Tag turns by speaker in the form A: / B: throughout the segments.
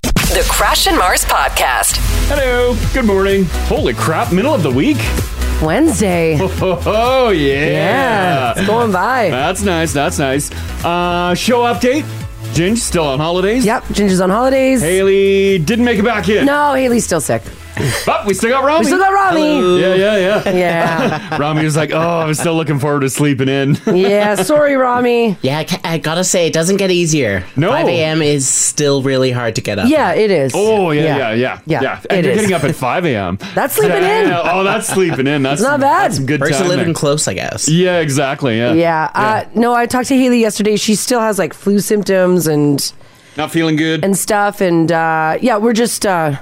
A: The Crash and Mars Podcast.
B: Hello. Good morning. Holy crap! Middle of the week.
C: Wednesday.
B: Oh, oh yeah.
C: It's going by.
B: That's nice. That's nice. Uh, show update. Ginge still on holidays.
C: Yep, Ginger's on holidays.
B: Haley didn't make it back in.
C: No, Haley's still sick.
B: But we still got Rami.
C: We still got Rami. Hello.
B: Yeah, yeah, yeah.
C: Yeah.
B: Rami was like, "Oh, I'm still looking forward to sleeping in."
C: Yeah, sorry, Rami.
D: Yeah, I, ca- I gotta say, it doesn't get easier.
B: No.
D: 5 a.m. is still really hard to get up.
C: Yeah, it is.
B: Oh yeah, yeah, yeah, yeah.
C: Yeah,
B: And
C: it
B: you're
C: is.
B: getting up at 5 a.m.
C: That's sleeping
B: Yeah,
C: in.
B: yeah. Oh, that's sleeping in. That's
C: It's not bad.
B: That's some good
D: Or
B: time.
D: just living
B: there.
D: close, I guess.
B: yeah, exactly. Yeah.
C: Yeah. Uh, no, I talked to Haley yesterday. She still has like flu symptoms and
B: Not feeling good.
C: and stuff. And uh, yeah, we're just, uh,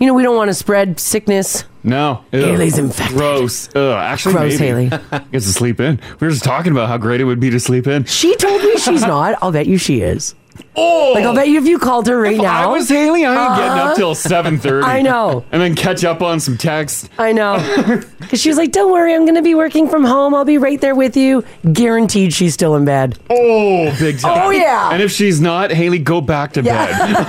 C: you know, we don't want to spread sickness.
B: No. Ugh.
C: Haley's infected.
B: Gross. Ugh, actually,
C: Gross,
B: maybe.
C: Haley.
B: Gets to sleep in. We were just talking about how great it would be to sleep in.
C: She told me she's not. I'll bet you she is.
B: Oh,
C: Like, I'll bet you if you called her right
B: if I
C: now.
B: was Haley. I ain't getting
C: Uh-huh.
B: up till seven thirty.
C: I know.
B: And then catch up on some text.
C: I know. Because she was like, don't worry, I'm going to be working from home. I'll be right there with you. Guaranteed she's still in bed.
B: Oh, big time.
C: Oh, yeah.
B: And if she's not, Haley, go back to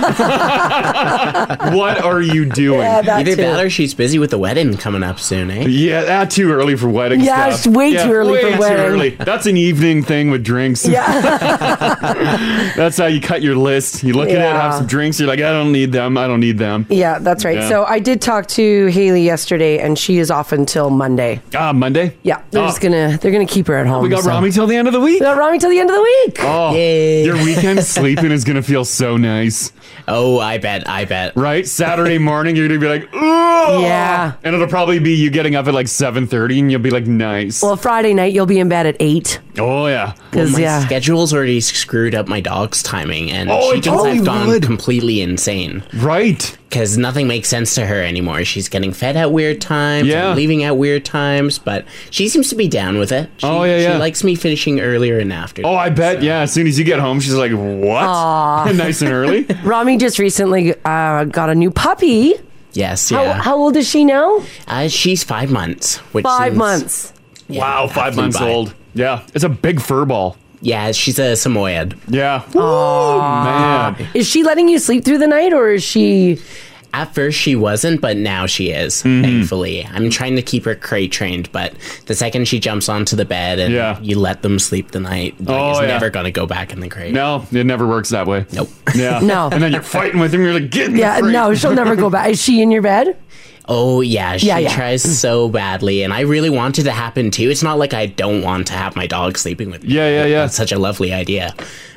B: bed. what are you doing?
C: Yeah, that
D: Either
C: too.
D: that or she's busy with the wedding coming up soon, eh?
B: Yeah, ah, too early for wedding
C: Yeah, it's
B: stuff.
C: way too early
B: way
C: for
B: too
C: wedding.
B: early. That's an evening thing with drinks.
C: Yeah.
B: That's how you cut your list. You look at it,
C: Yeah.
B: have some drinks. You're like, I don't need them. I don't need them.
C: yeah, that's right.
B: Yeah.
C: So I did talk to Haley yesterday, and she is off until Monday.
B: Ah, Monday.
C: Yeah, they're
B: Oh,
C: just gonna they're gonna keep her at home.
B: We got
C: so-
B: Rami till the end of the week.
C: We got Rami till the end of the week.
B: Oh,
D: Yay.
B: your weekend sleeping is gonna feel so nice,
D: Oh, I bet, I bet.
B: right? Saturday morning, you're gonna be like, ooh,
C: Yeah.
B: and it'll probably be you getting up at like seven thirty, and you'll be like, nice.
C: Well, Friday night you'll be in bed at eight
B: oh yeah,
C: because
D: My
C: yeah,
D: schedule's already screwed up my dog's timing, and
B: Oh,
D: she
B: it
D: thinks
B: totally
D: I've gone
B: would.
D: completely insane
B: right.
D: because nothing makes sense to her anymore. She's getting fed at weird times,
B: Yeah.
D: and leaving at weird times, but she seems to be down with it. She,
B: Oh, yeah, yeah.
D: She likes me finishing earlier and after.
B: Oh, I bet. Yeah, as soon as you get home, she's like, what? nice and early.
C: Ah. Rami just recently uh, got a new puppy.
D: yes,
C: How,
D: yeah.
C: how old is she now?
D: uh, she's five months. Which
C: Five
D: is-
C: months.
B: wow, five
D: flew
B: months
D: by.
B: old. Yeah, it's a big fur ball.
D: Yeah, she's a Samoyed.
B: Yeah. Oh man.
C: Is she letting you sleep through the night, or is she?
D: At first, she wasn't, but now she is,
B: Mm-hmm.
D: thankfully. I'm trying to keep her crate trained, but the second she jumps onto the bed and
B: Yeah.
D: you let them sleep the night, like,
B: Oh,
D: it's
B: yeah.
D: never going to go back in the crate.
B: No, it never works that way.
D: Nope.
B: Yeah.
C: No.
B: And then you're fighting with him. You're like, get in
C: Yeah,
B: the crate."
C: no, she'll never go back. Is she in your bed?
D: Oh, yeah, she
C: Yeah, yeah.
D: tries so badly, and I really want it to happen too. It's not like I don't want to have my dog sleeping with me.
B: Yeah, yeah, yeah.
D: That's such a lovely idea,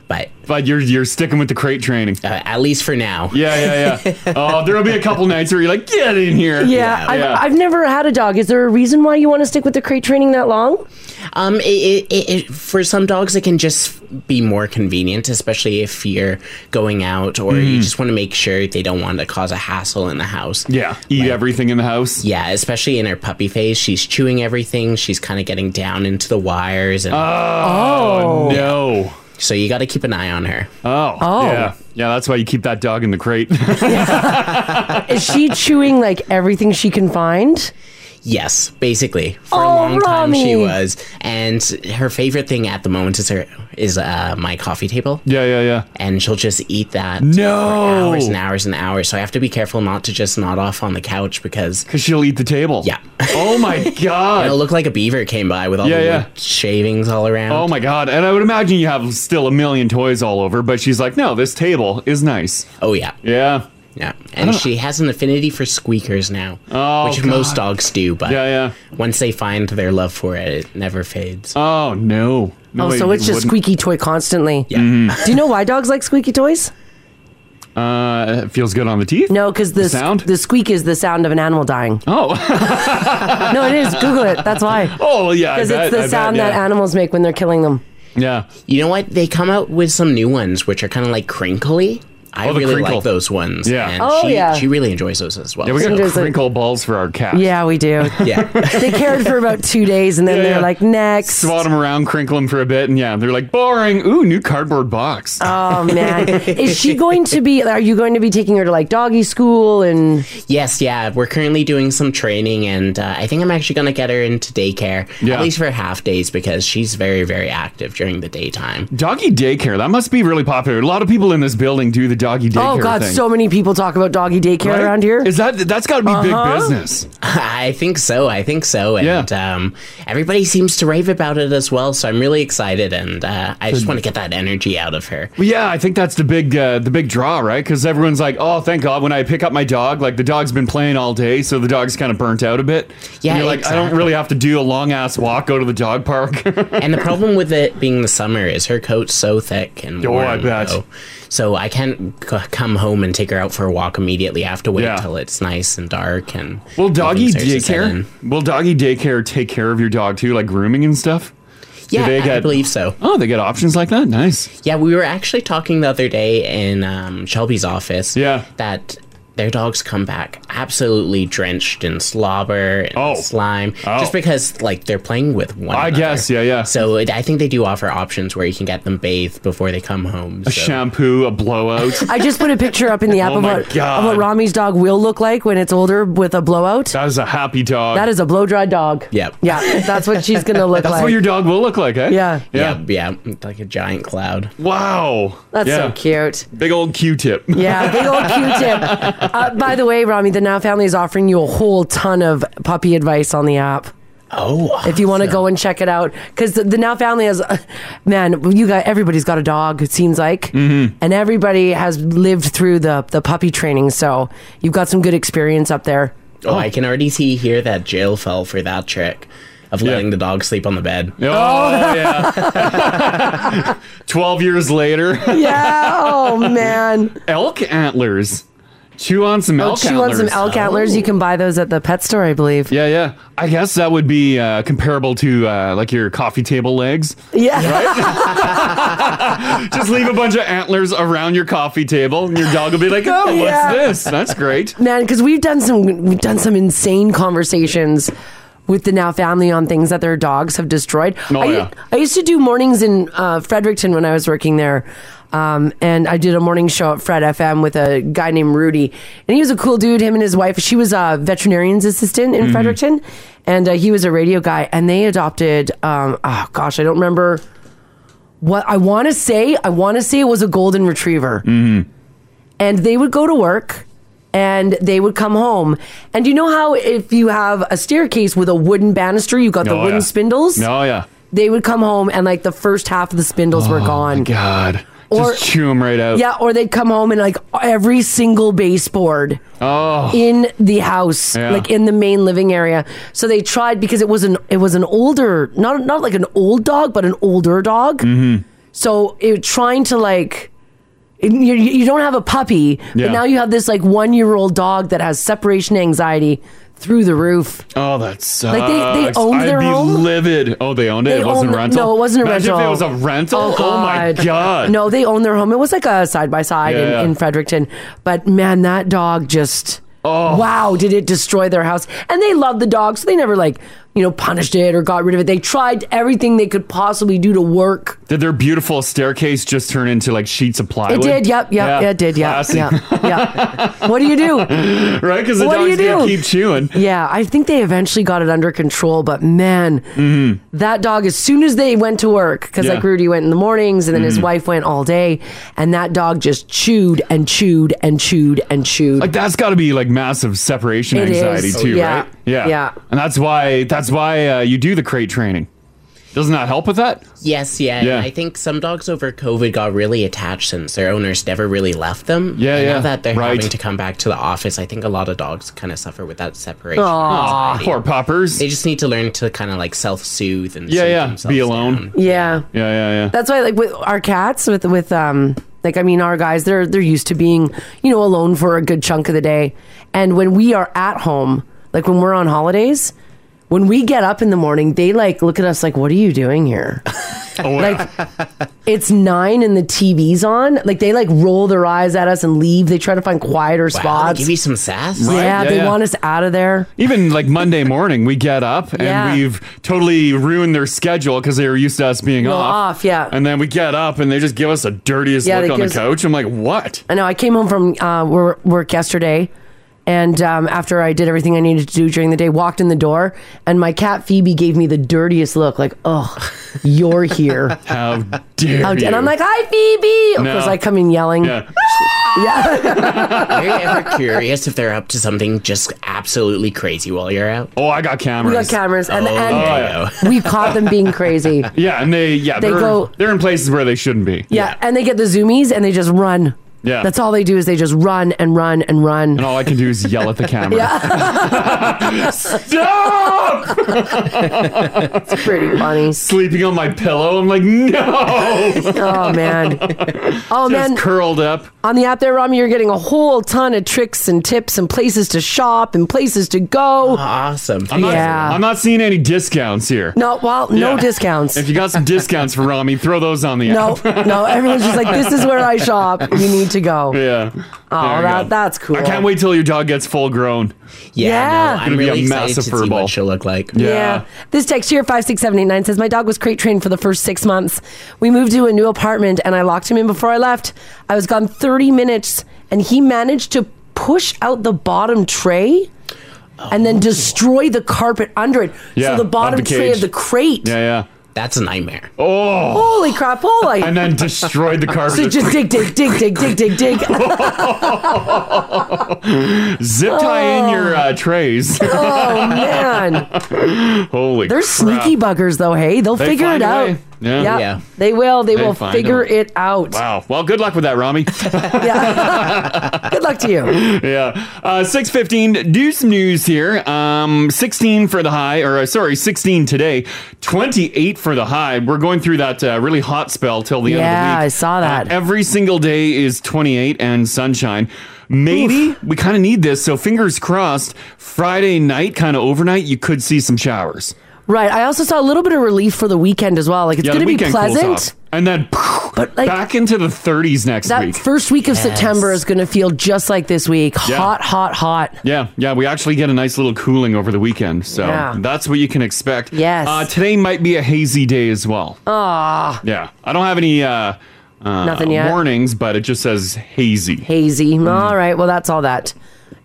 D: but
B: But you're you're sticking with the crate training.
D: uh, at least for now.
B: Yeah, yeah, yeah. Oh, there'll be a couple nights where you're like, get in here.
C: Yeah, I've,
B: yeah.
C: I've never had a dog. Is there a reason why you want to stick with the crate training that long?
D: Um, it, it, it, it, for some dogs, it can just be more convenient, especially if you're going out or
B: Mm.
D: you just want to make sure they don't want to cause a hassle in the house.
B: Yeah. Eat everything in the house.
D: Yeah, especially in her puppy phase. She's chewing everything. She's kind of getting down into the wires. And
B: Oh, no.
D: so you got to keep an eye on her.
B: Oh.
C: Oh.
B: Yeah. Yeah, that's why you keep that dog in the crate.
C: Is she chewing like everything she can find?
D: Yes, basically. For
C: Oh,
D: a long time, she
C: Rami.
D: was. And her favorite thing at the moment is her is uh, my coffee table.
B: yeah, yeah, yeah.
D: and she'll just eat that
B: No.
D: for hours and hours and hours. So I have to be careful not to just nod off on the couch because
B: Because she'll eat the table.
D: Yeah.
B: Oh, my
D: it'll
B: God.
D: look like a beaver came by with all
B: Yeah,
D: the
B: yeah.
D: wood shavings all around.
B: Oh, my God. And I would imagine you have still a million toys all over, but she's like, no, this table is nice.
D: Oh, yeah,
B: Yeah.
D: yeah. And she has an affinity for squeakers now,
B: Oh,
D: which most dogs do. But
B: Yeah, yeah.
D: once they find their love for it, it never fades.
B: Oh, no. no
C: oh,
B: it
C: so it's just
B: wouldn't. Mm-hmm.
C: squeaky toy constantly.
D: yeah.
C: Do you know why dogs like squeaky toys?
B: Uh, it feels good on the teeth?
C: No, because the, s-
B: sound?
C: the squeak is the sound of an animal dying.
B: Oh.
C: no, it is. Google it. That's why.
B: oh, yeah. I
C: Because
B: bet,
C: it's
B: I
C: the
B: bet,
C: sound
B: yeah.
C: that animals make when they're killing them.
B: Yeah.
D: You know what? They come out with some new ones which are kind of like crinkly. I
B: Oh, the
D: really
B: crinkle.
D: like those ones.
B: Yeah.
D: And
C: Oh,
D: she,
C: yeah.
D: She really enjoys those as well.
B: Yeah, we
D: So-
B: got
C: Sometimes, like-
B: crinkle balls for our cat.
C: Yeah, we do.
D: yeah.
C: they cared for about two days and then
B: Yeah,
C: they're
B: yeah.
C: like, next.
B: swat them around, crinkle them for a bit, and yeah, they're like boring. Ooh, new cardboard box.
C: Oh, man. is she going to be, are you going to be taking her to like doggy school? And
D: Yes, yeah. We're currently doing some training, and uh, I think I'm actually going to get her into daycare,
B: Yeah.
D: at least for half days, because she's very, very active during the daytime.
B: Doggy daycare. That must be really popular. A lot of people in this building do the doggy daycare.
C: Oh God,
B: thing,
C: so many people talk about doggy daycare
B: right?
C: around here.
B: Is that that's got to be
C: Uh-huh.
B: big business?
D: I think so. I think so. And um, everybody seems to rave about it as well. So I'm really excited. And uh, I just want to get that energy out of her.
B: Well, yeah, I think that's the big uh, the big draw, right? Because everyone's like, "Oh, thank God!" When I pick up my dog, like the dog's been playing all day, so the dog's kind of burnt out a bit.
D: Yeah,
B: And you're like, I don't
D: exactly.
B: really have to do a long ass walk, go to the dog park.
D: and the problem with it being the summer is her coat's so thick and
B: Oh,
D: warm,
B: I bet.
D: So, so I can't c- come home and take her out for a walk immediately. I have to wait
B: Yeah.
D: till it's nice and dark and
B: Will doggy
D: everything starts to set in.
B: daycare? Will doggy daycare take care of your dog too, like grooming and stuff?
D: Yeah,
B: they
D: I
B: get-
D: believe so.
B: Oh, they get options like that. Nice.
D: Yeah, we were actually talking the other day in um, Shelby's office.
B: Yeah.
D: that their dogs come back absolutely drenched in slobber and
B: Oh.
D: slime,
B: Oh.
D: just because like they're playing with one.
B: I
D: another.
B: guess. Yeah, yeah.
D: So it, I think they do offer options where you can get them bathed before they come home. So.
B: Shampoo, a blowout.
C: I just put a picture up in the app
B: Oh,
C: of,
B: my
C: what,
B: God.
C: of what Rami's dog will look like when it's older with a blowout.
B: that is a happy dog.
C: That is a blow dry dog.
D: Yep.
C: Yeah, that's what she's gonna look
B: That's
C: like.
B: what your dog will look like, eh?
C: Yeah.
B: Yeah.
D: yeah, yeah, like a giant cloud.
B: Wow.
C: that's
B: Yeah.
C: so cute.
B: Big old Q-tip.
C: Yeah, big old Q-tip. Uh, by the way, Rami, the Now Family is offering you a whole ton of puppy advice on the app.
D: Oh,
C: If you want to go and check it out, because the, the Now Family has, man, you got everybody's got a dog. It seems like,
B: Mm-hmm.
C: and everybody has lived through the the puppy training, so you've got some good experience up there.
D: oh, I can already see here that Jill fell for that trick of letting the dog sleep on the bed.
B: Oh, yeah. Twelve years later,
C: Yeah. Oh man. Oh,
B: elk antlers. Chew on some elk
C: she
B: antlers. Oh,
C: wants some elk antlers. You can buy those at the pet store, I believe.
B: Yeah, yeah. I guess that would be uh, comparable to uh, like your coffee table legs.
C: Yeah.
B: Just leave a bunch of antlers around your coffee table, and your dog will be like, "Oh, what's
C: Yeah.
B: this? That's great."
C: man because we've done some we've done some insane conversations with the now family on things that their dogs have destroyed
B: Oh,
C: I,
B: yeah.
C: I used to do mornings in uh, fredericton when i was working there um, and i did a morning show at fred fm with a guy named rudy and he was a cool dude him and his wife she was a veterinarian's assistant
B: Mm-hmm.
C: in fredericton and uh, he was a radio guy and they adopted um, oh gosh i don't remember what i want to say i want to say it was a golden retriever
B: Mm-hmm.
C: and they would go to work and they would come home. And you know how if you have a staircase with a wooden banister, you got the
B: Oh,
C: wooden
B: yeah.
C: spindles?
B: Oh yeah. Oh,
C: They would come home and like the first half of the spindles were gone.
B: God.
C: Or-
B: Just chew them right out.
C: Yeah, or they'd come home and like every single baseboard
B: Oh.
C: in the house,
B: Yeah.
C: like in the main living area. So they tried because it was an it was an older, not not like an old dog, but an older dog.
B: Mm-hmm.
C: So it trying to like. You, you don't have a puppy,
B: Yeah.
C: but now you have this like one year old dog that has separation anxiety through the roof.
B: Oh, that sucks.
C: Like, they- they owned
B: I'd
C: their
B: be
C: home?
B: livid. Oh, they owned it.
C: They
B: it wasn't
C: owned-
B: a rental.
C: no, it wasn't a
B: Imagine
C: rental.
B: If it was a rental. Oh, my god.
C: No, they own their home. It was like a side by side
B: Yeah, yeah.
C: in Fredericton. But man, that dog just.
B: Oh.
C: Wow, did it destroy their house? And they loved the dog, so they never, like, you know, punished it or got rid of it. They tried everything they could possibly do to work.
B: Did their beautiful staircase just turn into like sheets of plywood?
C: It did, yep, yep, yeah, it did, yep,
B: Classy.
C: yep, yep. What do you do?
B: right? Because the
C: What do
B: dog's
C: you
B: gonna
C: do?
B: keep chewing.
C: Yeah, I think they eventually got it under control, but man,
B: mm-hmm.
C: that dog, as soon as they went to work, because
B: Yeah. Mm.
C: like Rudy went in the mornings and then his wife went all day, and that dog just chewed and chewed and chewed and chewed.
B: Like that's got to be like massive separation
C: It
B: anxiety
C: is.
B: too,
C: Yeah.
B: right? Yeah,
C: Yeah.
B: And that's why that's why uh, you do the crate training. Doesn't that help with that?
D: Yes, yeah. and
B: Yeah.
D: I think some dogs over COVID got really attached since their owners never really left them.
B: Yeah,
D: and
B: yeah,
D: Now that they're
B: right.
D: having to come back to the office, I think a lot of dogs kind of suffer with that separation.
C: Aw.
D: anxiety.
B: Poor poppers.
D: They just need to learn to kind of like self soothe and
B: Yeah,
D: soothe
B: yeah.
D: themselves
B: Be alone.
D: down.
C: yeah.
B: Yeah, yeah, yeah.
C: That's why, like with our cats, with with um, like I mean, our guys, they're they're used to being you know alone for a good chunk of the day, and when we are at home, like when we're on holidays. When we get up in the morning, they like look at us like, "What are you doing here?"
B: Oh, yeah.
C: Like, it's nine and the TV's on. Like, they like roll their eyes at us and leave. They try to find quieter
D: Wow, they
C: spots.
D: give you some sass.
B: Right.
C: yeah,
B: Yeah,
C: they
B: yeah.
C: want us out of there.
B: Even like Monday morning, we get up and
C: Yeah.
B: we've totally ruined their schedule because they were used to us being
C: Well,
B: off.
C: off, yeah.
B: And then we get up and they just give us the dirtiest
C: Yeah, they
B: look on the
C: give us-
B: couch. I'm like, what?
C: I know. I came home from uh, wor- work yesterday, And um, after I did everything I needed to do during the day, walked in the door, and my cat Phoebe gave me the dirtiest look, like, "Oh, you're here."
B: How dare
C: How d-
B: you?
C: And I'm like, "Hi, Phoebe." Of
B: No.
C: course, I come in yelling.
B: Yeah.
D: Are you ever curious if they're up to something just absolutely crazy while you're out?
B: Oh, I got cameras.
C: We got cameras, and,
D: Oh,
C: and
B: there
C: we caught them being crazy. Yeah,
B: Yeah, and they yeah
C: They
B: they are
C: go-
B: they're in places where they shouldn't be.
C: and they get the zoomies, and they just run.
B: Yeah.
C: that's all they do is they just run and run and run.
B: And all I can do is yell at the camera.
C: "Ah!"
B: Stop!
C: It's pretty funny.
B: Sleeping on my pillow. I'm like, no.
C: Oh man, oh man.
B: Just curled up.
C: On the app there, Rami, you're getting a whole ton of tricks and tips and places to shop and places to go.
D: Awesome.
B: I'm not,
C: Yeah.
B: I'm not seeing any discounts here.
C: No, well, no
B: Yeah.
C: discounts.
B: If you got some discounts for Rami, throw those on the
C: No,
B: app.
C: no, everyone's just like, this is where I shop. You need to go.
B: Yeah. There
C: Oh,
B: you
C: that,
B: go.
C: that's cool.
B: I can't wait till your dog gets full grown.
D: Yeah,
C: Yeah.
D: No,
C: Gonna
D: I'm
B: be
D: really
B: a
D: excited to
B: massive
D: see
B: furball.
D: what she'll look like.
C: Yeah.
B: Yeah.
C: This text here, 56789, says, My dog was crate trained for the first six months. We moved to a new apartment and I locked him in before I left. I was gone 30 minutes and he managed to push out the bottom tray and then destroy the carpet under it.
B: Oh. Yeah,
C: so the
B: of
C: bottom
B: the
C: tray of
B: cage.
C: the crate.
B: Yeah, yeah.
D: That's a nightmare.
B: Oh.
C: Holy crap, holy.
B: And then destroyed the carpet.
C: so just dig, dig, dig, dig, dig, dig, dig.
B: Zip tie in your uh, trays.
C: Oh, man.
B: Holy
C: They're sneaky buggers, though, hey? They'll
B: They
C: figure
B: find
C: it
B: a
C: out.
B: way. Yeah.
D: Yeah.
C: They will. They,
B: They
C: will
B: find
C: figure
B: a way.
C: it out.
B: Wow. Well, good luck with that, Rami.
C: Yeah. Good luck to you.
B: yeah. Uh, 615, do some news here. Um, 16 for the high, or uh, sorry, 16 today, 28 for the high. We're going through that uh, really hot spell till the end
C: Yeah,
B: of the week.
C: I saw that.
B: Uh, every single day is 28 and sunshine. Maybe we kind of need this. So fingers crossed, Friday night, kind of overnight, you could see some showers.
C: Right. I also saw a little bit of relief for the weekend as well. Like, it's
B: Yeah,
C: going
B: the
C: to be
B: weekend cools
C: pleasant.
B: off. And then phew,
C: But, like-
B: back into the 30s next
C: That
B: week.
C: first week of September is going to feel just like this week
B: Yeah.
C: hot, hot, hot.
B: Yeah, yeah, we actually get a nice little cooling over the weekend, so
C: Yeah.
B: that's what you can expect.
C: Yes.
B: Uh, today might be a hazy day as well. Ah. Yeah, I don't have any uh, uh,
C: Nothing yet.
B: warnings, but it just says hazy.
C: hazy.
B: Mm-hmm.
C: All right. Well, that's all that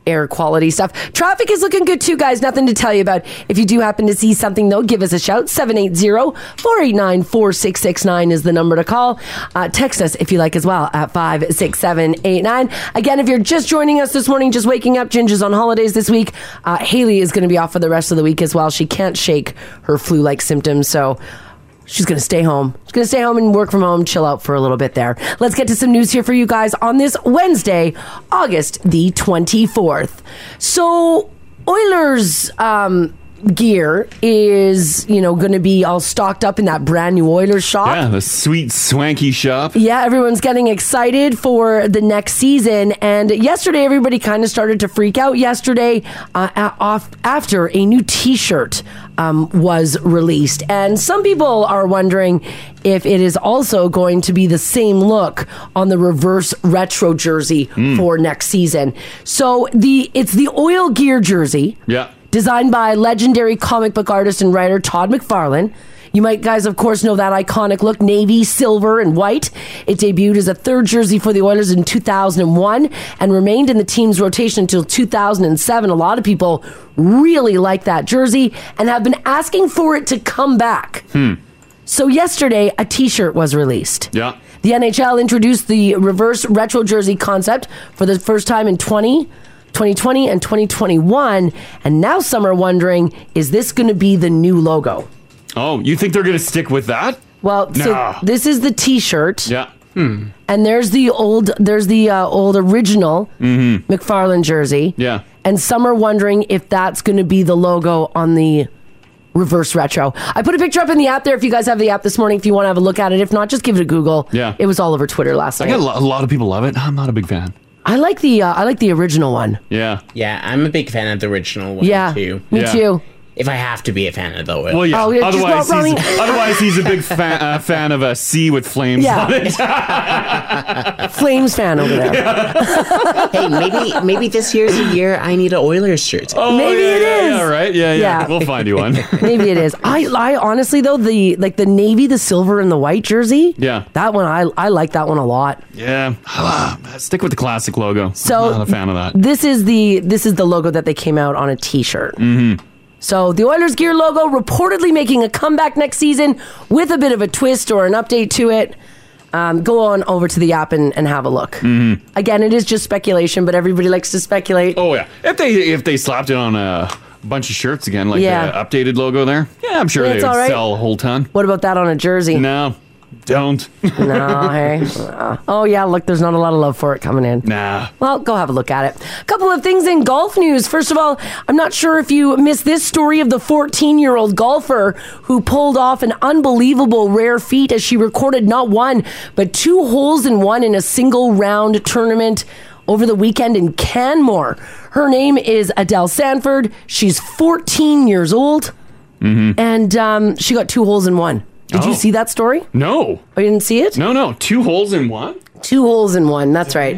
C: air quality stuff. Traffic is looking good too, guys. Nothing to tell you about. If you do happen to see something, though, give us a shout. 780-489-4669 is the number to call. Uh, text us if you like as well at 56789. Again, if you're just joining us this morning, just waking up, Ginger's on holidays this week. Uh, Haley is going to be off for the rest of the week as well. She can't shake her flu-like symptoms, so... She's going to stay home. She's going to stay home and work from home, chill out for a little bit there. Let's get to some news here for you guys on this Wednesday, August the 24th. So, Oilers um, gear is, you know, going to be all stocked up in that brand new Oilers shop.
B: Yeah, the sweet swanky shop.
C: Yeah, everyone's getting excited for the next season. And yesterday, everybody kind of started to freak out. Yesterday, uh, a- off after a new T-shirt um, was released, and some people are wondering if it is also going to be the same look on the reverse retro jersey for next season. So the it's the oil gear jersey
B: Yeah.
C: designed by legendary comic book artist and writer Todd McFarlane. You might guys, of course, know that iconic look navy, silver, and white. It debuted as a third jersey for the Oilers in 2001 and remained in the team's rotation until 2007. A lot of people really like that jersey and have been asking for it to come back.
B: Hmm.
C: So, yesterday, a t shirt was released.
B: Yeah.
C: The NHL introduced the reverse retro jersey concept for the first time in 20, 2020 and 2021. And now some are wondering is this going to be the new logo?
B: Oh, you think they're going to stick with that?
C: Well,
B: Nah.
C: so this is the t shirt,
B: Yeah.
C: and there's the old, there's the uh, old original McFarlane jersey.
B: Mm-hmm. Yeah.
C: And some are wondering if that's going to be the logo on the reverse retro. I put a picture up in the app there if you guys have the app this morning, if you want to have a look at it. If not, just give it a Google.
B: Yeah.
C: It was all over Twitter last
B: I
C: night.
B: got a lo- a lot of people love it. I'm not a big fan.
C: I like the uh, I like the original one.
B: Yeah.
D: Yeah, I'm a big fan of the original one
C: Yeah,
D: too.
C: me
B: Yeah.
C: too.
D: If I have to be a fan of the oil.
B: Well, yeah.
C: Oh, yeah, just
B: otherwise,
C: not
B: he's,
C: running-
B: otherwise, he's a big fan, uh, fan of a sea with flames
C: Yeah.
B: on it.
C: Flames fan over there.
D: hey, maybe maybe this year's the year I need an Oilers shirt.
B: Oh,
C: Maybe
B: yeah,
C: it
B: yeah,
C: is.
B: Yeah, right. Yeah, yeah.
C: Yeah.
B: We'll find you one.
C: Maybe it is. I, I honestly though the like the navy, the silver, and the white jersey.
B: Yeah.
C: that one I I like that one a lot.
B: yeah. Stick with the classic logo.
C: So
B: not a fan of that.
C: This is the this is the logo that they came out on a T-shirt. Mm-hmm. So the Oilers gear logo reportedly making a comeback next season with a bit of a twist or an update to it. Um, go on over to the app and, and have a look.
B: Mm.
C: Again, it is just speculation, but everybody likes to speculate.
B: Oh yeah. If they if they slapped it on a bunch of shirts again, like
C: Yeah.
B: the updated logo there, yeah, I'm sure
C: Yeah,
B: they
C: it's
B: would
C: all right.
B: sell a whole ton.
C: What about that on a jersey?
B: No, don't.
C: no hey. Oh yeah, look, there's not a lot of love for it coming in.
B: nah.
C: Well, go have a look at it. A couple of things in golf news. First of all, I'm not sure if you missed this story of the 14 year old golfer who pulled off an unbelievable rare feat as she recorded not one, but two holes in one in a single round tournament over the weekend in Canmore. Her name is Adele Sanford. She's 14 years old, and um, she got two holes in one. Did
B: Mm-hmm. Oh.
C: you see that story?
B: No.
C: Oh, you didn't see it?
B: No. No. Two holes in one.
C: Two holes in one. That's right.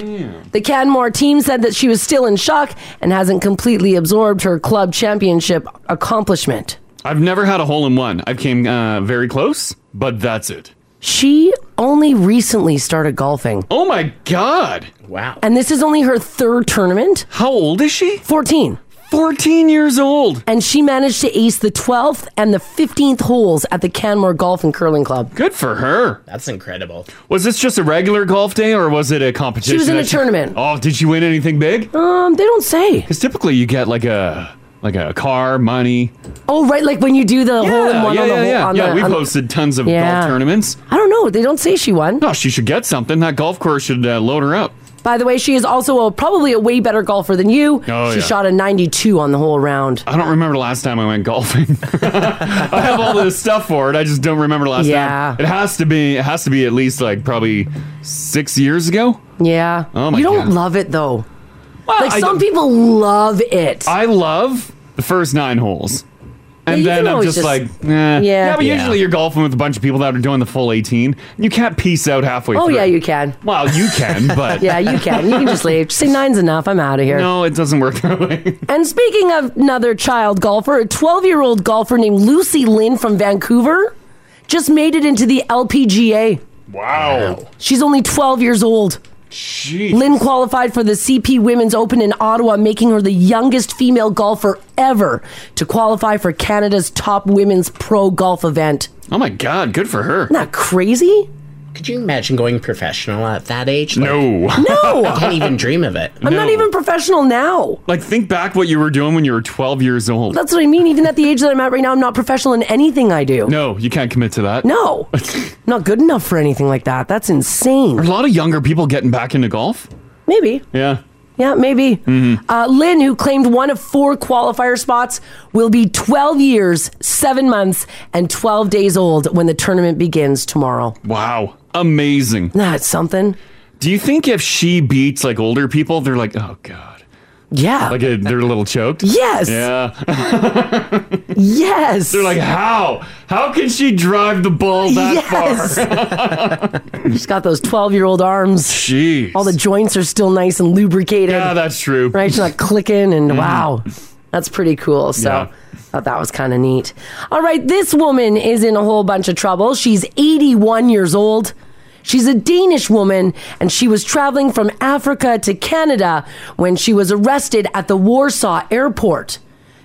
C: The Canmore team said that she was still in shock and hasn't completely absorbed her club championship accomplishment.
B: I've never had a hole in one. I've came uh, very close, but that's it.
C: She only recently started golfing,
B: Oh my god.
D: Wow.
C: and this is only her third tournament.
B: How old is she?
C: 14.
B: 14 years old.
C: And she managed to ace the 12th and the 15th holes at the Canmore Golf and Curling Club.
B: Good for her.
D: That's incredible.
B: Was this just a regular golf day or was it a competition?
C: She was in a
B: that
C: tournament.
B: Oh, did she win anything big?
C: Um, they don't say.
B: Because typically you get like a like a car, money.
C: Oh, right, like when you do the hole in
B: yeah,
C: one
B: yeah,
C: on the
B: yeah,
C: hole.
B: yeah.
C: on
B: yeah
C: the,
B: we
C: on the-
B: posted tons of
C: Yeah.
B: golf tournaments.
C: I don't know. They don't say she won.
B: Oh, she should get something. That golf course should uh, load her up.
C: By the way, she is also a, probably a way better golfer than you.
B: Oh,
C: she
B: yeah.
C: shot a 92 on the whole round.
B: I don't remember the last time I went golfing. I have all this stuff for it. I just don't remember the last
C: Yeah.
B: time. It has to be. It has to be at least like probably six years ago.
C: Yeah.
B: Oh, my
C: you don't
B: God.
C: love it though.
B: Well,
C: Like
B: I-
C: some people love it.
B: I love the first nine holes. And
C: you can
B: then I'm
C: always
B: just,
C: just-
B: like, eh. yeah. but
C: Yeah.
B: usually you're golfing with a bunch of people that are doing the full 18. You can't piece out halfway
C: oh
B: through.
C: yeah, you can.
B: Well, you can, but
C: Yeah, you can. You can just leave. Just say nine's enough. I'm out of here.
B: no, it doesn't work that way.
C: And speaking of another child golfer, a 12 year old golfer named Lucy Lynn from Vancouver just made it into the LPGA.
B: Wow.
C: She's only 12 years old.
B: Jeez.
C: Lynn qualified for the CP Women's Open in Ottawa, making her the youngest female golfer ever to qualify for Canada's top women's pro golf event.
B: oh my God, good for her.
C: Not crazy?
D: Could you imagine going professional at that age? Like,
B: No.
C: No,
D: Can't even dream of it.
C: I'm not
B: No.
C: even professional now.
B: like, think back what you were doing when you were 12 years old.
C: That's what I mean. Even at the age that I'm at right now, I'm not professional in anything I do.
B: no, you can't commit to that.
C: No, not good enough for anything like that. That's insane.
B: A lot of younger people getting back into golf.
C: Maybe.
B: Yeah. Mm-hmm.
C: Yeah, maybe. Uh, Lynn, who claimed one of four qualifier spots, will be 12 years, seven months, and 12 days old when the tournament begins tomorrow.
B: Wow. Amazing.
C: That's something.
B: Do you think if she beats like older people, they're like, oh God.
C: Yeah.
B: Like uh, they're a little choked?
C: yes.
B: Yeah.
C: Yes.
B: They're like, how? How can she drive the ball that
C: yes.
B: far?
C: She's got those 12 year old arms.
B: Jeez.
C: All the joints are still nice and lubricated.
B: yeah, that's true. Mm.
C: right? She's not clicking, and wow, that's pretty cool. So.
B: Yeah.
C: Thought that was kind of neat. All right, this woman is in a whole bunch of trouble. She's 81 years old. She's a Danish woman, and she was traveling from Africa to Canada when she was arrested at the Warsaw airport.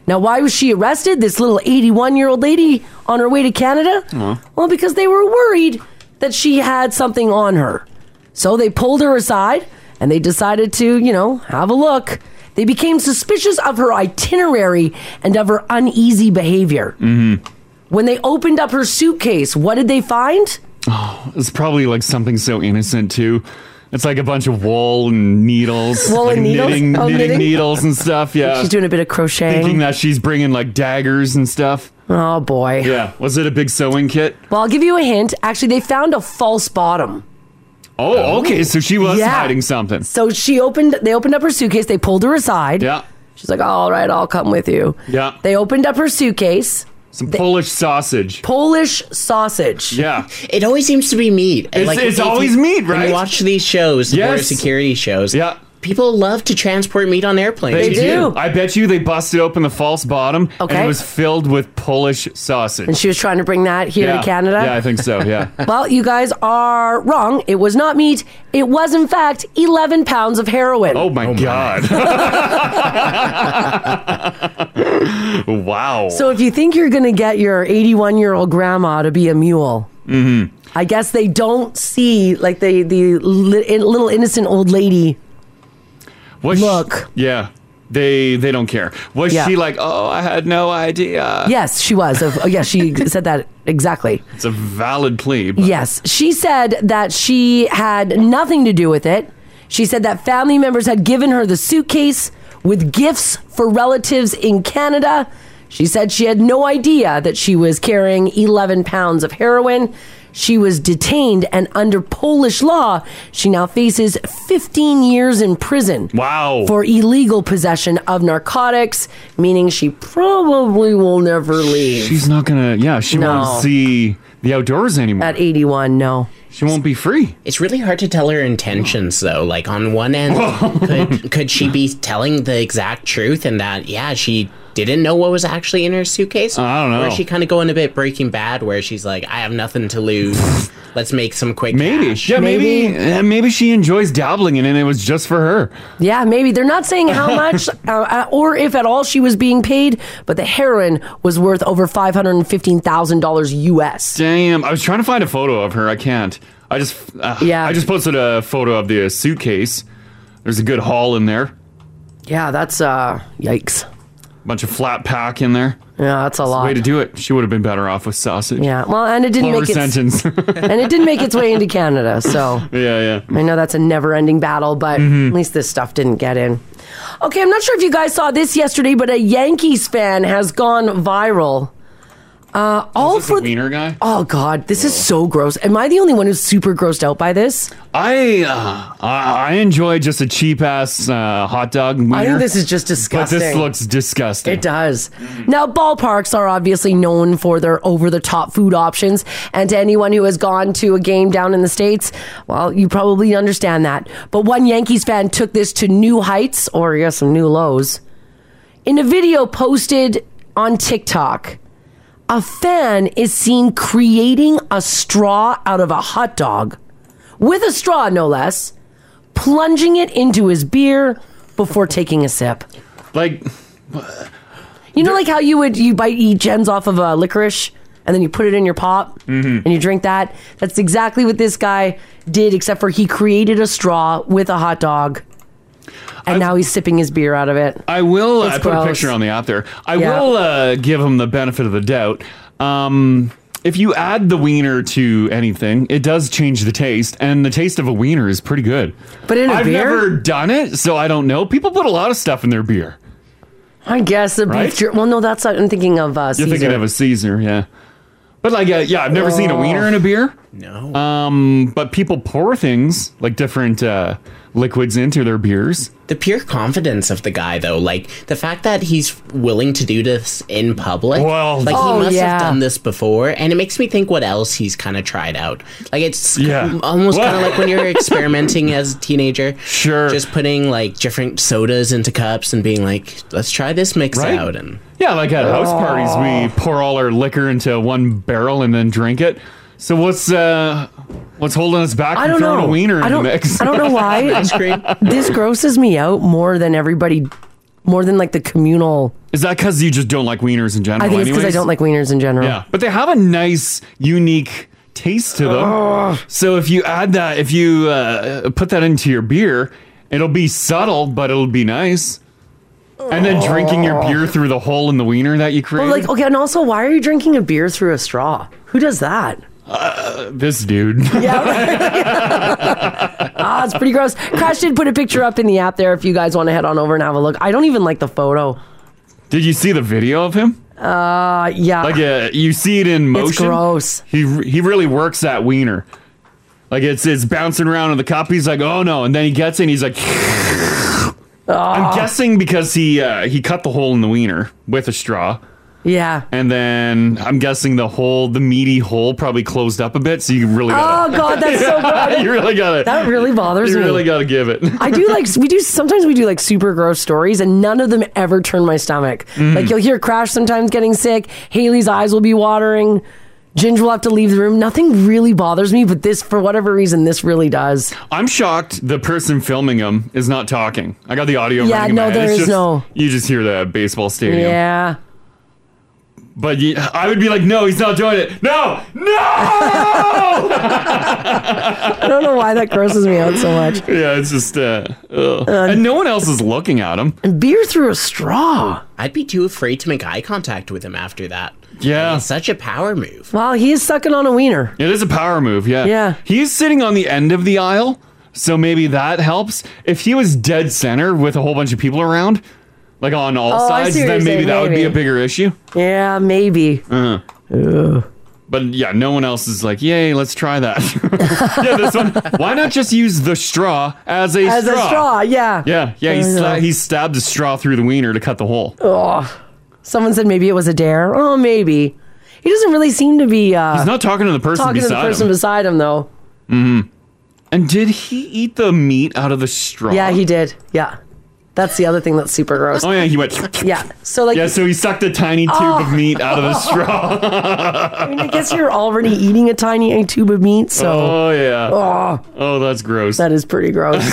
C: Now, why was she arrested? This little 81 year old lady on her way to Canada? Well, because they were worried that she had something on her. So they pulled her aside and they decided to, you know, have a look. They became suspicious of her itinerary and of her uneasy behavior. Mm-hmm. When they opened up her suitcase, what did they find?
B: Oh, It's probably like something so innocent too. It's like a bunch of wool and needles,
C: Wool
B: like
C: and needles?
B: knitting,
C: Oh,
B: knitting
C: knitting?
B: needles and stuff. Yeah,
C: She's doing a bit of
B: thinking
C: crocheting.
B: that she's bringing like daggers and stuff.
C: Oh boy.
B: Yeah, was it a big sewing kit?
C: Well, I'll give you a hint. Actually, they found a false bottom.
B: Oh, okay, so she was
C: Yeah.
B: hiding something.
C: So she opened they opened up her suitcase, they pulled her aside.
B: Yeah,
C: She's like, all right, I'll come with you.
B: Yeah.
C: They opened up her suitcase.
B: Some Polish sausage.
C: Polish sausage.
B: Yeah.
D: It always seems to be meat. And,
B: It's- it's
D: if you-
B: always meat,
D: when
B: right?
D: you watch these shows, the border
B: Yes.
D: security shows.
B: Yeah.
D: People love to transport meat on airplanes.
C: They do.
B: I bet you they busted open the false bottom and
C: Okay.
B: it was filled with Polish sausage.
C: And she was trying to bring that here
B: yeah.
C: to Canada.
B: Yeah, I think so. Yeah.
C: Well, you guys are wrong. It was not meat. It was, in fact, 11 pounds of heroin.
B: Oh my god. wow.
C: So if you think you're going to get your 81 year old grandma to be a mule,
B: Mm-hmm.
C: I guess they don't see like the the li- in- little innocent old lady.
B: Was she-
C: look.
B: yeah. They they don't care. Was
C: Yeah.
B: she like, "Oh, I had no idea."
C: Yes, she was. Of, oh, yes, she said that exactly.
B: It's a valid plea. But
C: Yes, she said that she had nothing to do with it. She said that family members had given her the suitcase with gifts for relatives in Canada. She said she had no idea that she was carrying 11 pounds of heroin. She was detained, and under Polish law, she now faces 15 years in prison.
B: Wow.
C: For illegal possession of narcotics, meaning she probably will never leave.
B: She's not going to Yeah, she
C: No.
B: won't see the outdoors anymore.
C: At 81, no.
B: she won't be free.
D: It's really hard to tell her intentions, though. Like on one end, could could she be telling the exact truth and that yeah she didn't know what was actually in her suitcase?
B: I don't know.
D: Or is she kind of going a bit Breaking Bad, where she's like, I have nothing to lose. Let's make some quick.
B: Maybe.
D: cash."
B: Yeah, maybe maybe, maybe she enjoys dabbling in it and it was just for her.
C: Yeah, maybe they're not saying how much uh, uh, or if at all she was being paid, but the heroin was worth over five hundred and fifteen thousand dollars U.S.
B: Damn, I was trying to find a photo of her. I can't. I just uh,
C: Yeah.
B: I just posted a photo of the suitcase. There's a good haul in there.
C: Yeah, that's uh, yikes.
B: Bunch of flat pack in there.
C: Yeah, that's a
B: Way
C: lot.
B: to do it. She would have been better off with sausage.
C: Yeah, well, and it didn't
B: Lower
C: make its,
B: sentence.
C: and it didn't make its way into Canada, so.
B: yeah, Mm-hmm. yeah.
C: I know that's a never ending battle, but at least this stuff didn't get in. Okay, I'm not sure if you guys saw this yesterday, but a Yankees fan has gone viral. Uh, all
B: The
C: for
B: wiener guy.
C: oh god, this is so gross. Am I the only one who's super grossed out by this?
B: I uh, I I enjoy just a cheap ass uh, hot dog. Wiener,
C: I think this is just
B: but
C: disgusting.
B: this looks disgusting.
C: It does. Now, ballparks are obviously known for their over the top food options. And to anyone who has gone to a game down in the States, well, you probably understand that. But one Yankees fan took this to new heights, or I guess some new lows. In a video posted on TikTok, a fan is seen creating a straw out of a hot dog, with a straw, no less, plunging it into his beer before taking a sip.
B: Like
C: You know, like how you would you bite eat gems off of a licorice and then you put it in your pop
B: Mm-hmm.
C: and you drink that. That's exactly what this guy did, except for he created a straw with a hot dog, and now he's sipping his beer out of it.
B: I will.
C: It's
B: Oh, I put a
C: gross.
B: picture on the app there. I
C: Yeah.
B: will uh, give him the benefit of the doubt. Um, if you add the wiener to anything, it does change the taste, and the taste of a wiener is pretty good.
C: But in a
B: I've
C: beer?
B: never done it, so I don't know. People put a lot of stuff in their beer.
C: I guess the beef
B: Right?
C: jer- Well, no, that's not, I'm thinking of uh,
B: You're
C: Caesar.
B: thinking of a Caesar, yeah. But like, uh, yeah, I've never seen a wiener in a beer.
D: No.
B: Um, but people pour things like different uh, liquids into their beers.
D: the pure confidence of the guy though like the fact that he's willing to do this in public
B: Well-
D: like
C: Oh,
D: he must
C: yeah.
D: have done this before and it makes me think what else he's kind of tried out like it's
B: Yeah.
D: m- almost
B: Well-
D: kind of like when you're experimenting as a teenager
B: Sure.
D: just putting like different sodas into cups and being like let's try this mix
B: Right?
D: out and
B: Yeah, like at house
D: Oh.
B: parties, we pour all our liquor into one barrel and then drink it. So what's uh, what's holding us back
C: I
B: from
C: don't
B: throwing
C: know.
B: a wiener in
C: I don't.
B: the mix?
C: I don't know why
D: ice cream
C: this grosses me out more than everybody, more than like the communal.
B: Is that because you just don't like wieners in general?
C: I think it's because I
B: anyways?
C: don't like wieners in general.
B: Yeah, but they have a nice, unique taste to them. So if you add that, if you uh, put that into your beer, it'll be subtle, but it'll be nice. And then drinking your beer through the hole in the wiener that you create.
C: But like, okay, and also, why are you drinking a beer through a straw? Who does that?
B: Uh, this dude.
C: Ah, it's pretty gross. Crash did put a picture up in the app there if you guys want to head on over and have a look. I don't even like the photo.
B: Did you see the video of him?
C: Uh, yeah.
B: Like uh, you see it in motion.
C: gross.
B: He he really works that wiener.
C: Ah.
B: Like it's it's bouncing around in the cup. He's like, oh no, and then he gets in. He's like, I'm guessing because he uh, he cut the hole in the wiener with a straw,
C: Yeah.
B: and then I'm guessing the hole, the meaty hole, probably closed up a bit. So you really
C: Oh
B: gotta,
C: God, that's so bad.
B: you really gotta,
C: That really bothers
B: you
C: me.
B: really gotta give it.
C: I do like we do sometimes we do like super gross stories and none of them ever turn my stomach.
B: Mm.
C: Like you'll hear Crash sometimes getting sick, Haley's eyes will be watering, Ginger will have to leave the room. Nothing really bothers me, but this for whatever reason this really does.
B: I'm shocked the person filming him is not talking. I got the audio.
C: Yeah,
B: running in
C: no,
B: my head.
C: there
B: It's
C: is
B: just-
C: no-
B: You just hear the baseball stadium.
C: Yeah.
B: But you, I would be like, no, he's not doing it. No, no.
C: I don't know why that grosses me out so much.
B: yeah, it's just, uh, ugh. and no one else is looking at him.
C: And beer through a straw.
D: I'd be too afraid to make eye contact with him after that.
B: Yeah.
D: It's such a power move.
C: Well, he is sucking on a wiener.
B: It is a power move, yeah.
C: Yeah.
B: He's sitting on the end of the aisle, so maybe that helps. If he was dead center with a whole bunch of people around, like on all
C: Oh, I
B: sides,
C: see what
B: then
C: you're
B: maybe
C: saying,
B: that would be
C: maybe.
B: a bigger issue.
C: Yeah, maybe.
B: But yeah, no one else is like, yay, let's try that. yeah, this one. Why not just use the straw as a
C: As
B: straw?
C: a straw, yeah.
B: Yeah, yeah, he,
C: I know.
B: sla- he stabbed a straw through the wiener to cut the hole.
C: Someone said maybe it was a dare. Oh, maybe. He doesn't really seem to be uh,
B: He's not talking to the person
C: talking to the
B: beside
C: person
B: him.
C: beside him though.
B: Mm-hmm. and did he eat the meat out of the straw?
C: Yeah, he did. Yeah. That's the other thing that's super gross.
B: Oh yeah, he went.
C: Yeah. So like Oh.
B: Yeah, so he sucked a tiny tube of meat out of the straw.
C: I guess you're already eating a tiny tube of meat, so
B: Oh yeah. Oh, that's gross.
C: that is pretty gross.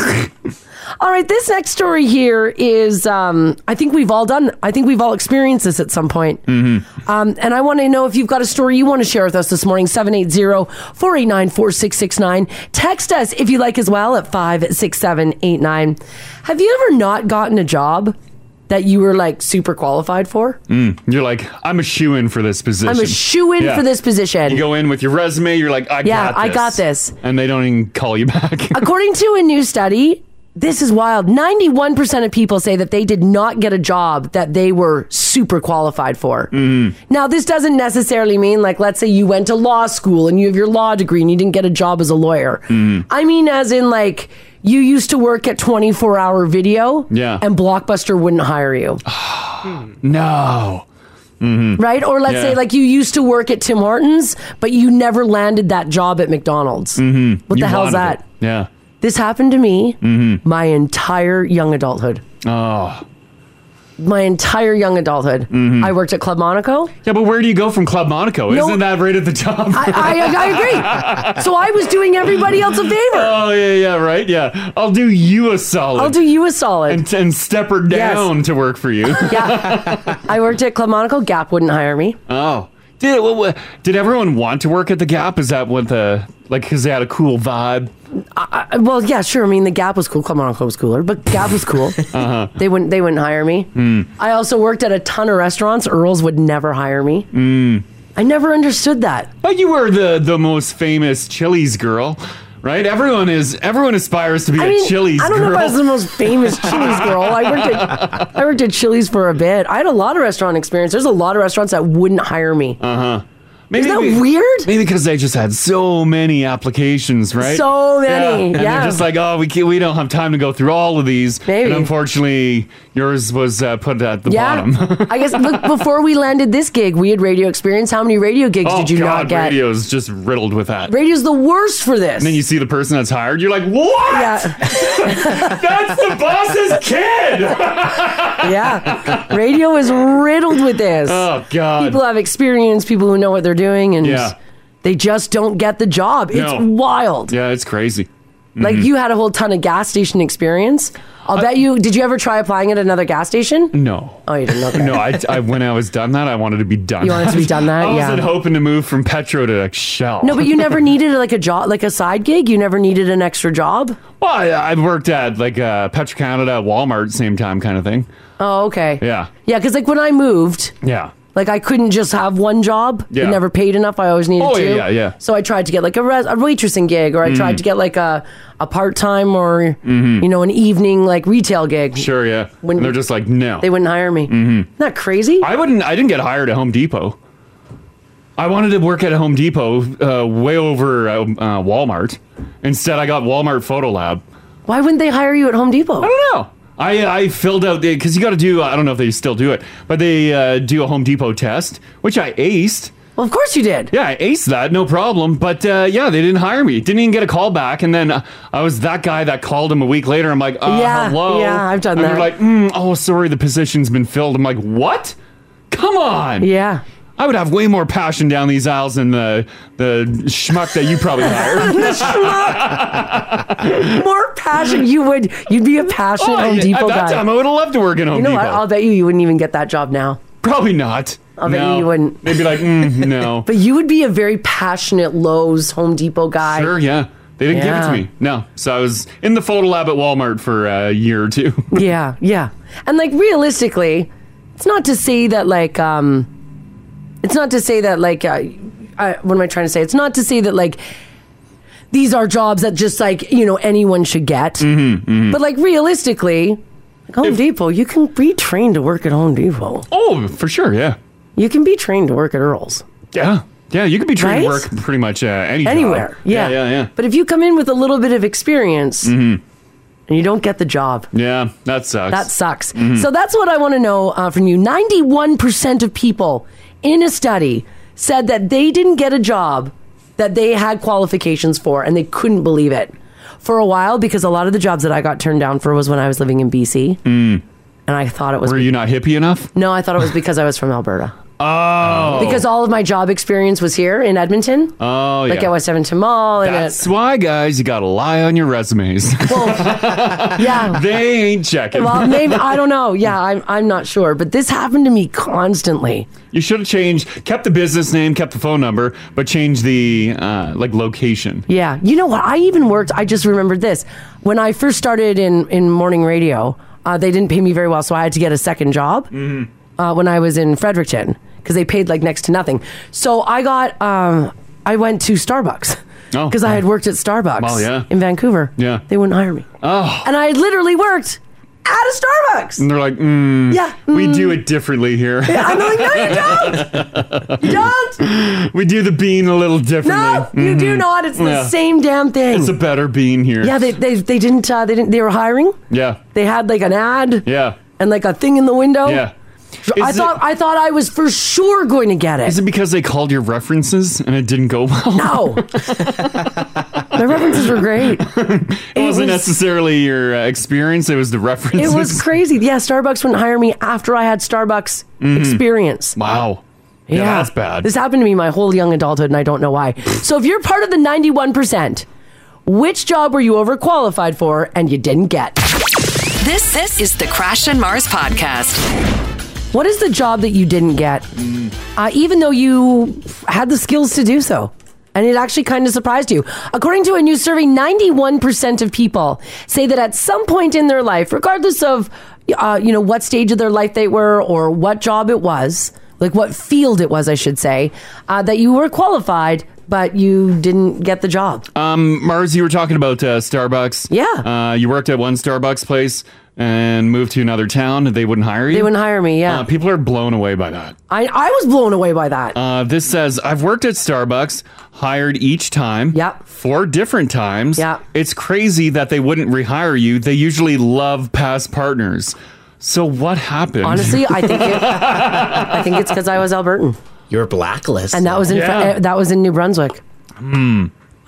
C: all right, this next story here is um, I think we've all done I think we've all experienced this at some point.
B: Mm. Mm-hmm.
C: Um, and I want to know if you've got a story you want to share with us this morning 780-489-4669. Text us if you like as well at 56789. Have you ever not gotten a job that you were like super qualified for?
B: Mm. You're like, I'm a shoe in for this position.
C: I'm a shoe in
B: Yeah.
C: for this position.
B: You go in with your resume. You're like, I
C: Yeah,
B: got
C: I
B: this.
C: got this.
B: And they don't even call you back.
C: According to a new study, this is wild. 91% of people say that they did not get a job that they were super qualified for.
B: Mm-hmm.
C: Now, this doesn't necessarily mean, like, let's say you went to law school and you have your law degree and you didn't get a job as a lawyer.
B: Mm-hmm.
C: I mean, as in, like, you used to work at 24 hour video
B: Yeah.
C: and Blockbuster wouldn't hire you,
B: no. Mm-hmm.
C: right? Or let's
B: Yeah.
C: say, like, you used to work at Tim Hortons, but you never landed that job at McDonald's. Mm-hmm. What
B: You
C: the hell's that?
B: wanted it. Yeah. Mm-hmm.
C: This happened to me my entire young adulthood.
B: Oh. Mm-hmm.
C: My entire young adulthood. I worked at Club Monaco.
B: Yeah, but where do you go from Club Monaco?
C: No-
B: Isn't that right at the top?
C: I, I, I agree. so I was doing everybody else a favor.
B: oh yeah, yeah, right. Yeah, I'll do you a solid.
C: I'll do you a solid.
B: and, and step her
C: Yes.
B: down to work for you.
C: I worked at Club Monaco. Gap wouldn't hire me.
B: oh. Did, what- what- did everyone want to work at the Gap? Is that what the like? Because they had a cool vibe.
C: I- well, yeah, sure. I mean, the Gap was cool. Club Monaco was cooler, but Gap was cool.
B: Uh-huh.
C: They wouldn't. They wouldn't hire me.
B: Hmm.
C: I also worked at a ton of restaurants. Earls would never hire me.
B: Hmm.
C: I never understood that.
B: But you were the the most famous Chili's girl, right? Everyone is everyone aspires to be a
C: I mean,
B: Chili's
C: I don't
B: girl.
C: know if I was the most famous Chili's girl. I worked at I worked at Chili's for a bit. I had a lot of restaurant experience. There's a lot of restaurants that wouldn't hire me.
B: Uh-huh. maybe,
C: Is that weird?
B: Maybe because they just had so many applications, right?
C: So many,
B: and
C: yeah.
B: they're just like, oh, we can, we don't have time to go through all of these.
C: Maybe.
B: And unfortunately, yours was uh, put at the
C: yeah,
B: bottom.
C: I guess look, before we landed this gig, we had radio experience. How many radio gigs
B: oh
C: did you
B: God,
C: not get?
B: radio is just riddled with that.
C: Radio's the worst for this.
B: and you see the person that's hired, you're like, what?
C: yeah,
B: That's the boss's kid.
C: yeah. Radio is riddled with this.
B: Oh God.
C: people have experience, people who know what they're doing, and
B: Yeah.
C: they just don't get the job. It's
B: No.
C: wild.
B: yeah, it's crazy. Mm-hmm.
C: Like you had a whole ton of gas station experience. I'll bet you. Did you ever try applying at another gas station?
B: No.
C: Oh, you didn't. Okay.
B: No, I, I when I was done that, I wanted to be done.
C: You wanted to be done that?
B: I
C: Yeah.
B: wasn't hoping to move from Petro to like Shell.
C: No, but you never needed like a job, like a side gig. You never needed an extra job.
B: well, I, I worked at like uh, Petro Canada, Walmart, same time kind of thing.
C: Oh, okay.
B: Yeah.
C: Yeah, because like when I moved,
B: Yeah.
C: like I couldn't just have one job.
B: Yeah.
C: It never paid enough. I always needed
B: Oh,
C: two.
B: yeah, yeah, Mm. yeah.
C: So I tried to get like a, res- a waitressing gig, or I tried to get like a a part time or you know an evening like retail gig.
B: Mm-hmm. Sure. Yeah.
C: When-
B: and they're just like, no. Mm-hmm.
C: They wouldn't hire me. Isn't that crazy?
B: I wouldn't. I didn't get hired at Home Depot. I wanted to work at Home Depot, uh, way over uh, uh, Walmart. Instead, I got Walmart Photo Lab.
C: Why wouldn't they hire you at Home Depot?
B: I don't know. I I filled out because you got to do I don't know if they still do it, but they uh, do a Home Depot test, which I aced.
C: Well, of course you did.
B: Yeah, I aced that, no problem. But uh, yeah, they didn't hire me. Didn't even get a call back. And then uh, I was that guy that called him a week later. I'm like, uh,
C: Yeah,
B: hello.
C: yeah, I've done
B: and They're
C: that.
B: like, mm, oh, sorry, the position's been filled. I'm like, what? Come on.
C: Yeah.
B: I would have way more passion down these aisles than the the schmuck that you probably hired.
C: More passion. You would. You'd be a passionate
B: Oh,
C: Home
B: yeah,
C: Depot
B: at that
C: guy.
B: time, I would have loved to work in Home
C: you know
B: Depot.
C: what? I'll bet you you wouldn't even get that job now.
B: Probably not.
C: I'll bet Oh, you wouldn't.
B: They'd be like, mm, no.
C: But you would be a very passionate Lowe's Home Depot guy.
B: sure, yeah. They didn't
C: Yeah.
B: give it to me. No. So I was in the photo lab at Walmart for a year or two.
C: Yeah, yeah. And like realistically, it's not to say that like um it's not to say that like uh, I, what am I trying to say? It's not to say that like these are jobs that just like, you know, anyone should get.
B: Mm-hmm,
C: But like realistically, like Home Depot, you can be trained to work at Home Depot.
B: oh, for sure, yeah.
C: You can be trained to work at Earl's.
B: Yeah. Yeah, you could be trained to
C: Right?
B: work pretty much uh, any job.
C: Anywhere. Yeah.
B: Yeah, yeah,
C: But if you come in with a little bit of experience and you don't get the job,
B: yeah. Yeah, that sucks. Mm-hmm.
C: That sucks. So that's what I want to know uh, from you. 91% of people in a study said that they didn't get a job that they had qualifications for and they couldn't believe it for a while because a lot of the jobs that I got turned down for was when I was living in BC.
B: Mm.
C: And I thought it was.
B: Were you not hippie enough?
C: no, I thought it was because I was from Alberta.
B: Oh.
C: Because all of my job experience was here in Edmonton.
B: Oh, yeah.
C: Like at West Edmonton Mall. And
B: That's why, guys, you got to lie on your resumes.
C: at, yeah.
B: they ain't checking.
C: Well, maybe I don't know. Yeah, I'm I'm not sure, but this happened to me constantly.
B: You should have changed, kept the business name, kept the phone number, but changed the uh, like location.
C: Yeah. You know what? I even worked, I just remembered this. When I first started in, in morning radio, uh, they didn't pay me very well, so I had to get a second job
B: Mm-hmm.
C: uh, when I was in Fredericton because they paid like next to nothing. So I got, um, I went to Starbucks
B: Oh.
C: because I had worked at Starbucks
B: Well, yeah.
C: in Vancouver.
B: Yeah.
C: They wouldn't hire me.
B: Oh,
C: And I had literally worked at a Starbucks.
B: and they're like, mm,
C: Yeah.
B: we do it differently here.
C: I'm like, no, you don't. You don't.
B: we do the bean a little differently.
C: No, you do not. It's the
B: Mm-hmm. Yeah.
C: same damn thing.
B: It's a better bean here.
C: yeah, they, they, they didn't, uh, they didn't, they were hiring.
B: yeah,
C: They had like an ad
B: yeah,
C: and like a thing in the window.
B: yeah.
C: I
B: Is it-
C: thought I thought I was for sure going to get it.
B: Is it because they called your references and it didn't go well?
C: no. My references were great.
B: it wasn't
C: was-
B: necessarily your uh, experience; it was the references.
C: It was crazy. Yeah, Starbucks wouldn't hire me after I had Starbucks experience.
B: Mm-hmm. wow. Yeah, that's bad.
C: This happened to me my whole young adulthood and I don't know why. so if you're part of the 91%, which job were you overqualified for and you didn't get?
A: This this is the Crash and Mars podcast.
C: What is the job that you didn't get, uh, even though you had the skills to do so? And it actually kind of surprised you. According to a new survey, 91% of people say that at some point in their life, regardless of uh, you know what stage of their life they were or what job it was, like what field it was, I should say, uh, that you were qualified but you didn't get the job.
B: Um, Mars, you were talking about uh, Starbucks.
C: Yeah.
B: Uh, you worked at one Starbucks place and moved to another town. They wouldn't hire you.
C: they wouldn't hire me. Yeah,
B: Uh, people are blown away by that.
C: I I was blown away by that.
B: Uh, this says I've worked at Starbucks, hired each time.
C: Yep.
B: Four different times.
C: Yep.
B: It's crazy that they wouldn't rehire you. They usually love past partners. So what happened?
C: Honestly, I think it, I think it's because I was Albertan.
D: You're blacklisted.
C: and that was in Fr-
B: Yeah. Hmm.
C: uh, that was in New Brunswick.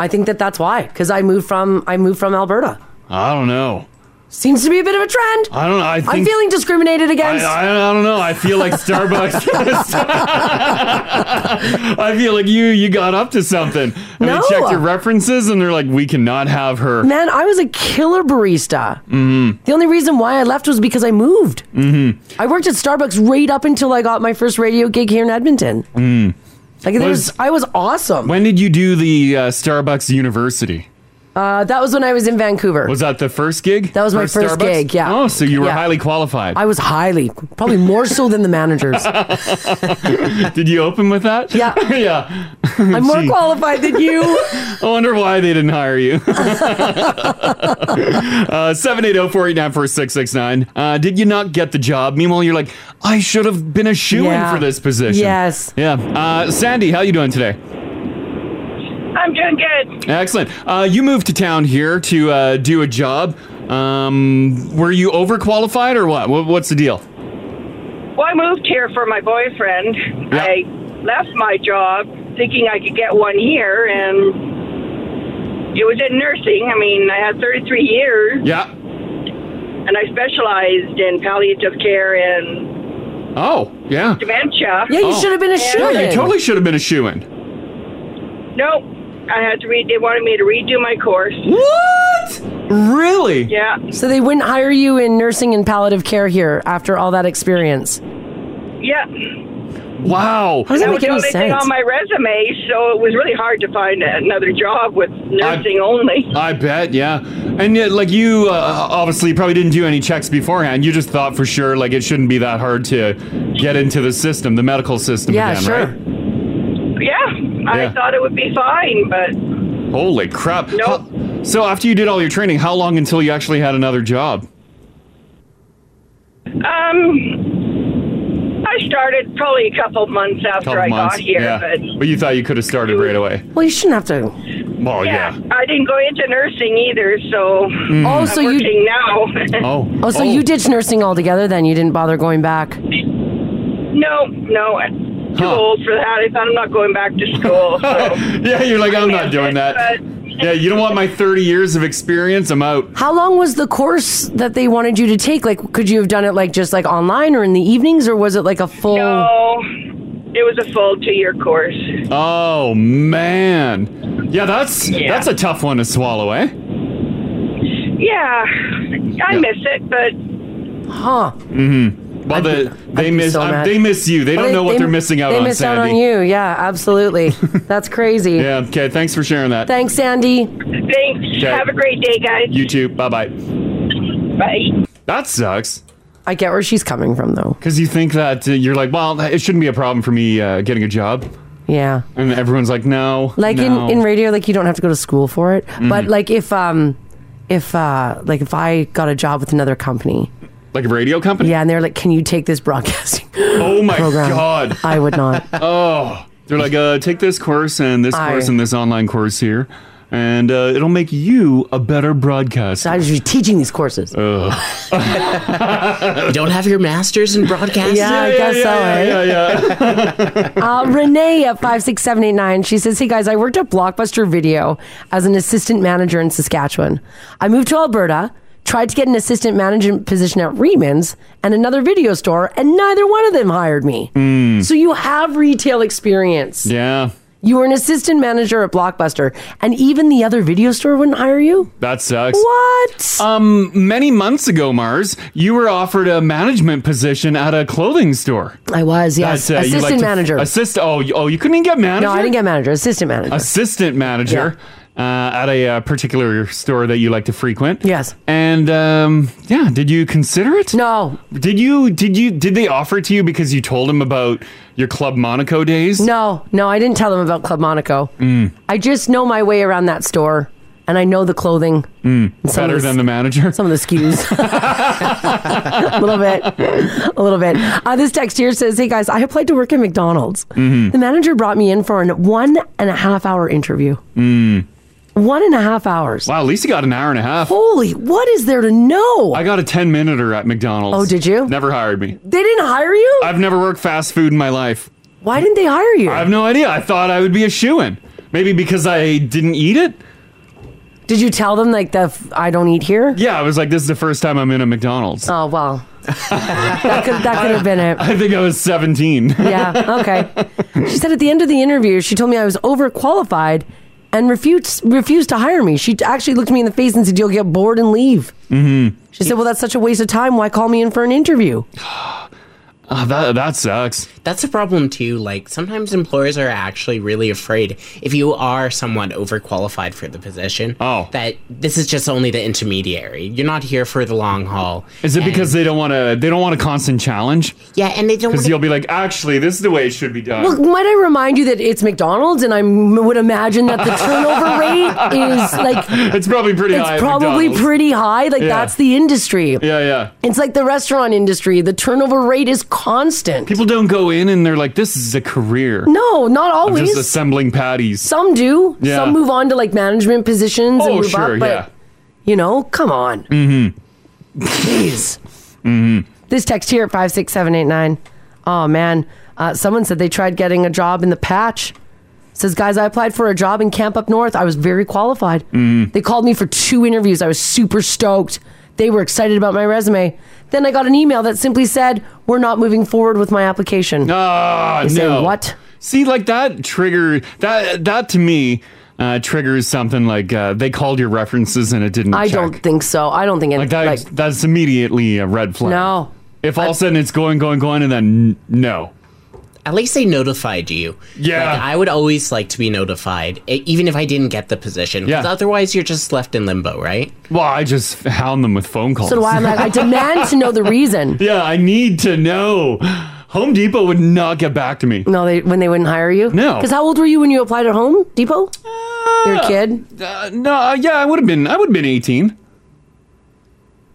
C: I think that that's why, because I moved from I moved from Alberta.
B: I don't know.
C: Seems to be a bit of a trend.
B: I don't know. I think
C: I'm feeling discriminated
B: I,
C: against.
B: I, I don't know. I feel like Starbucks. I feel like you you got up to something. And
C: No.
B: they checked your references and they're like, we cannot have her.
C: Man, I was a killer barista.
B: Mm-hmm.
C: The only reason why I left was because I moved.
B: Mm-hmm.
C: I worked at Starbucks right up until I got my first radio gig here in Edmonton. Like there
B: Mm-hmm. Was-
C: was, I was awesome.
B: When did you do the uh, Starbucks University?
C: uh, that was when I was in Vancouver.
B: Was that the first gig?
C: That was my first
B: Starbucks?
C: gig, yeah.
B: Oh, so you were
C: Yeah.
B: highly qualified.
C: I was highly, probably more so than the managers.
B: Did you open with that?
C: Yeah.
B: yeah.
C: I'm more
B: Gee.
C: qualified than you.
B: I wonder why they didn't hire you. uh, 780-489-4669. Uh, did you not get the job? Meanwhile, you're like, I should have been a shoe-in
C: Yeah.
B: for this position.
C: Yes.
B: Yeah. Uh, Sandy, how you doing today?
E: I'm doing good.
B: Excellent. Uh, you moved to town here to uh, do a job. Um, were you overqualified or what? What- What's the deal?
E: Well, I moved here for my boyfriend.
B: Yeah.
E: I left my job thinking I could get one here, and it was in nursing. I mean, I had 33 years,
B: Yeah.
E: and I specialized in palliative care and
B: Oh, yeah.
E: dementia.
C: Yeah, you
B: Oh.
C: should have been a
E: Yeah,
C: shoe
B: Yeah, you totally should have been a shoe in.
E: Nope. I had to read. They wanted me to redo my course.
B: What? Really?
E: Yeah.
C: So they wouldn't hire you in nursing and palliative care here after all that experience.
E: Yeah.
B: Wow.
C: How does that
E: That
C: make
E: was the
C: any
E: only thing
C: sense?
E: on my resume, so it was really hard to find another job with nursing only.
B: I bet, yeah. And yet, like you, uh, obviously probably didn't do any checks beforehand. You just thought for sure, like it shouldn't be that hard to get into the system, the medical system.
C: Yeah,
B: again,
C: sure.
B: Right?
E: Yeah,
B: Yeah.
E: I thought it would be fine, but
B: Holy crap!
E: Nope.
B: How- so after you did all your training, how long until you actually had another job?
E: um, I started probably a couple months after
B: couple
E: I
B: months.
E: got here.
B: yeah.
E: But
B: you thought you could have started right away.
C: Well, you shouldn't have to.
B: Well, Oh, yeah. Mm.
E: I didn't go into nursing either, so
C: Oh,
E: I'm
C: so you.
E: working now.
B: Oh.
C: Oh, so you ditched nursing altogether then? You didn't bother going back?
E: no, no, I'm too
B: Huh.
E: old for that. I thought I'm not going back to school. So.
B: yeah, you're like I'm not doing that. Yeah, you don't want my 30 years of experience. I'm out.
C: How long was the course that they wanted you to take? Like, could you have done it like just like online or in the evenings, or was it like a full?
E: No, it was a full two-year course.
B: Oh man. Yeah, that's
E: Yeah.
B: that's a tough one to swallow, eh?
E: Yeah, I miss it, but
C: Huh?
B: Mm-hmm. Well,
C: be-
B: the,
C: I'd
B: they
C: be
B: miss
C: so
B: um,
C: mad.
B: they miss you. They don't know what they, are missing out
C: they
B: on,
C: missed
B: Sandy.
C: out on you. Yeah, absolutely. That's crazy.
B: Yeah. Okay. Thanks for sharing that.
C: Thanks, Sandy.
E: thanks.
B: Okay.
E: Have a great day, guys.
B: you too. Bye bye.
E: Bye.
B: That sucks.
C: I get where she's coming from, though.
B: Because you think that uh, you're like, well, it shouldn't be a problem for me uh, getting a job,
C: Yeah.
B: and everyone's like, no.
C: like
B: no. Mm-hmm.
C: in, in radio like you don't have to go to school for it but like if um if uh like if i got a job with another company
B: like a radio company.
C: yeah and they're like can you take this broadcasting
B: Oh my
C: program
B: god.
C: i would not
B: Oh, they're like, uh, take this course and this
C: I-
B: course and this online course here, and uh, it'll make you a better broadcaster.
C: i was just teaching these courses
D: You don't have your master's in broadcasting?
C: Yeah. I guess so, eh?
B: Yeah, yeah. yeah.
C: uh, renee at 56789 she says hey guys i worked at blockbuster video as an assistant manager in saskatchewan i moved to alberta tried to get an assistant management position at Reman's and another video store and neither one of them hired me so you have retail experience
B: Hmm. yeah.
C: You were an assistant manager at Blockbuster, and even the other video store wouldn't hire you?
B: That sucks.
C: What?
B: Um, many months ago, Mars, you were offered a management position at a clothing store.
C: I was, yes.
B: That, uh, you
C: assistant
B: like to-
C: manager.
B: Assist. Oh, you- oh, you couldn't even get manager.
C: no, I didn't get manager, assistant manager.
B: assistant manager. Uh, at a uh, particular store that you like to frequent.
C: Yes.
B: And um, yeah, did you consider it?
C: no,
B: Did you? Did you? Did they offer it to you because you told them about your Club Monaco days? Mm,
C: no, no, I didn't tell them about Club Monaco.
B: Hmm.
C: I just know my way around that store, and I know the clothing. Mm,
B: Better than the manager.
C: some of the SKUs. a little bit. A little bit. Uh, this text here says, Hey guys, I applied to work at McDonald's. The manager brought me in for an one and a half hour interview.
B: Mm.
C: One and a half hours.
B: Wow, at least you got an hour and a half.
C: Holy, what is there to know?
B: I got a ten minuter at McDonald's.
C: Oh, did you?
B: Never hired me.
C: they didn't hire you?
B: I've never worked fast food in my life.
C: Why didn't they hire you?
B: I have no idea. I thought I would be a shoe in. Maybe because I didn't eat it.
C: Did you tell them, like, the f- I don't eat here?
B: Yeah, I was like, this is the first time I'm in a McDonald's.
C: Oh, well. that could that could have been it.
B: I think I was 17.
C: Yeah. Okay. She said at the end of the interview, she told me I was overqualified and refused refused to hire me. She actually looked me in the face and said, "You'll get bored and leave." Mm-hmm. She said, "Well, that's such a waste of time. Why call me in for an interview?"
B: Ah, that, that sucks.
D: That's a problem too. Like sometimes employers are actually really afraid if you are somewhat overqualified for the position.
B: Oh.
D: That this is just only the intermediary. You're not here for the long haul.
B: Is it because
D: And-
B: they don't want to? They don't want a constant challenge?
D: Yeah, and they don't
B: Because
D: wanna-
B: you'll be like, actually, this is the way it should be done.
C: Well, might I remind you that it's McDonald's, and I m- would imagine that the turnover rate is like
B: it's probably pretty high.
C: it's
B: at
C: probably
B: McDonald's.
C: pretty high. Like
B: Yeah.
C: that's the industry.
B: Yeah, yeah.
C: It's like the restaurant industry. The turnover rate is constant.
B: People don't go in and they're like, this is a career.
C: no, not
B: I'm
C: always.
B: just assembling patties.
C: Some do.
B: Yeah.
C: Some move on to like management positions and
B: oh,
C: move
B: sure,
C: up. But
B: yeah.
C: You know, come on. Mm-hmm. Jeez. mm-hmm. This text here at 56789. Oh, man. Uh, someone said they tried getting a job in the patch. Says, guys, I applied for a job in camp up north. I was very qualified.
B: Mm-hmm.
C: They called me for two interviews. I was super stoked. They were excited about my resume. Then I got an email that simply said, We're not moving forward with my application.
B: Ah,
C: They say,
B: no.
C: "What?"
B: See, like that trigger that that to me uh, triggers something like uh, they called your references and it didn't.
C: I
B: check.
C: don't think so. I don't think
B: like
C: anything.
B: that.
C: Like,
B: that's immediately a red flag.
C: no.
B: If all of a sudden it's going, going, going, and then n- no.
D: At least they notified you.
B: Yeah.
D: Like, I would always like to be notified, e- even if I didn't get the position. 'cause
B: Yeah.
D: Otherwise, you're just left in limbo, right?
B: Well, I just hound them with phone calls.
C: So do I. I'm like, I demand to know the reason.
B: yeah, I need to know. Home Depot would not get back to me.
C: No, they when they wouldn't hire you.
B: No.
C: because how old were you when you applied at Home Depot? You're a kid.
B: Uh, no, uh, yeah, I would have been. I would have been eighteen.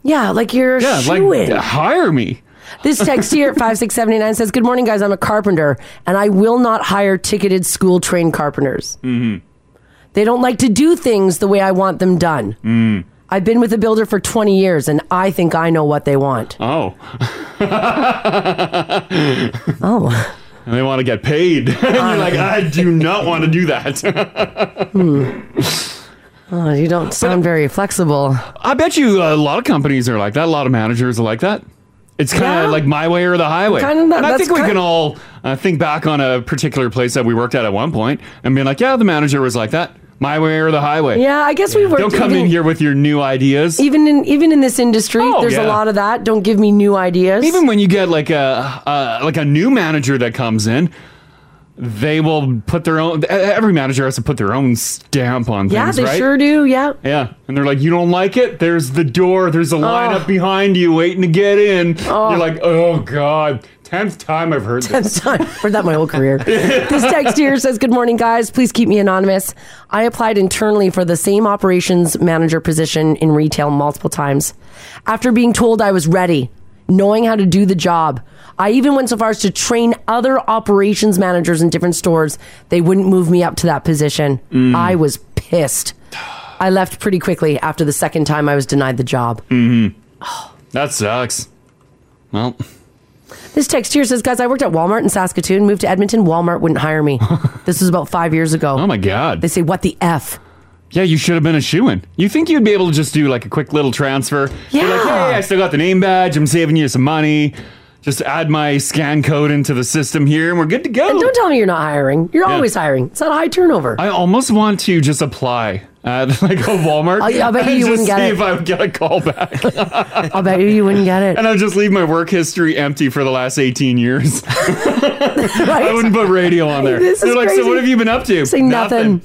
C: Yeah, like you're
B: Yeah,
C: yeah,
B: like hire me.
C: This text here at five six seventy nine says, "Good morning, guys. I'm a carpenter, and I will not hire ticketed school trained carpenters.
B: Mm-hmm.
C: They don't like to do things the way I want them done.
B: Mm.
C: I've been with a builder for twenty years, and I think I know what they want.
B: Oh,
C: Oh,
B: and they want to get paid. and you're like, I do not want to do that.
C: hmm. oh you don't sound very flexible.
B: I bet you uh, a lot of companies are like that. A lot of managers are like that. It's kind of
C: Yeah.
B: like my way or the highway.
C: Kinda that-
B: and I
C: that's
B: think we
C: kind-
B: can all uh, think back on a particular place that we worked at at one point and being like, yeah, the manager was like that. My way or the highway.
C: Yeah, I guess we worked.
B: Don't come in
C: even-
B: here with your new ideas.
C: Even in even in this industry,
B: Oh,
C: there's
B: yeah.
C: a lot of that. Don't give me new ideas.
B: Even when you get like a uh, like a new manager that comes in, they will put their own. e- Every manager has to put their own stamp on
C: yeah,
B: things,
C: they
B: right?
C: sure do. Yeah.
B: Yeah, and they're like, "You don't like it? There's the door. There's
C: Oh.
B: a lineup behind you waiting to get in." You're like, "Oh God, tenth time I've heard this."
C: That's not for that my whole career. this text here says, "Good morning, guys. Please keep me anonymous. I applied internally for the same operations manager position in retail multiple times. After being told I was ready, knowing how to do the job, I even went so far as to train other operations managers in different stores. They wouldn't move me up to that position.
B: Mm.
C: I was pissed. I left pretty quickly after the second time I was denied the job."
B: Mm-hmm.
C: Oh.
B: That sucks. Well,
C: This text here says, guys, I worked at Walmart in Saskatoon, moved to Edmonton. Walmart wouldn't hire me. this was about five years ago.
B: oh my God.
C: They say, what the F?
B: Yeah, you should have been a shoe in. You think you'd be able to just do like a quick little transfer? You're like,
C: Yeah.
B: hey, I still got the name badge. I'm saving you some money. Just add my scan code into the system here, and we're good to go.
C: And don't tell me you're not hiring. You're
B: Yeah.
C: always hiring. It's not high turnover.
B: I almost want to just apply at like a Walmart.
C: I- I bet you you
B: and just
C: wouldn't get
B: see
C: it.
B: if I would get a call back.
C: I'll bet you you wouldn't get it.
B: and I would just leave my work history empty for the last 18 years. I
C: Right?
B: wouldn't put radio on there.
C: This is
B: They're like, so
C: crazy.
B: what have you been up to?
C: Say nothing.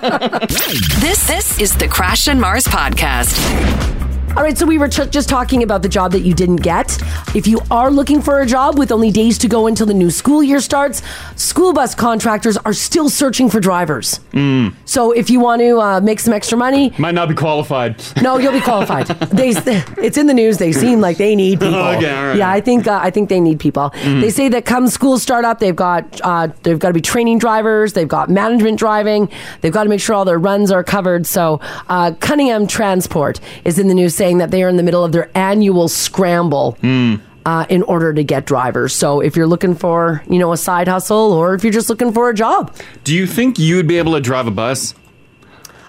A: This this is the Crash and Mars podcast.
C: All right, so we were ju- just talking about the job that you didn't get. If you are looking for a job with only days to go until the new school year starts, school bus contractors are still searching for drivers.
B: Mm-hmm.
C: So if you want to uh, make some extra money,
B: Might not be qualified.
C: No, you'll be qualified. they, it's in the news. They seem like they need people.
B: Okay, all right. Mm-hmm.
C: Yeah, I think uh, I think they need people. They say that come school startup, they've got uh, they've got to be training drivers. They've got management driving. They've got to make sure all their runs are covered. So uh, Cunningham Transport is in the news saying that they are in the middle of their annual scramble.
B: Hmm.
C: Uh, in order to get drivers, so if you're looking for, you know, a side hustle, or if you're just looking for a job,
B: Do you think you'd be able to drive a bus?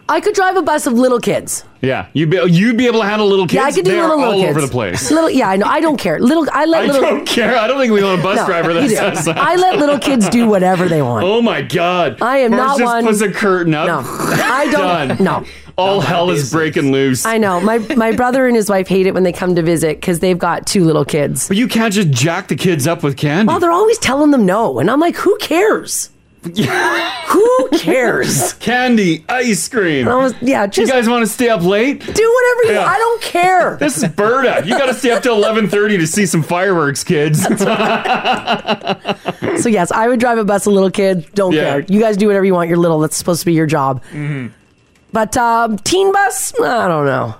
C: I could drive a bus of little kids.
B: Yeah, you'd be, you'd be able to handle little kids.
C: Yeah, I could do
B: they
C: little
B: are
C: little
B: all
C: kids.
B: over the place.
C: Little, yeah, I know. I don't care. Little, I let
B: I
C: little.
B: don't care. I don't think we want a bus
C: No,
B: driver
C: you
B: that
C: do.
B: says that.
C: I let little kids do whatever they want.
B: oh my God.
C: I am
B: Mars
C: not
B: just
C: one-
B: puts a curtain up.
C: No, I
B: Done.
C: don't. No.
B: All hell is breaking loose.
C: I know my my brother and his wife hate it when they come to visit because they've got two little kids.
B: but you can't just jack the kids up with candy.
C: Well, they're always telling them no, and I'm like, who cares? who cares?
B: candy, ice cream.
C: I was- yeah,
B: You
C: just
B: guys want to stay up late?
C: do whatever you.
B: Yeah.
C: I don't care.
B: This is Berta. You got to stay up till eleven thirty to see some fireworks, kids.
C: So yes, I would drive a bus of little kids. Don't
B: Yeah.
C: care. You guys do whatever you want. You're little. That's supposed to be your job. But um, teen bus, I don't know.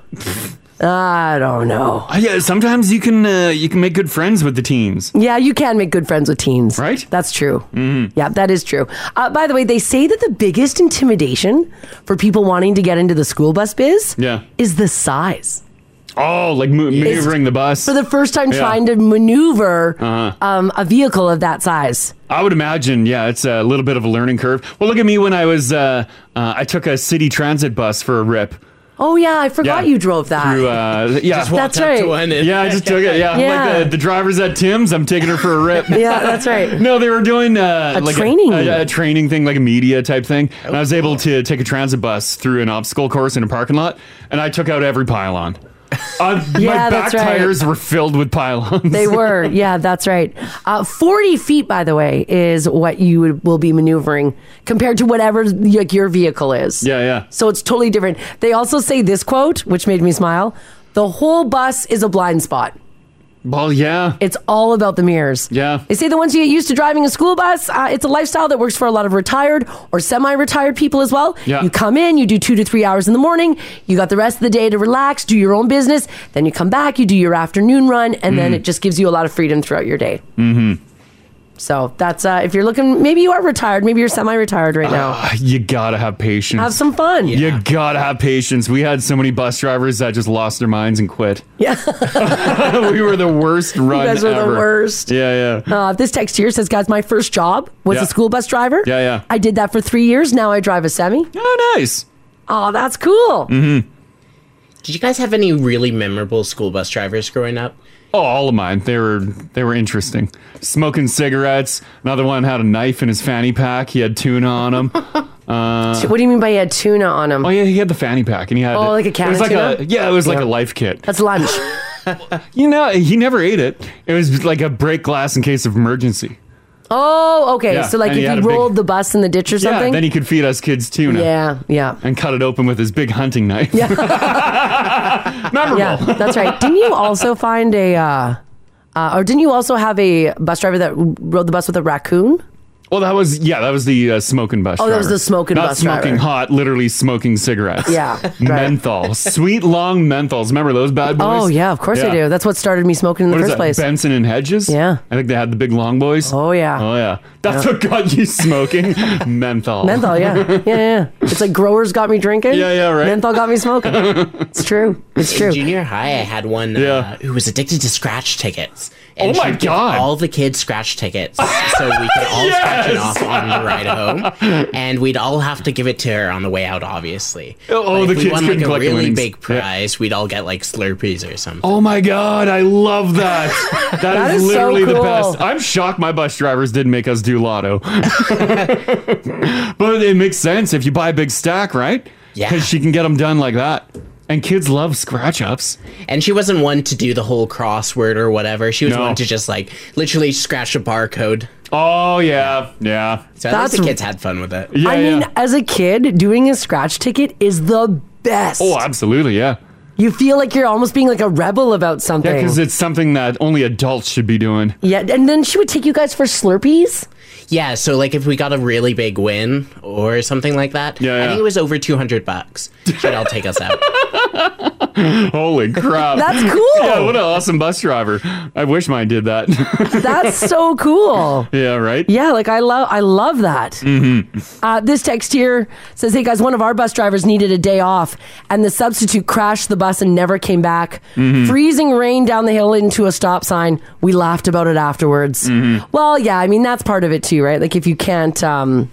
C: I don't know.
B: Uh, yeah, sometimes you can uh, you can make good friends with the teens.
C: Yeah, you can make good friends with teens.
B: Right? Mm-hmm.
C: That's true. Yeah, that is true. Uh, by the way, they say that the biggest intimidation for people wanting to get into the school bus biz
B: Yeah.
C: is the size.
B: Oh, like mo- maneuvering the bus
C: For the first time
B: Yeah. Uh. Uh-huh.
C: trying to maneuver um, a vehicle of that size.
B: I would imagine, yeah, it's a little bit of a learning curve. Well, look at me when I was, uh, uh, I took a city transit bus for a rip.
C: Oh, yeah, I forgot
B: Yeah.
C: you drove that.
B: Through, uh, yeah,
C: Just walked That's up to right. one and-
B: yeah, I just took it. Yeah,
C: Yeah.
B: like the, the driver's at Tim's. I'm taking her for a rip.
C: Yeah, that's right.
B: No, they were doing uh,
C: A
B: like
C: training.
B: a, a training thing, like a media type thing. and I was able
C: Oh.
B: to take a transit bus through an obstacle course in a parking lot, and I took out every pylon. Uh,
C: Yeah,
B: my back
C: that's right.
B: tires were filled with pylons.
C: They were, yeah, that's right. Uh, Forty feet, by the way, is what you would, will be maneuvering compared to whatever like your vehicle is.
B: Yeah, yeah.
C: So it's totally different. They also say this quote, which made me smile: "The whole bus is a blind spot.
B: Well, yeah,
C: It's all about the mirrors."
B: yeah.
C: They say that once you get used to driving a school bus, uh, it's a lifestyle that works for a lot of retired or semi-retired people as well.
B: Yeah.
C: You come in, you do two to three hours in the morning, you got the rest of the day to relax, do your own business, then you come back, you do your afternoon run, and then
B: Mm.
C: it just gives you a lot of freedom throughout your day.
B: Mm-hmm.
C: So that's uh, if you're looking, maybe you are retired, maybe you're semi-retired right now.
B: You gotta have patience.
C: Have some fun.
B: You gotta have patience. We had so many bus drivers that just lost their minds and quit.
C: Yeah.
B: we were the worst run
C: guys were the
B: ever.
C: worst.
B: Yeah, yeah.
C: Uh, this text here says, guys, my first job was
B: Yeah.
C: a school bus driver.
B: Yeah, yeah.
C: I did that for three years. Now I drive a semi.
B: Oh, nice.
C: Oh, that's cool.
D: Mm-hmm. Did you guys have any really memorable school bus drivers growing up?
B: Oh, all of mine. They were they were interesting. Smoking cigarettes. Another one had a knife in his fanny pack. He had tuna on him. Uh,
C: what do you mean by he had tuna on him?
B: Oh yeah, he had the fanny pack, and he had
C: Oh, like a can
B: It was
C: of
B: like a
C: tuna?
B: yeah, it was like
C: Yeah.
B: a life kit.
C: That's lunch.
B: You know, he never ate it. It was like a break glass in case of emergency.
C: Oh, okay.
B: Yeah,
C: So like
B: and he
C: if
B: had
C: he
B: a big-
C: rolled the bus in the ditch or
B: Yeah,
C: something.
B: then he could feed us kids tuna.
C: Yeah, yeah.
B: And cut it open with his big hunting knife. Yeah. Memorable.
C: yeah, that's right. Didn't you also find a, uh, uh, or didn't you also have a bus driver that rode the bus with a raccoon?
B: Well, that was yeah, that was the uh, smoking bus.
C: Oh, that was
B: driver.
C: the smoking
B: Not
C: bus
B: smoking
C: driver.
B: hot, literally smoking cigarettes.
C: Yeah, right.
B: menthol, sweet long menthols. Remember those bad boys?
C: Oh yeah, of course I do. That's what started me smoking in
B: What
C: the
B: is
C: first
B: that?
C: place.
B: Benson and Hedges. Yeah, I think they had the big long boys. Oh
C: yeah.
B: Oh yeah. That's what got you smoking menthol.
C: Menthol, yeah, yeah, yeah. It's like growers got me drinking.
D: Yeah, yeah, right.
C: Menthol got me smoking. it's true. It's
D: In
C: true.
D: junior high, I had one uh, who was addicted to scratch tickets.
C: Oh my
D: she'd give
C: God.
D: All the kids scratch tickets, so we could all scratch it off on the ride home, and we'd all have to give it to her on the way out. Obviously,
B: Oh,
D: But
B: the
D: if we
B: kids
D: won like
B: couldn't
D: a
B: collect the
D: really
B: winnings.
D: big prize. We'd all get like Slurpees or something.
B: Oh my god, I love that.
D: That
B: is,
D: is so
B: literally the
D: cool.
B: best. I'm shocked my bus drivers didn't make us do lotto. but it makes sense if you buy a big stack, right? Yeah. Because she can get them done like that. And kids love scratch ups.
D: And she wasn't one to do the whole crossword or whatever. She was
B: No.
D: one to just like literally scratch a barcode.
B: Oh yeah, yeah.
D: So at least
C: That's-
D: the kids had fun with it.
C: I mean, as a kid, doing a scratch ticket is the best.
B: Oh, absolutely, yeah.
C: You feel like you're almost being like a rebel about something.
B: Yeah, because it's something that only adults should be doing.
C: Yeah, and then she would take you guys for Slurpees.
D: Yeah, so like if we got a really big win or something like that, yeah, I think
B: yeah.
D: it was over 200 bucks. Should all take us out.
B: Holy crap.
D: That's cool.
B: Yeah, what an awesome bus driver. I wish mine did that.
C: That's so cool.
B: yeah, right?
C: Yeah, like I love, I love that.
B: Mm-hmm.
C: Uh, this text here says, "Hey guys, one of our bus drivers needed a day off, and the substitute crashed the bus and never came back.
B: Mm-hmm.
F: Mhm.
C: Freezing rain down the hill into a stop sign. We laughed about it afterwards.
B: Mm-hmm.
C: Well, yeah, I mean that's part of it too, right? Like if you can't, um,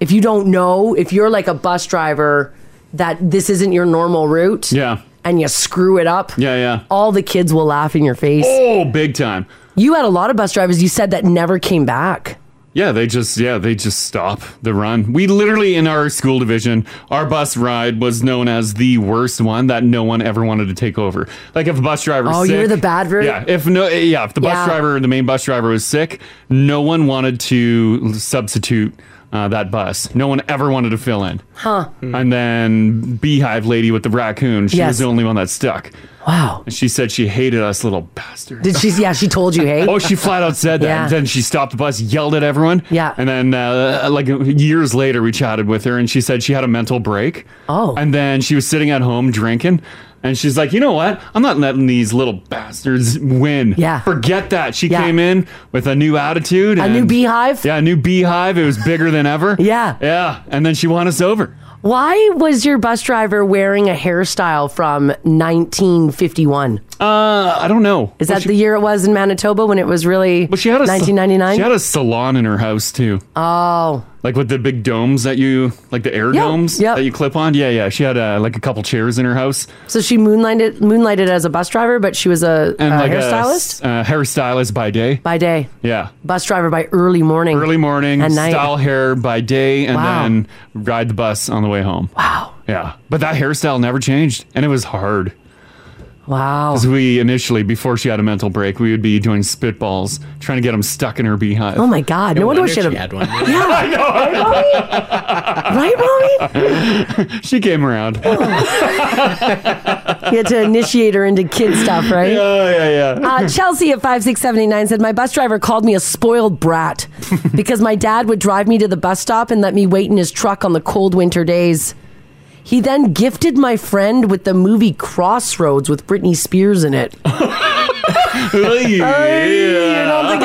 C: if you don't know, if you're like a bus driver that this isn't your normal route,
B: Yeah.
C: and you screw it up,
B: Yeah, yeah.
C: all the kids will laugh in your face.
B: Oh, big time.
C: You had a lot of bus drivers. You said that never came back.
B: Yeah, they just yeah, they just stop the run. We literally in our school division, our bus ride was known as the worst one that no one ever wanted to take over. Like if a bus driver was
C: Oh, you were
B: sick-
C: the bad route?
B: Yeah, if no yeah, if the bus
C: Yeah.
B: driver, the main bus driver was sick, no one wanted to substitute uh, that bus. No one ever wanted to fill in.
C: Huh.
B: And then Beehive Lady with the raccoon, she
C: Yes.
B: was the only one that stuck.
C: Wow.
B: And she said she hated us little bastards.
C: Did she? Yeah, she told you, hey.
B: Oh, she flat out said that.
C: Yeah.
B: And then she stopped the bus, yelled at everyone.
C: Yeah.
B: And then, uh, like years later, we chatted with her, and she said she had a mental break.
C: Oh.
B: And then she was sitting at home drinking, and she's like, "You know what? I'm not letting these little bastards win.
C: Yeah.
B: Forget that." She
C: Yeah.
B: came in with a new attitude,
C: A new
B: and-
C: beehive?
B: Yeah, a new beehive. It was bigger than ever.
C: Yeah.
B: Yeah. And then she won us over.
C: Why was your bus driver wearing a hairstyle from 1951?
B: Uh, I don't know.
C: Is that the year it was in Manitoba when it was really
B: But she had a sa-
C: 1999?
B: She had a salon in her house too.
C: oh,
B: Like with the big domes that you, like the air
C: Yeah,
B: domes
C: yeah.
B: that you clip on. Yeah, yeah. She had uh, like a couple chairs in her house
C: so she moonlighted moonlighted as a bus driver, but she was a,
B: and
C: a
B: like
C: hairstylist
B: a s- uh, hairstylist by day.
C: by day,
B: Yeah,
C: bus driver by early morning,
B: early morning,
C: and night.
B: style hair by day, and
C: Wow.
B: then ride the bus on the way home. Wow. Yeah, but that hairstyle never changed, and it was hard.
C: Wow.
B: 'Cause we initially, before she had a mental break, we would be doing spitballs, trying to get them stuck in her beehive.
C: Oh my God! No, wonder she had a
D: had one.
C: right, mommy.
B: She came around. oh
C: You had to initiate her into kid stuff, right?
B: yeah, yeah.
C: Uh, Chelsea at 56789 said, My bus driver called me a spoiled brat because my dad would drive me to the bus stop and let me wait in his truck on the cold winter days. He then gifted my friend with the movie Crossroads with Britney Spears in it.
B: yeah.
C: don't think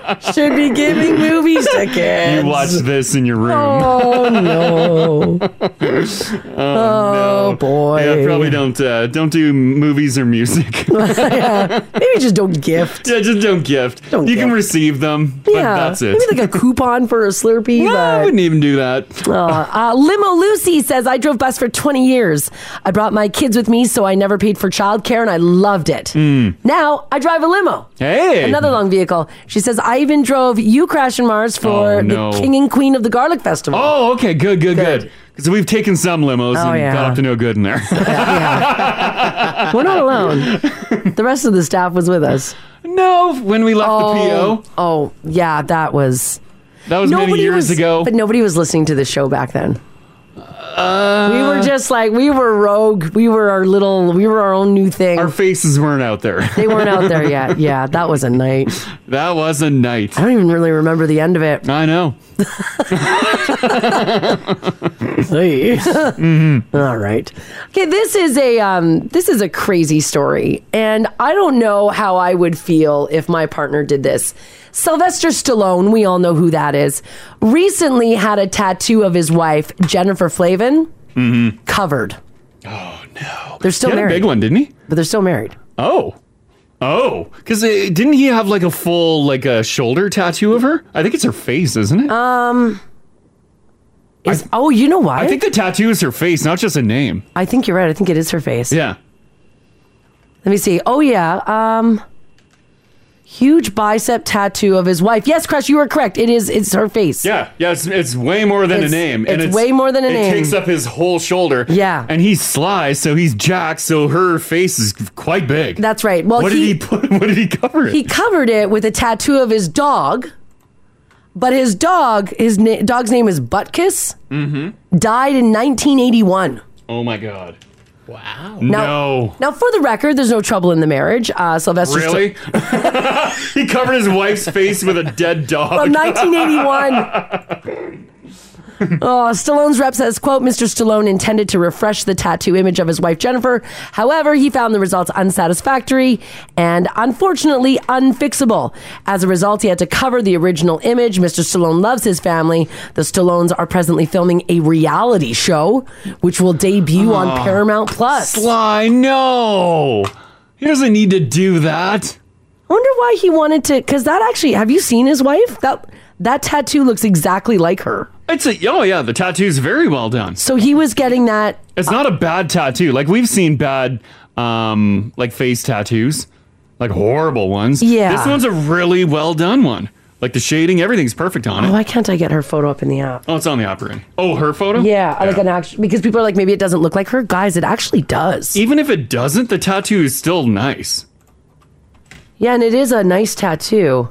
C: a bus driver should be giving movies to kids.
B: You watched this in your room.
C: Oh, no.
B: Oh,
C: boy.
B: Yeah, probably don't uh, don't do movies or music. yeah,
C: Maybe just don't gift.
B: just don't gift.
C: Don't
B: you can
C: gift.
B: receive them, but
C: Yeah.
B: that's it.
C: Maybe like a coupon for a Slurpee.
B: No, I
C: but-
B: wouldn't even do that.
C: Uh, uh, Limo Lucy says, I drove bus for 20 years. I brought my kids with me, so I never paid for childcare and I loved
B: Mm.
C: it.
B: Hmm.
C: Now I drive a limo.
B: Hey,
C: Another long vehicle. She says, I even drove you, Crash and Mars, for
B: Oh, no.
C: the King and Queen of the Garlic Festival.
B: Oh, okay, good, good, good. Because we've taken some limos
C: Oh,
B: and
C: yeah.
B: got up to no good in there. Oh.
C: We're not alone. the rest of the staff was with us.
B: no, when we left
C: Oh,
B: the PO,
C: oh, yeah, that was.
B: that was many years
C: was,
B: ago.
C: But nobody was listening to the show back then. we
B: Uh.
C: were just like, we were rogue. We were our little, we were our own new thing.
B: Our faces weren't out there.
C: They weren't out there yet. Yeah, that was a night.
B: that was a night.
C: I don't even really remember the end of it.
B: I know.
C: Hey.
B: Mm-hmm.
C: All right. Okay, this is a um, this is a crazy story, and I don't know how I would feel if my partner did this. Sylvester Stallone, we all know who that is, recently had a tattoo of his wife Jennifer Flavin
B: Mm-hmm.
C: covered. Oh no! They're still
B: He had a
C: married,
B: big one, didn't he?
C: but they're still married.
B: Oh. Oh, because didn't he have like a full like a shoulder tattoo of her? I think it's her face, isn't it?
C: Um, Is, oh, you know why?
B: I think the tattoo is her face, not just a name.
C: I think you're right. I think it is her face.
B: Yeah.
C: Let me see. Oh yeah. Um huge bicep tattoo of his wife. Yes, Crush, you are correct. It is it's her face.
B: Yeah, yeah, it's, it's way more than
C: It's-
B: a name.
C: it's way more than a
B: it
C: name.
B: takes up his whole shoulder.
C: Yeah.
B: And he's sly, so he's jacked, so her face is quite big.
C: That's right. Well,
B: what
C: he,
B: did he put what did he cover it?
C: he covered it with a tattoo of his dog. But his dog, his na- dog's name is Butkus.
B: Mm-hmm.
C: Died in 1981.
B: oh my god.
D: wow.
B: No.
C: Now, for the record, there's no trouble in the marriage. Uh, Sylvester Sta-
B: Really? he covered his wife's face with a dead
C: from
B: dog.
C: 1981. oh, Stallone's rep says, quote, Mr. Stallone intended to refresh the tattoo image of his wife, Jennifer. However, he found the results unsatisfactory and unfortunately unfixable. As a result, he had to cover the original image. Mr. Stallone loves his family. The Stallones are presently filming a reality show, which will debut on Paramount Plus.
B: Ah, Sly, no. Oh, He doesn't need to do that.
C: I wonder why he wanted to, because that actually, have you seen his wife? That, that tattoo looks exactly like her.
B: It's a oh yeah, the tattoo's very well done.
C: So he was getting that
B: It's not a bad tattoo. Like we've seen bad um like face tattoos. Like horrible ones.
C: Yeah.
B: This one's a really well done one. Like the shading, everything's perfect on it.
C: oh, Why can't I get her photo up in the app?
B: Oh, it's on the opera. Oh, her photo?
C: Yeah, like an actual because people are like, maybe it doesn't look like her. Guys, it actually does.
B: Even if it doesn't, the tattoo is still nice.
C: Yeah, and it is a nice tattoo.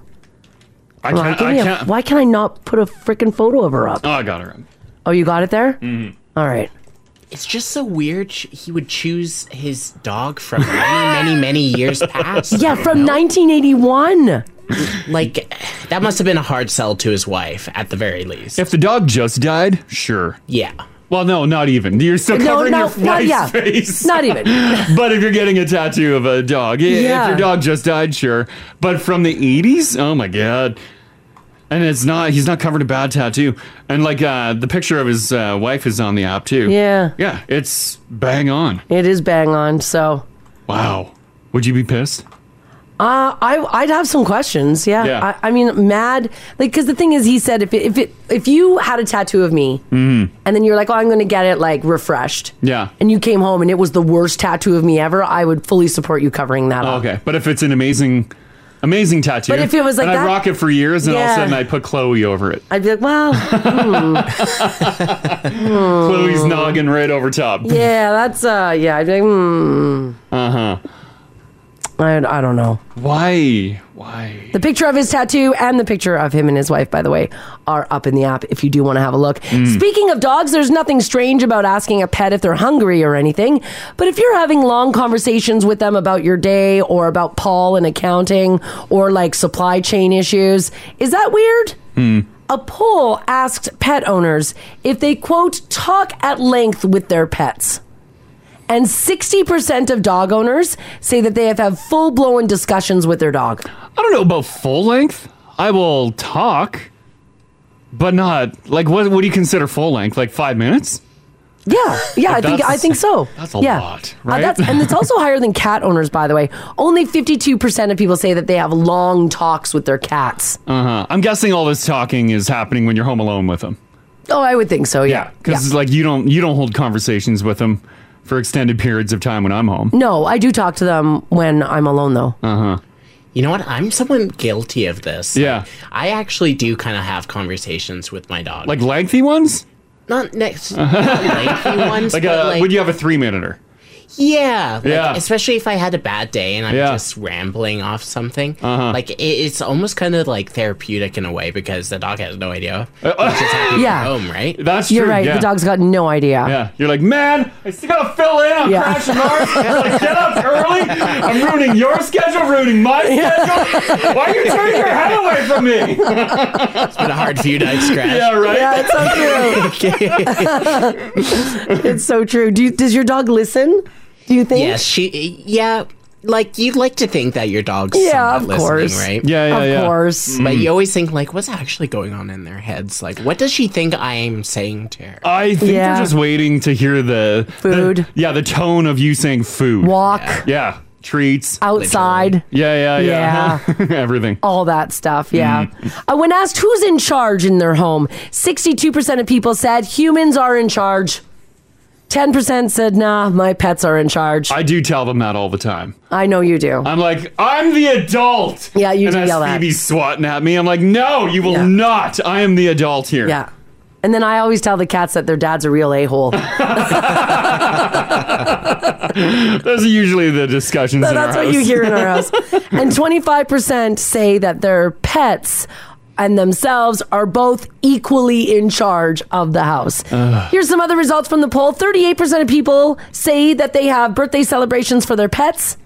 B: I
C: Hold on,
B: can't
C: give
B: I
C: me a-
B: can't
C: why can I not put a freaking photo of her up?
B: Oh I got her.
C: Oh, you got it there. Mm-hmm. All right.
D: it's just so weird ch- he would choose his dog from many, many, many years past.
C: Yeah, from 1981.
D: Like, that must have been a hard sell to his wife, at the very least.
B: If the dog just died, sure.
D: yeah.
B: Well, no, not even. You're still
C: No,
B: covering
C: not,
B: your
C: not
B: wife's
C: yeah,
B: face.
C: not even.
B: but if you're getting a tattoo of a dog, i-
C: Yeah.
B: if your dog just died, sure. But from the 80s, oh my god. And it's not he's not covered a bad tattoo. And like uh the picture of his uh, wife is on the app too.
C: Yeah.
B: Yeah, it's bang on.
C: It is bang on. So
B: Wow. Would you be pissed?
C: Uh, I I'd have some questions. Yeah,
B: Yeah.
C: I, I mean, mad like because the thing is, he said if it, if it if you had a tattoo of me,
B: Mm-hmm.
C: and then you're like, oh, I'm going to get it like refreshed,
B: Yeah.
C: and you came home and it was the worst tattoo of me ever, I would fully support you covering that up.
B: Okay. But if it's an amazing amazing tattoo.
C: But if it was like
B: and I
C: that-
B: rock it for years and all of a
C: Yeah.
B: sudden I put Chloe over it.
C: I'd be like, well,
B: Chloe's noggin right over top.
C: Hmm. yeah, that's uh, yeah, I'd be like, hmm,
B: Uh-huh.
C: I I don't know.
B: Why? Why?
C: The picture of his tattoo and the picture of him and his wife, by the way, are up in the app if you do want to have a look.
B: Hmm.
C: Speaking of dogs, there's nothing strange about asking a pet if they're hungry or anything. But if you're having long conversations with them about your day or about Paul and accounting or like supply chain issues, is that weird?
B: Hmm.
C: A poll asked pet owners if they, quote, talk at length with their pets. And 60% of dog owners say that they have had full blown discussions with their dog.
B: I don't know about full length. I will talk, but not like what? What do you consider full length? Like five minutes?
C: Yeah, yeah, I think I
B: that's-
C: think so.
B: that's a
C: yeah.
B: lot,
C: Uh,
B: right?
C: that's, and it's also higher than cat owners, by the way. Only fifty-two percent of people say that they have long talks with their cats.
B: Uh huh. I'm guessing all this talking is happening when you're home alone with them.
C: Oh, I would think so. Yeah,
B: because like you don't you don't hold conversations with them for extended periods of time when I'm home.
C: No, I do talk to them when I'm alone, though.
D: You know what? I'm somewhat guilty of this.
B: Uh-huh. Yeah,
D: I actually do kind of have conversations with my dog.
B: like lengthy ones.
D: not next not lengthy ones,
B: Like,
D: but
B: uh
D: like
B: would you have a three minuter?
D: yeah, like,
B: Yeah.
D: Especially if I had a bad day and I'm
B: Yeah. Uh-huh.
D: just rambling off something. Like it, it's almost kind of like therapeutic in a way because the dog has no idea. He's just happy to be
C: Yeah.
D: home, right?
B: Uh, That's
C: You're
B: true,
C: right.
B: Yeah.
C: The dog's got no idea.
B: Yeah, you're like, man, I still gotta fill in. I'm
C: Yeah.
B: crashing hard. I gotta get up early. I'm ruining your schedule, ruining my schedule. Why are you turning your head away from me?
D: It's been a hard few nights, Crash.
B: Yeah, right.
C: Yeah, it's so true. it's so true. Do you, does your dog listen? Do you think?
D: Yes, she. Yeah, like you'd like to think that your dog's
C: Yeah,
D: yeah,
C: of course.
D: right?
B: Yeah, yeah,
C: of
B: yeah. Mm.
C: course.
D: But you always think like, what's actually going on in their heads? Like, what does she think I am saying to her?
B: I think
C: Yeah.
B: they're just waiting to hear the the-
C: Food.
B: yeah, the tone of you saying food.
C: Walk
B: Yeah, treats.
C: outside.
B: Yeah, yeah, yeah. Everything.
C: all that stuff. Yeah. Uh, when asked who's in charge in their home, 62% of people said humans are in charge. 10% said, nah, my pets are in charge. I,
B: I do tell them that all the time.
C: know you do.
B: I'm like, I'm the adult.
C: Yeah, you
B: and
C: do
B: that's
C: yell that.
B: Phoebe swatting at me. I'm like, no, you will
C: Yeah.
B: not. I am the adult here.
C: yeah. And then I always tell the cats that their dad's a real a hole.
B: Those are usually the discussions. in
C: That's
B: our
C: what
B: house.
C: you hear in our house. and 25% say that their pets and themselves are both equally in charge of the house. Here's some other results from the poll 38% of people say that they have birthday celebrations for their pets.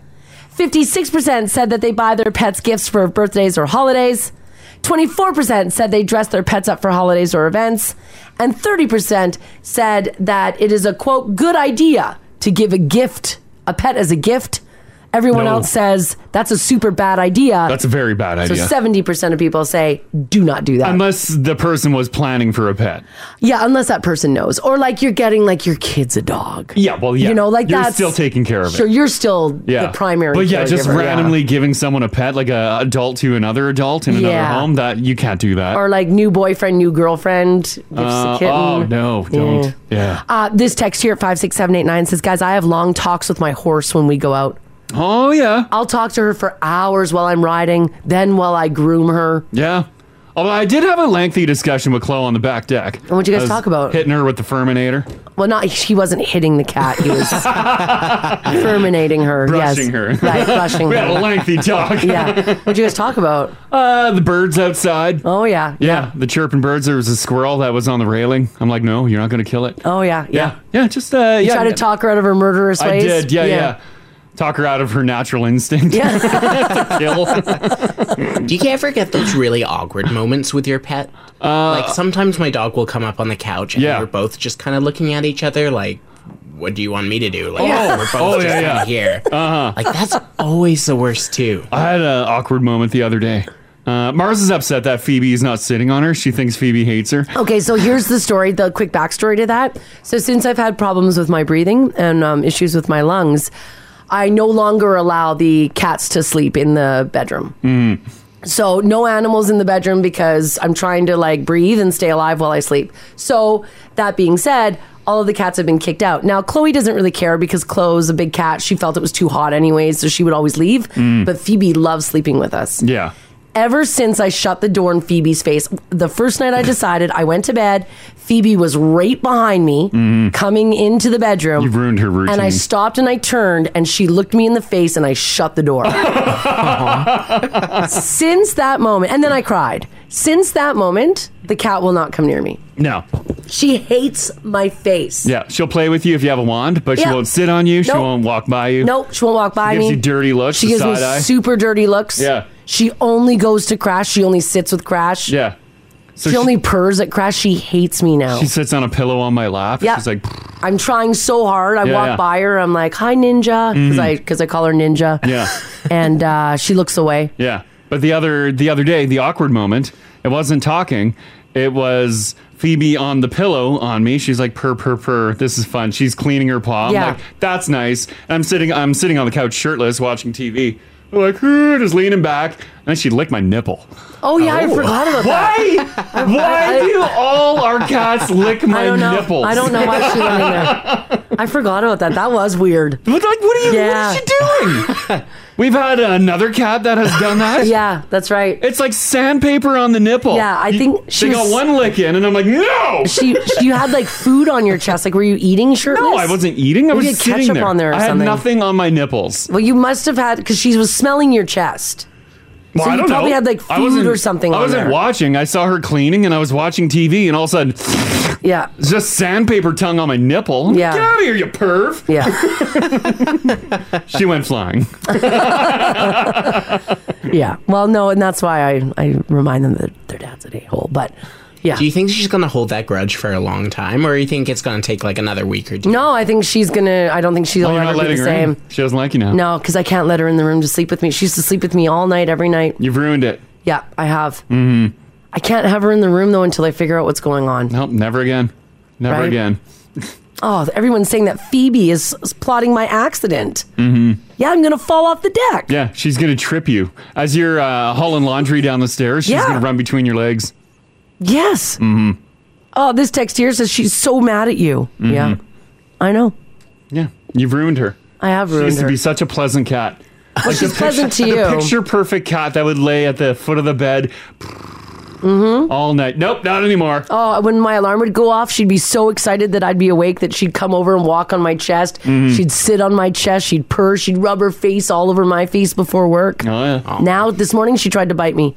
C: 56% said that they buy their pets gifts for birthdays or holidays. 24% said they dress their pets up for holidays or events. And 30% said that it is a quote, good idea to give a gift, a pet as a gift. Everyone
B: No.
C: else says that's a super bad idea.
B: That's a very bad
C: Uh, so
B: idea.
C: 70% of people say do not do that.
B: Unless the person was planning for a pet.
C: yeah, unless that person knows. Or like you're getting like your kid's a dog.
B: Yeah, well, yeah.
C: You know, like
B: you're
C: that's
B: still taking care of it.
C: Sure, you're still
B: yeah.
C: the primary.
B: But yeah, just
C: caregiver,
B: randomly giving someone a pet, like a adult to another adult in another
C: Yeah.
B: home, that you can't do that.
C: or like new boyfriend, new girlfriend, gifts
B: Uh,
C: a kitten.
B: oh no, don't. Yeah.
C: Uh, this text here at 56789 says, Guys, I have long talks with my horse when we go out.
B: Oh yeah.
C: I'll talk to her for hours while I'm riding, then while I groom her.
B: Yeah. Although I did have a lengthy discussion with Chloe on the back deck. And
C: what'd you guys talk about?
B: Hitting her with the Furminator,
C: Well, not he wasn't hitting the cat. He was terminating her.
B: brushing
C: yes.
B: her.
C: Right, brushing
B: we
C: her.
B: had a lengthy talk.
C: yeah. What'd you guys talk about?
B: Uh, the birds outside.
C: Oh yeah.
B: yeah, the chirping birds. There was a squirrel that was on the railing. I'm like, no, you're not going to kill it.
C: Oh yeah. Yeah.
B: yeah, yeah, just uh,
C: You
B: yeah.
C: tried to talk her out of her murderous
B: I
C: ways.
B: did. Yeah, yeah, Talk her out of her natural instinct. to kill.
D: Do you ever get those really awkward moments with your pet? like sometimes my dog will come up on the couch and
B: Uh, Yeah.
D: we're both just kind of looking at each other like, "What do you want me to do?" Like we're both
B: Oh,
D: just
B: yeah,
D: kinda
B: yeah.
D: here. Like that's always the worst too.
B: Uh-huh. I had an awkward moment the other day. Uh, Mars is upset that Phoebe is not sitting on her. She thinks Phoebe hates her.
C: Okay, so here's the story, the quick backstory to that. So, since I've had problems with my breathing and um, issues with my lungs, I no longer allow the cats to sleep in the bedroom.
B: Hmm.
C: So, no animals in the bedroom because I'm trying to like breathe and stay alive while I sleep. So, that being said, all of the cats have been kicked out. Now, Chloe doesn't really care because Chloe's a big cat. She felt it was too hot anyway, so she would always leave.
B: Mm.
C: But Phoebe loves sleeping with us
B: Yeah.
C: ever since I shut the door in Phoebe's face, the first night I decided I went to bed, Phoebe was right behind me
B: Mhm.
C: coming into the bedroom.
B: You've ruined her routine.
C: And I stopped and I turned and she looked me in the face and I shut the door. Since that moment, and then I cried. Since that moment, the cat will not come near me.
B: No.
C: She hates my face.
B: Yeah, she'll play with you if you have a wand, but she
C: Yeah.
B: won't sit on you. She
C: Nope.
B: won't walk by you.
C: Nope, she won't walk by
B: She
C: me.
B: gives you dirty looks.
C: She
B: the
C: gives me
B: side eye.
C: super dirty looks.
B: Yeah.
C: She only goes to Crash. She only sits with Crash.
B: Yeah. So
C: she,
B: she-
C: only purrs at Crash. She hates me now.
B: She sits on a pillow on my lap.
C: Yeah.
B: She's like,
C: I'm trying so hard. I
B: Yeah,
C: walk
B: yeah.
C: by her. I'm like, "Hi, Ninja," because
B: Mhm.
C: I because I call her Ninja.
B: yeah,
C: and uh, she looks away.
B: yeah. But the other the other day, the awkward moment, it wasn't talking. It was Phoebe on the pillow on me. She's like, purr, purr, purr. This is fun. She's cleaning her paw. I'm
F: Yeah.
B: like, that's nice. And I'm sitting I'm sitting on the couch shirtless watching TV. I'm like, "Ooh," just leaning back. And she licked my nipple.
C: Oh yeah, I forgot about
B: that. Why? Why do all our cats lick my
C: I don't know.
B: nipples?
C: I don't know why she went in there. I forgot about that. That was weird.
B: What, like, what are you? What is she doing? We've had another cat that has done that.
C: yeah, that's right.
B: It's like sandpaper on the nipple.
C: Yeah, I think she was-
B: she got one lick in, and I'm like, no.
C: She, she- you had like food on your chest. Like, were you eating shirtless?
B: no, I wasn't eating. I
C: You
B: was
C: had
B: sitting
C: ketchup
B: there.
C: on there. Or
B: I had
C: something.
B: nothing on my nipples.
C: Well, you must have had because she was smelling your chest.
B: Well,
C: so
B: I
C: you
B: don't
C: probably
B: know.
C: had like
B: I
C: food
B: wasn't-
C: or something.
B: I
C: on
B: wasn't
C: there.
B: watching. I saw her cleaning, and I was watching TV, and all of a sudden,
C: yeah,
B: just sandpaper tongue on my nipple.
C: Yeah.
B: get out of here, you perv.
C: Yeah,
B: she went flying.
C: yeah. Well, no, and that's why I I remind them that their dad's an a hole. But yeah.
D: Do you think she's gonna hold that grudge for a long time, or you think it's gonna take like another week or two?
C: No, I think she's gonna. I don't think she'll
D: Oh, you're
C: ever
D: not
C: be the
D: letting her
C: same.
D: in?
B: She doesn't like you now.
C: No, because I can't let her in the room to sleep with me. She used to sleep with me all night, every night.
B: You've ruined it.
C: Yeah, I have.
B: Mm-hmm.
C: I can't have her in the room though until I figure out what's going on.
B: Nope, never again. Never
C: Right?
B: again.
C: Oh, everyone's saying that Phoebe is is plotting my accident.
B: Mm-hmm.
C: Yeah, I'm gonna fall off the deck.
B: Yeah, she's gonna trip you as you're uh, hauling laundry down the stairs. She's
C: Yeah.
B: gonna run between your legs.
C: Yes.
B: hmm
C: Oh, this text here says she's so mad at you. Yeah,
B: Mm-hmm.
C: I know.
B: Yeah, you've ruined her.
C: I have
B: she
C: ruined
B: used
C: her.
B: to be such a pleasant cat.
C: Well, she's pleasant to
B: The
C: you.
B: picture perfect cat that would lay at the foot of the bed
C: Mm-hmm.
B: all night. Nope, not anymore.
C: Oh, when my alarm would go off, she'd be so excited that I'd be awake that she'd come over and walk on my chest.
B: Mhm.
C: She'd sit on my chest. She'd purr. She'd rub her face all over my face before work.
B: Oh, yeah.
C: Now, this morning, she tried to bite me.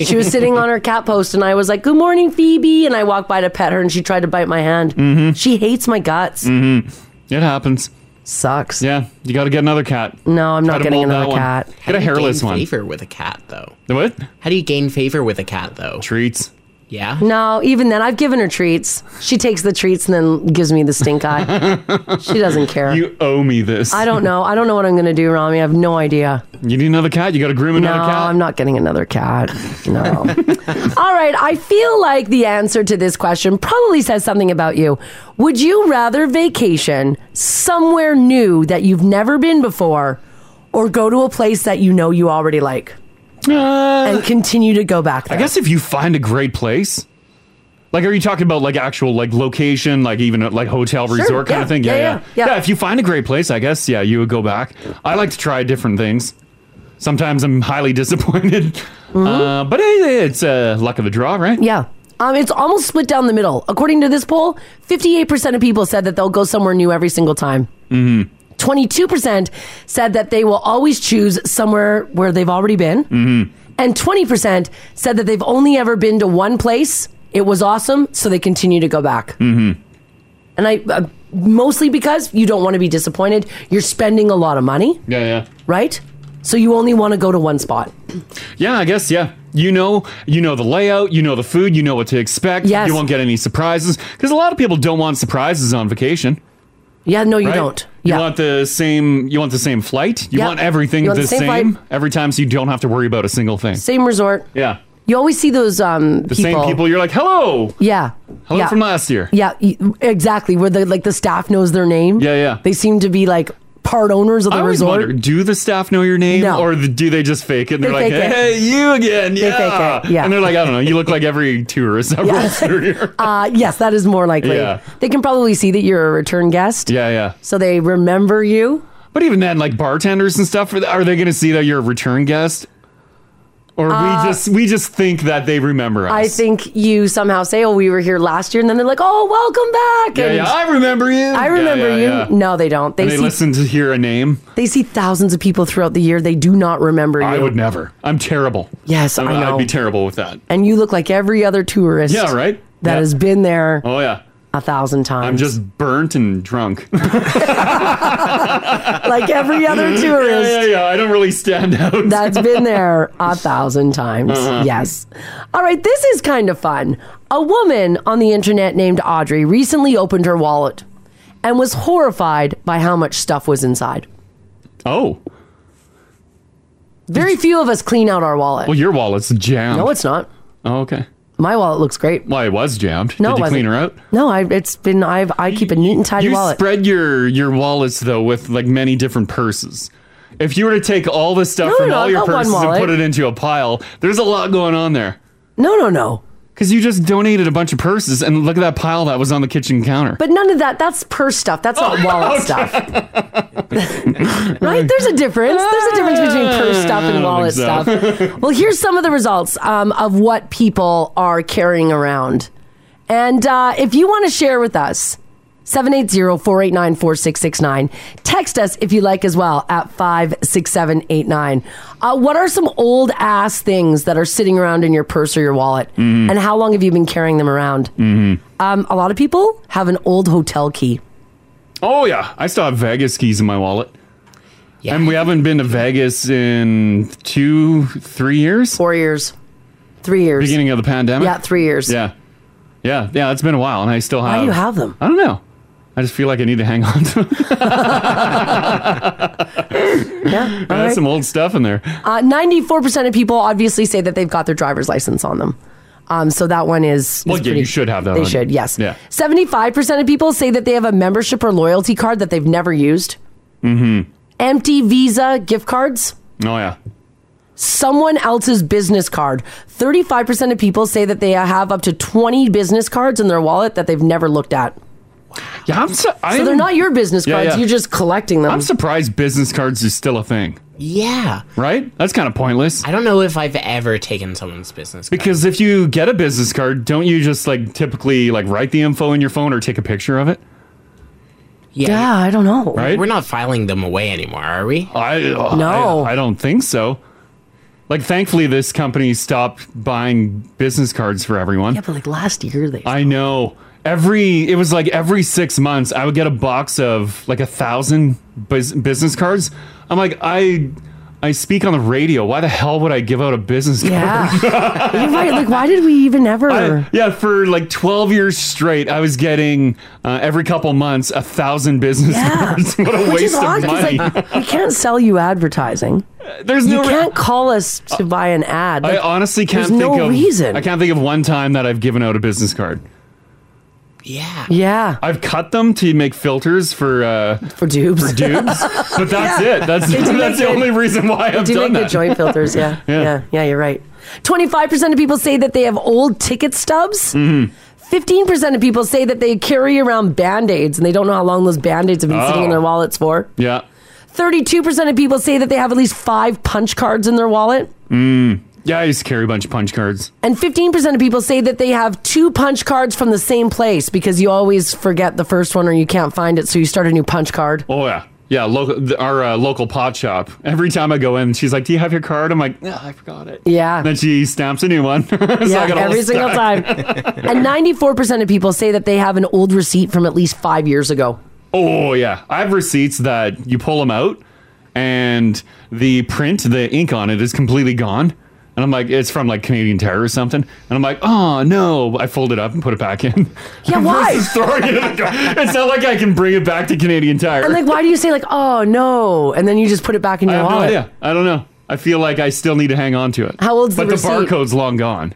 C: she was sitting on her cat post, and I was like, Good morning, Phoebe. And I walked by to pet her, and she tried to bite my hand. She hates my guts.
B: hmm It happens.
C: Sucks.
B: Yeah, you got to get another cat.
C: No, I'm
B: Try
C: not
B: to
C: getting
B: mold that
C: another
B: one.
C: cat.
B: Get a hairless
D: gain
B: one.
D: Favor with a cat though.
B: The What?
D: How do you gain favor with a cat though?
B: Treats.
D: Yeah.
C: No, even then, I've given her treats. She takes the treats and then gives me the stink eye. she doesn't care.
B: You owe me this.
C: I don't know. I don't know what I'm going to do, Rami. I have no idea.
B: You need another cat. You got to groom another
C: no,
B: cat.
C: I'm not getting another cat. No. All right. I feel like the answer to this question probably says something about you. Would you rather vacation somewhere new that you've never been before or go to a place that you know you already like and continue to go back
B: Uh, I
C: there?
B: guess if you find a great place, like, are you talking about like actual like location, like even like hotel
C: Sure,
B: resort kind
C: yeah,
B: of thing?
C: yeah,
B: Yeah yeah,
C: yeah, yeah.
B: If you find a great place, I guess yeah, you would go back. I like to try different things. Sometimes I'm highly disappointed.
C: Mm-hmm.
B: Uh, but hey, it's uh, luck of the draw, right?
C: Yeah. Um, it's almost split down the middle. According to this poll, 58% of people said that they'll go somewhere new every single time.
B: Mm-hmm.
C: 22% said that they will always choose somewhere where they've already been.
B: Mm-hmm.
C: And 20% said that they've only ever been to one place. It was awesome, so they continue to go back.
B: Mm-hmm.
C: And I uh, mostly because you don't want to be disappointed. You're spending a lot of money,
B: Yeah, yeah.
C: right? So you only want to go to one spot.
B: Yeah, I guess. Yeah, you know, you know the layout, you know the food, you know what to expect.
C: Yes.
B: you won't get any surprises because a lot of people don't want surprises on vacation.
C: Yeah, no, Oh, you
B: right?
C: don't.
B: You want the same. You want the same flight. You
C: Yeah.
B: want everything
C: You want
B: the,
C: the same
B: same,
C: flight.
B: every time, so you don't have to worry about a single thing.
C: Same resort.
B: Yeah,
C: You always see those um
B: the same people. You're like, hello,
C: Yeah.
B: hello
C: yeah.
B: from last year.
C: Yeah, e- exactly. Where the like the staff knows their name.
B: Yeah, yeah.
C: They seem to be like part owners of the
B: I always
C: resort.
B: wonder, do the staff know your name,
C: No.
B: or do they just fake it? And
C: They
B: they're like,
C: fake it.
B: hey, you again?
C: They
B: yeah.
C: fake it, yeah.
B: and they're like, I don't know. You look like every tourist that rolls through here.
C: Uh, yes, that is more likely.
B: Yeah.
C: They can probably see that you're a return guest,
B: Yeah, yeah.
C: so they remember you.
B: But even then, like bartenders and stuff, are they- are they going to see that you're a return guest, or
C: Uh,
B: we just we just think that they remember us?
C: I think you somehow say, "Oh, we were here last year," and then they're like, "Oh, welcome back."
B: Yeah,
C: and
B: yeah, I remember you.
C: I remember
B: yeah, yeah,
C: you.
B: yeah.
C: No, they don't. They
B: And they
C: see
B: listen to hear a name.
C: they see thousands of people throughout the year. They do not remember you.
B: I would never. I'm terrible.
C: Yes, I
B: I'd
C: know.
B: be terrible with that.
C: and you look like every other tourist.
B: Yeah, right?
C: That
B: Yeah.
C: has been there
B: Oh yeah,
C: a thousand times.
B: I'm just burnt and drunk.
C: like every other
B: yeah,
C: tourist.
B: yeah, yeah. I don't really stand out.
C: That's been there a thousand times.
B: Uh-huh.
C: Yes. All right, this is kind of fun. A woman on the internet named Audrey recently opened her wallet and was horrified by how much stuff was inside.
B: Oh.
C: Very few of us clean out our wallet.
B: Well, your wallet's jammed.
C: no, it's not.
B: Oh, okay.
C: My wallet looks great.
B: Well, it was jammed.
C: No,
B: Did
C: it
B: you clean
C: wasn't.
B: her out?
C: No, I it's been I've I keep a neat and tidy
B: you
C: wallet.
B: spread your your wallets though with like many different purses. If you were to take all the stuff
C: No,
B: from
C: no,
B: all
C: I've
B: your
C: got one
B: purses and
C: wallet.
B: put it into a pile, there's a lot going on there.
C: No, no, no.
B: Because you just donated a bunch of purses, and look at that pile that was on the kitchen counter.
C: But none of that that's purse stuff. That's
B: Oh,
C: not wallet stuff. right? There's a difference. There's a difference between purse stuff
B: Ah. I
C: and
B: don't
C: wallet
B: think
C: stuff.
B: so.
C: well, here's some of the results um, of what people are carrying around. And uh, if you want to share with us, 780-489-4669. Text us if you like as well at 56789. Uh, what are some old ass things that are sitting around in your purse or your wallet?
B: Mm-hmm.
C: And how long have you been carrying them around? Um, a lot of people have an old hotel key.
B: Oh yeah, I still have Vegas keys in my wallet. And we haven't been to Vegas in two, three years.
C: Four years, three years.
B: Beginning of the pandemic.
C: Yeah, three years.
B: Yeah, yeah, yeah. It's been a while, and I still have.
C: Why do you have them?
B: I don't know. I just feel like I need to hang on to. Them.
C: Yeah.
B: I
C: all
B: have
C: right.
B: some old stuff in there.
C: Uh, 94% of people obviously say that they've got their driver's license on them. Um, so that one is. is
B: Well, yeah,
C: pretty-
B: you should have that.
C: They
B: on.
C: should, yes.
B: Yeah.
C: 75% of people say that they have a membership or loyalty card that they've never used.
B: Mm-hmm.
C: Empty Visa gift cards.
B: Oh yeah.
C: Someone else's business card. 35% of people say that they have up to 20 business cards in their wallet that they've never looked at.
B: Yeah, I'm. Su-
C: so they're not your business
B: Yeah,
C: cards.
B: yeah.
C: You're just collecting them.
B: I'm surprised business cards is still a thing.
D: Yeah.
B: Right? That's kind of pointless.
D: I don't know if I've ever taken someone's business card.
B: Because if you get a business card, don't you just like typically like write the info in your phone or take a picture of it?
C: yeah, I don't know.
B: Right?
D: We're not filing them away anymore, are we?
B: I uh,
C: No.
B: I, I don't think so. Like, thankfully, this company stopped buying business cards for everyone.
C: Yeah, but like last year they.
B: I know. Every it was like every six months, I would get a box of like a thousand bus- business cards. I'm like, I I speak on the radio. Why the hell would I give out a business card?
C: Yeah. You're right. Like, why did we even ever?
B: I- yeah, for like 12 years straight, I was getting uh, every couple months a thousand business
C: yeah.
B: cards. what a
C: Which is
B: waste
C: odd
B: of money.
C: because like, we can't sell you advertising.
B: There's
C: You
B: no. re- Uh,
C: can't call us to buy an ad.
B: I
C: Like,
B: honestly
C: there's
B: can't think
C: no
B: of
C: reason.
B: I can't think of one time that I've given out a business card.
D: Yeah.
C: yeah,
B: I've cut them to make filters for uh,
C: for dupes.
B: for dudes, but that's
C: Yeah.
B: it. That's
C: They do make
B: that's the
C: good-
B: only reason why I've
C: Do you
B: done
C: make
B: that.
C: good joint filters? Yeah. yeah,
B: Yeah.
C: yeah, You're right. Twenty-five percent of people say that they have old ticket stubs.
B: Mm-hmm.
C: 15% of people say that they carry around band-aids and they don't know how long those band-aids have been sitting
B: Oh.
C: in their wallets for.
B: Yeah.
C: 32% of people say that they have at least five punch cards in their wallet.
B: Mm. Yeah, I used to carry a bunch of punch cards.
C: And 15% of people say that they have two punch cards from the same place because you always forget the first one or you can't find it. So you start a new punch card.
B: Oh yeah, yeah. Local, th- our uh, local pot shop. Every time I go in, she's like, "Do you have your card?" I'm like, "No, I forgot it."
C: Yeah.
B: And then she stamps a new one. So I
C: yeah,
B: got all
C: every single
B: stuck.
C: time. and 94% of people say that they have an old receipt from at least five years ago.
B: Oh yeah, I have receipts that you pull them out, and the print, the ink on it is completely gone. And I'm like, it's from like Canadian Tire or something. And I'm like, oh no! I fold it up and put it back in.
C: Yeah, why?
B: Versus throwing it in the gar- it's not like I can bring it back to Canadian Tire.
C: And like, why do you say like, oh no, and then you just put it back in
B: I
C: your
B: have no
C: wallet?
B: idea. I don't know. I feel like I still need to hang on to it.
C: How old's the
B: but
C: receipt?
B: the barcode's long gone.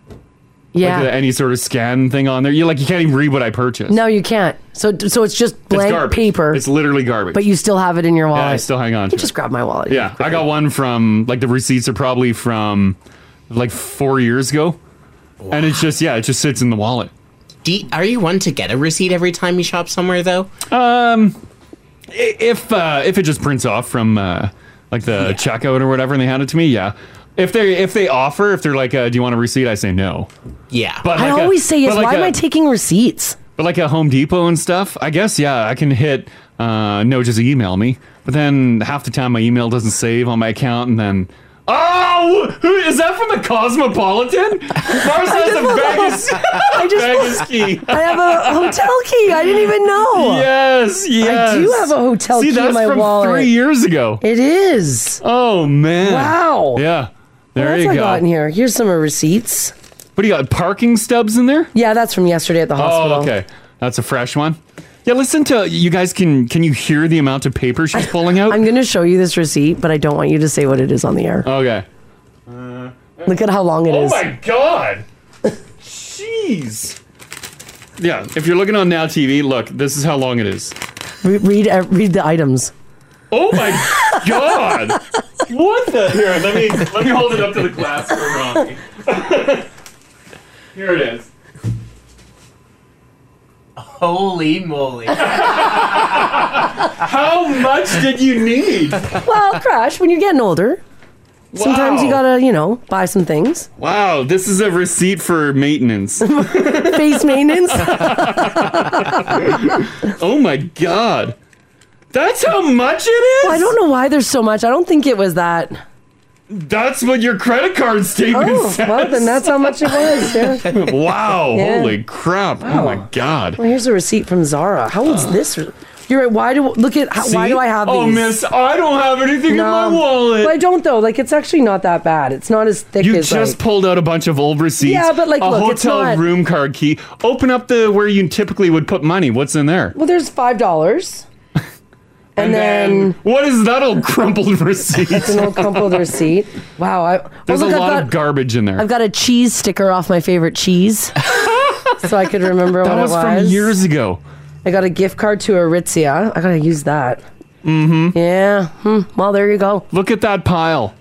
C: Yeah.
B: Like, uh, any sort of scan thing on there. You like you can't even read what I purchased.
C: No, you can't. So so it's just
B: it's
C: blank
B: garbage.
C: paper,
B: It's literally garbage.
C: but you still have it in your wallet.
B: yeah, I still hang on. To
C: you just grab my wallet.
B: Yeah, I got one from like the receipts are probably from like four years ago, and it's just yeah, it just sits in the wallet.
D: Do you, are you one to get a receipt every time you shop somewhere though?
B: Um, i- if uh, if it just prints off from uh, like the checkout or whatever, and they hand it to me, yeah. If they if they offer, if they're like, uh, "Do you want a receipt?" I say no.
D: Yeah,
B: but
C: I
B: like a-
C: always say yes.
B: but like
C: why am
B: a-
C: I taking receipts?
B: But like a Home Depot and stuff, I guess yeah, I can hit uh, no, just email me. But then half the time my email doesn't save on my account, and then oh, who is that from the Cosmopolitan? Mars has a Vegas,
C: I just-
B: Vegas key.
C: I have a hotel key. I didn't even know.
B: Yes, yes.
C: I do have a hotel
B: See,
C: key
B: that's
C: in my
B: from
C: wallet.
B: three years ago.
C: It is.
B: Oh man!
C: Wow.
B: Yeah, there
C: what else
B: you
C: I
B: go.
C: got in here? Here's some receipts.
B: What do you got? Parking stubs in there?
C: Yeah, that's from yesterday at the hospital.
B: Oh, okay. That's a fresh one. Yeah, listen to you guys. Can can you hear the amount of paper she's pulling out?
C: I'm going to show you this receipt, but I don't want you to say what it is on the air.
B: okay.
C: Look at how long it is.
B: god! Jeez. Yeah, if you're looking on Now TV, look. This is how long it is.
C: Re- read uh, read the items.
B: Oh my god! What the? Here, let me let me hold it up to the glass for Ronnie. Here it is.
D: Holy moly!
B: How much did you need?
C: Well, Crash, when you're getting older, sometimes you
B: Wow.
C: gotta, you know, buy some things.
B: Wow, this is a receipt for maintenance.
C: Face maintenance.
B: oh my god. That's how much it is?
C: I don't know why there's so much. I don't think it was that.
B: That's what your credit card statement
C: Oh,
B: says.
C: well, then that's how much it was. Yeah.
B: wow,
C: Yeah.
B: holy crap. Oh my god. Uh.
C: Well, here's a receipt from Zara. How old's this? re- You're right. Why do look at how, why
B: See?
C: do I have
B: Oh,
C: these?
B: miss, I don't have anything in my wallet.
C: Well, I don't though. Like it's actually not that bad. It's not as thick
B: you
C: as
B: just
C: like,
B: pulled out a bunch of old receipts.
C: Yeah, but, like,
B: a
C: look, it's
B: hotel
C: not-
B: room card key. Open up the where you typically would put money. What's in there?
C: Well, there's five dollars. And, then,
B: what is that old crumpled receipt?
C: it's an old crumpled receipt. Wow. I, oh,
B: There's
C: look,
B: a
C: I've
B: lot
C: got,
B: of garbage in there.
C: I've got a cheese sticker off my favorite cheese. so I could remember
B: that
C: what
B: was
C: it was.
B: from years ago.
C: I got a gift card to Aritzia. I gotta use that. Mm-hmm. Yeah. Hmm. Well, there you go.
B: Look at that pile.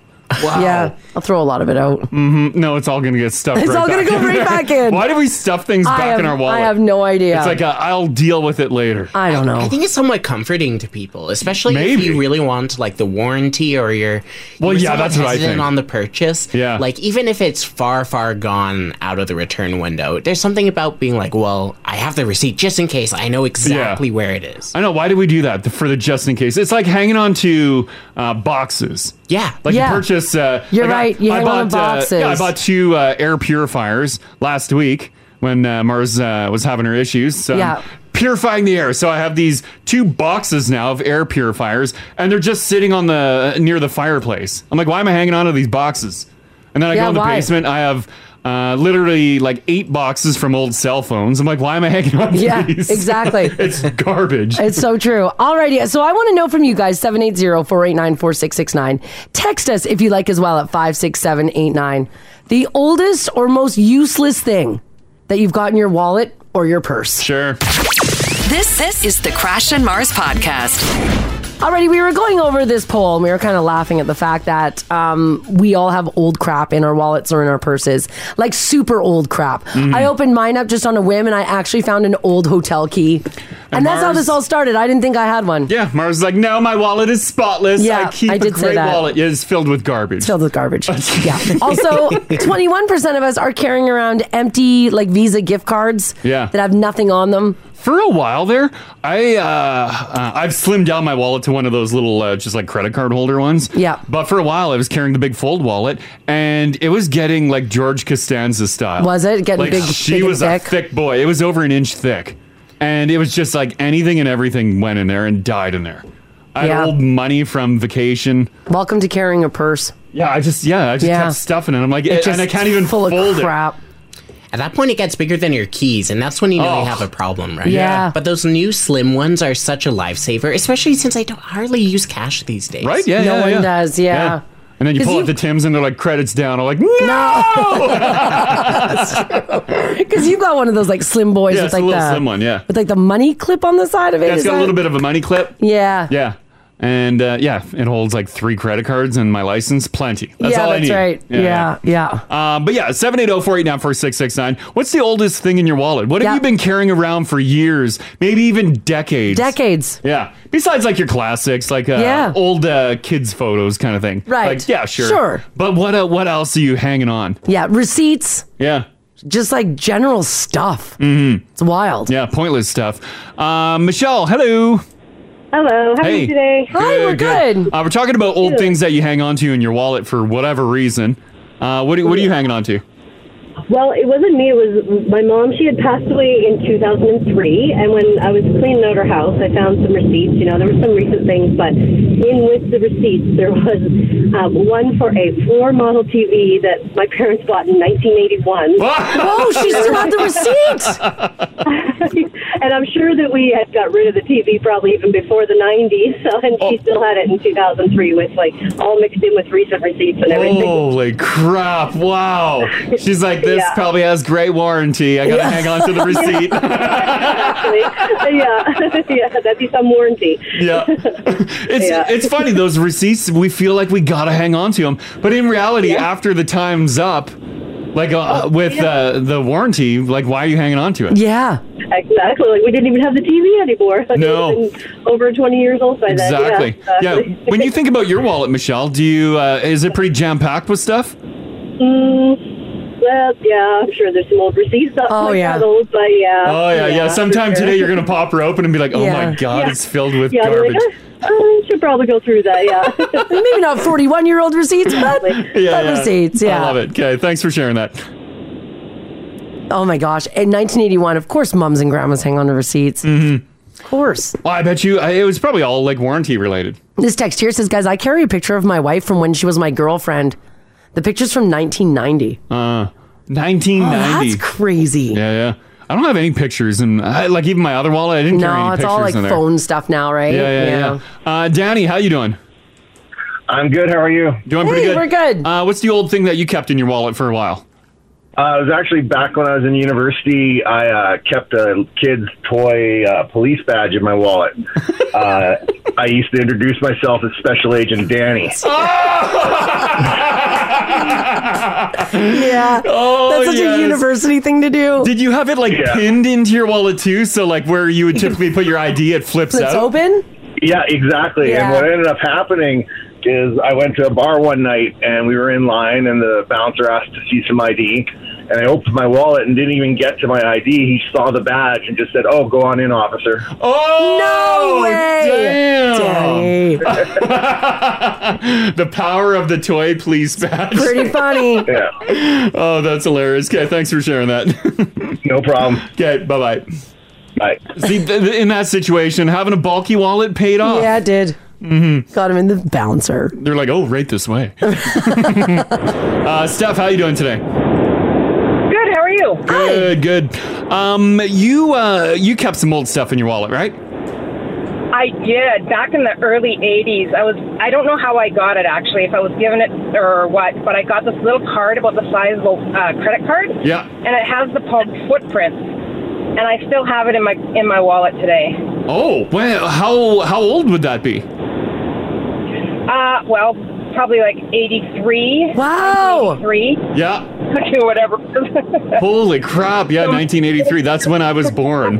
B: Wow.
C: Yeah. I'll throw a lot of it out.
B: No, it's all gonna get stuffed.
C: It's
B: right
C: all gonna
B: back
C: go
B: in
C: right
B: there.
C: back in.
B: Why do we stuff things
C: I
B: back
C: have,
B: in our wallet?
C: I have no idea.
B: It's like i I'll deal with it later.
C: I don't know.
D: I think it's somewhat comforting to people, especially if
B: Maybe.
D: you really want like the warranty or you're. you
B: Well,
D: were
B: yeah,
D: somewhat
B: that's what I
D: hesitant
B: think.
D: on the purchase.
B: Yeah.
D: like even if it's far, far gone out of the return window, there's something about being like, well, I have the receipt just in case. I know exactly where it is.
B: I know. Why do we do that for the just in case? It's like hanging on to uh, boxes.
D: yeah,
B: Like
C: Yeah.
B: you purchase. Uh,
C: You're
B: like, I-
C: right, you
B: I
C: hang on to
B: bought, uh, yeah, I
C: boxes.
B: bought two uh, air purifiers last week when uh, Mars uh, was having her issues. So I'm
C: Yeah.
B: Purifying the air, so I have these two boxes now of air purifiers, and they're just sitting on the uh, near the fireplace. I'm like, why am I hanging on to these boxes? And then I
C: Yeah,
B: go in the
C: why?
B: basement. I have uh, literally like eight boxes from old cell phones. I'm like, why am I hanging on? To
C: Yeah,
B: these?
C: exactly.
B: it's garbage.
C: It's so true. Alrighty. So I want to know from you guys 780 489 4669. Text us if you like as well at 56789. The oldest or most useless thing that you've got in your wallet or your purse.
B: Sure.
A: This this is the Crash and Mars podcast.
C: Alrighty, we were going over this poll and we were kind of laughing at the fact that um, we all have old crap in our wallets or in our purses, like super old crap.
B: Mm-hmm.
F: Mhm.
C: I opened mine up just on a whim and I actually found an old hotel key. And, that's how
B: Mars-
C: this all started. I didn't think I had one.
B: Yeah, Mars is like, no, my wallet is spotless.
C: Yeah,
B: I keep
C: I did
B: a
C: say
B: great
C: that.
B: wallet. Yeah, it's filled with garbage. It's
C: filled with garbage. yeah. also, 21% of us are carrying around empty, like Visa gift cards
B: Yeah.
C: that have nothing on them.
B: For a while there, I uh, uh, I've slimmed down my wallet to one of those little uh, just like credit card holder ones. Yeah. But for a while, I was carrying the big fold wallet, and it was getting like George Costanza style.
C: Was it? Getting
B: like,
C: big-
B: She
C: big and
B: was a thick boy. It was over an inch thick, and it was just like anything and everything went in there and died in there. I
C: Yeah.
B: had old money from vacation.
C: Welcome to carrying a purse.
B: Yeah, I just yeah, I just
C: Yeah.
B: kept stuffing it. I'm like,
C: It's
B: and
C: just
B: I can't even
C: full of
B: fold
C: crap.
D: At that point, it gets bigger than your keys, and that's when you know
B: Oh.
D: you have a problem, right?
B: Yeah.
D: But those new slim ones are such a lifesaver, especially since I don't hardly use cash these days.
B: it. Right? Yeah, yeah, yeah. And then you
D: 'Cause
B: pull
D: you-
B: out the Tim's and they're like credits down. I'm like, no.
C: Because you got one of those like slim boys
B: Yeah,
C: with
B: it's
C: like
B: a little
C: the
B: slim one, yeah.
C: with like the money clip on the side of it.
B: Yeah, it's
C: is
B: got a
C: that-
B: little bit of a money clip.
C: Yeah.
B: Yeah. And uh, yeah, it holds like three credit cards and my license. Plenty. That's
C: yeah,
B: all I
C: that's
B: need.
C: right. Yeah, yeah.
B: Um, but yeah, 780-489-4669. What's the oldest thing in your wallet? What have you been carrying around for years, maybe even decades?
C: Decades.
B: Yeah. Besides like your classics, like uh,
C: Yeah.
B: old uh, kids photos kind of thing.
C: Right.
B: Like, yeah, sure.
C: Sure.
B: But what uh, what else are you hanging on?
C: Yeah, receipts,
B: Yeah.
C: just like general stuff.
B: Mm-hmm.
C: It's wild.
B: Yeah, pointless stuff. Uh, Michelle, hello.
G: Hello. How are you today?
B: Uh, we're talking about old
G: Good.
B: things that you hang on to in your wallet for whatever reason. Uh, what, do, what are you hanging on to?
G: Well, it wasn't me. It was my mom. She had passed away in 2003, and when I was cleaning out her house, I found some receipts. You know, there were some recent things, but in with the receipts, there was um, one for a floor model TV that my parents bought in 1981.
C: Whoa, Oh, she still had the receipts.
G: and I'm sure that we had got rid of the TV probably even before the 90s. So, and she still had it in 2003 with like all mixed in with recent receipts and everything.
B: Holy crap. Wow. She's like, this
G: Yeah.
B: probably has great warranty. I got to
G: Yeah.
B: hang on to the receipt.
G: Actually, yeah, yeah, that'd be some warranty.
B: yeah. It's,
G: Yeah.
B: it's funny. Those receipts, we feel like we got to hang on to them. But in reality, after the time's up, like
G: Oh,
B: uh, with uh, the warranty, like, why are you hanging on to it?
C: Yeah.
G: Exactly. Like we didn't even have the TV anymore. Like,
B: No.
G: it would've been over 20 years old by then.
B: Exactly.
G: Yeah.
B: Yeah.
G: exactly.
B: When you think about your wallet, Michelle, do you uh, is it pretty jam packed with stuff?
G: Mm, well, yeah, I'm sure there's some old receipts. Not
B: Oh,
G: quite
B: yeah.
G: That old, but Uh, yeah.
B: oh yeah, yeah.
G: for
B: Sometime
G: sure.
B: today you're gonna pop her open and be like, "Oh my
G: Yeah.
B: god,
G: Yeah.
B: it's filled with
G: yeah,
B: garbage."
G: Like, oh, I should probably go through that. Yeah.
C: Maybe not 41 year old receipts, but, but receipts. Yeah.
B: I love it. Okay, thanks for sharing that.
C: Oh my gosh. In 1981, of course, moms and grandmas hang on to receipts. Mm-hmm. Of course.
B: Well, I bet you I, it was probably all like warranty related.
C: This text here says, guys, I carry a picture of my wife from when she was my girlfriend. The picture's from 1990.
B: Uh, 1990.
C: Oh, that's crazy.
B: Yeah, yeah. I don't have any pictures, and I, like even my other wallet, I didn't carry any
C: No, it's
B: pictures
C: all like
B: in there.
C: phone stuff now, right?
B: Yeah, yeah, yeah. Uh, Danny, how you doing?
H: I'm good. How are you?
B: Doing pretty
C: Hey,
B: good.
C: we're good.
B: Uh, what's the old thing that you kept in your wallet for a while?
H: Uh, it was actually back when I was in university. I uh, kept a kid's toy uh, police badge in my wallet. Uh, I used to introduce myself as Special Agent Danny.
C: yeah.
B: Oh,
C: That's such
B: yes.
C: a university thing to do.
B: Did you have it like
H: Yeah.
B: pinned into your wallet too? So like where you would typically put your ID, it flips
C: Flips
B: out.
C: open?
H: Yeah, exactly.
C: Yeah.
H: And what ended up happening is I went to a bar one night and we were in line and the bouncer asked to see some ID and I opened my wallet and didn't even get to my ID. He saw the badge and just said, "Oh, go on in, officer."
B: Oh
C: no way!
B: Damn. the power of the toy police badge.
C: Pretty funny.
B: yeah. Oh, that's hilarious. Okay, thanks for sharing that.
H: no problem.
B: Okay, bye bye.
H: Bye.
B: See, th- th- in that situation, having a bulky wallet paid off.
C: Yeah, it did. Mm-hmm. Got him in the bouncer.
B: They're like, oh, right this way. uh, Steph, how you doing today?
I: Good. How are you?
B: Good, good. Um, you uh, you kept some old stuff in your wallet, right?
I: I did back in the early '80s. I was I don't know how I got it actually, if I was given it or what, but I got this little card about the size of a uh, credit card.
B: Yeah.
I: And it has the Pug footprints, and I still have it in my in my wallet today.
B: Oh, well, how how old would that be?
I: up? Uh, Well, probably like 83.
C: Wow.
I: 83.
B: Yeah.
I: whatever.
B: Holy crap. Yeah, 1983. That's when I was born.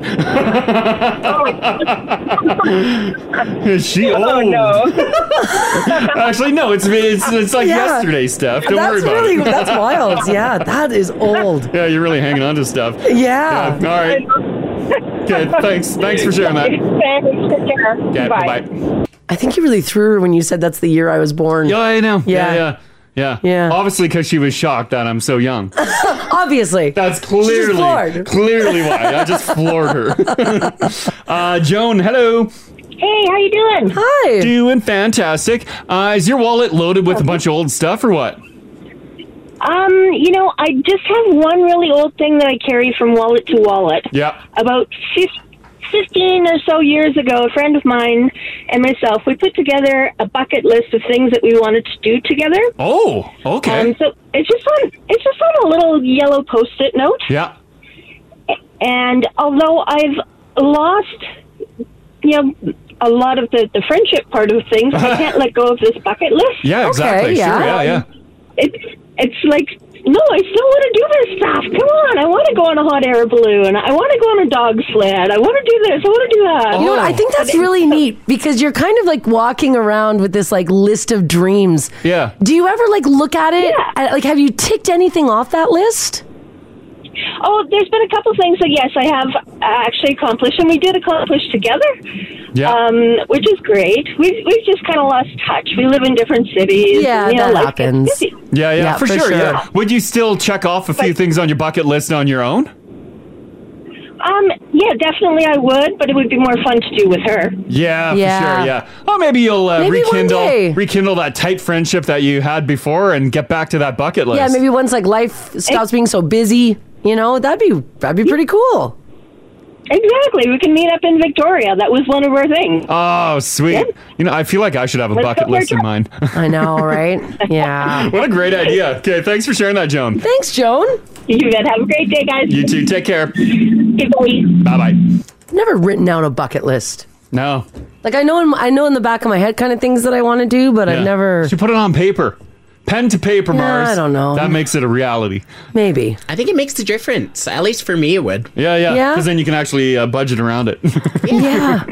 B: Is she old?
I: Oh, no.
B: Actually, no. It's it's, it's like
C: Yeah.
B: yesterday stuff. Don't worry
C: that's
B: about
C: really
B: it.
C: that's wild. Yeah, that is old.
B: Yeah, you're really hanging on to stuff.
C: Yeah.
B: All right. Okay. Thanks. Thanks for sharing that.
I: Thanks. Take care.
B: Okay. Bye. Bye.
C: I think you really threw her when you said that's the year I was born.
B: Yeah, I know. Yeah,
C: Yeah.
B: yeah, yeah.
C: Yeah.
B: Obviously, because she was shocked that I'm so young.
C: Obviously.
B: That's clearly
C: floored.
B: clearly why I just floored her. uh, Joan, hello.
I: Hey, how you doing?
C: Hi.
B: Doing fantastic. Uh, is your wallet loaded with a bunch of old stuff or what?
F: Um, you know, I just have one really old thing that I carry from wallet to wallet.
B: Yeah.
F: About fif- 15 or so years ago, a friend of mine and myself, we put together a bucket list of things that we wanted to do together.
B: Oh, okay.
F: Um, so it's just on it's just on a little yellow post-it note.
B: yeah.
F: And although I've lost, you know, a lot of the, the friendship part of things, I can't let go of this bucket list.
B: Yeah, exactly.
C: yeah.
B: Sure. Yeah, yeah.
F: it's it's like no, I still want to do this stuff. Come on, I want to go on a hot air balloon. I want to go on a dog sled. I want to do this. I want to do that.
C: You know what?
B: Oh.
C: I think that's really neat because you're kind of like walking around with this like list of dreams.
B: Yeah.
C: Do you ever like look at it?
F: Yeah.
C: at- Like, have you ticked anything off that list?
F: Oh, there's been a couple things that yes, I have uh, actually accomplished, and we did accomplish together.
B: Yeah.
F: Um, which is great. We've we've just kind of lost touch. We live in different cities.
C: Yeah,
F: you know,
C: that
F: life gets
C: happens.
F: busy.
B: Yeah, yeah,
C: Yeah,
B: for,
C: for
B: sure,
C: sure.
B: Yeah. Would you still check off a few things on your bucket list on your own?
F: Um, yeah, definitely I would, but it would be more fun to do with her.
B: Yeah, for
C: Yeah.
B: sure. Yeah. Oh, maybe you'll uh,
C: Maybe one day.
B: rekindle rekindle that tight friendship that you had before and get back to that bucket list.
C: Yeah, maybe once like life stops being so busy, you know, that'd be that'd be pretty cool.
F: Exactly. We can meet up in Victoria. That was one of our things.
B: Oh, sweet. You know, I feel like I should have a
F: Let's
B: bucket
F: go for a
B: list in
F: drive.
B: mind.
C: I know, right? Yeah.
B: what a great idea. Okay, thanks for sharing that, Joan.
C: Thanks, Joan.
F: You bet. Have a great day, guys.
B: You too. Take care.
F: Goodbye.
B: Bye bye.
C: Never written down a bucket list.
B: No.
C: Like I know, in, I know in the back of my head kind of things that I want to do, but
B: Yeah.
C: I've never.
B: She put it on paper. Pen to paper, Mars.
C: I don't know.
B: That makes it a reality.
C: Maybe.
D: I think it makes the difference. At least for me, it would.
B: Yeah, yeah.
C: Yeah.
B: Because then you can actually uh, budget around it.
C: Yeah.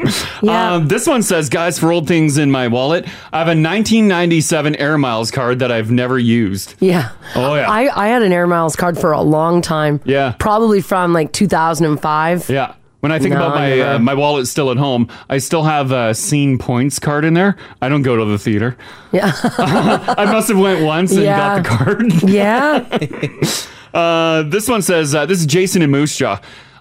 C: Yeah.
B: Um, this one says, guys, for old things in my wallet, I have a 1997 Air Miles card that I've never used.
C: Yeah.
B: Oh, yeah.
C: I, I had an Air Miles card for a long time.
B: Yeah.
C: Probably from like 2005.
B: Yeah. When I think
C: No,
B: about my
C: never.
B: uh, my wallet still at home, I still have a Scene Points card in there. I don't go to the theater.
C: Yeah.
B: I must have went once and
C: Yeah.
B: got the card.
C: yeah.
B: Uh, this one says, uh, this is Jason and Moose Jaw.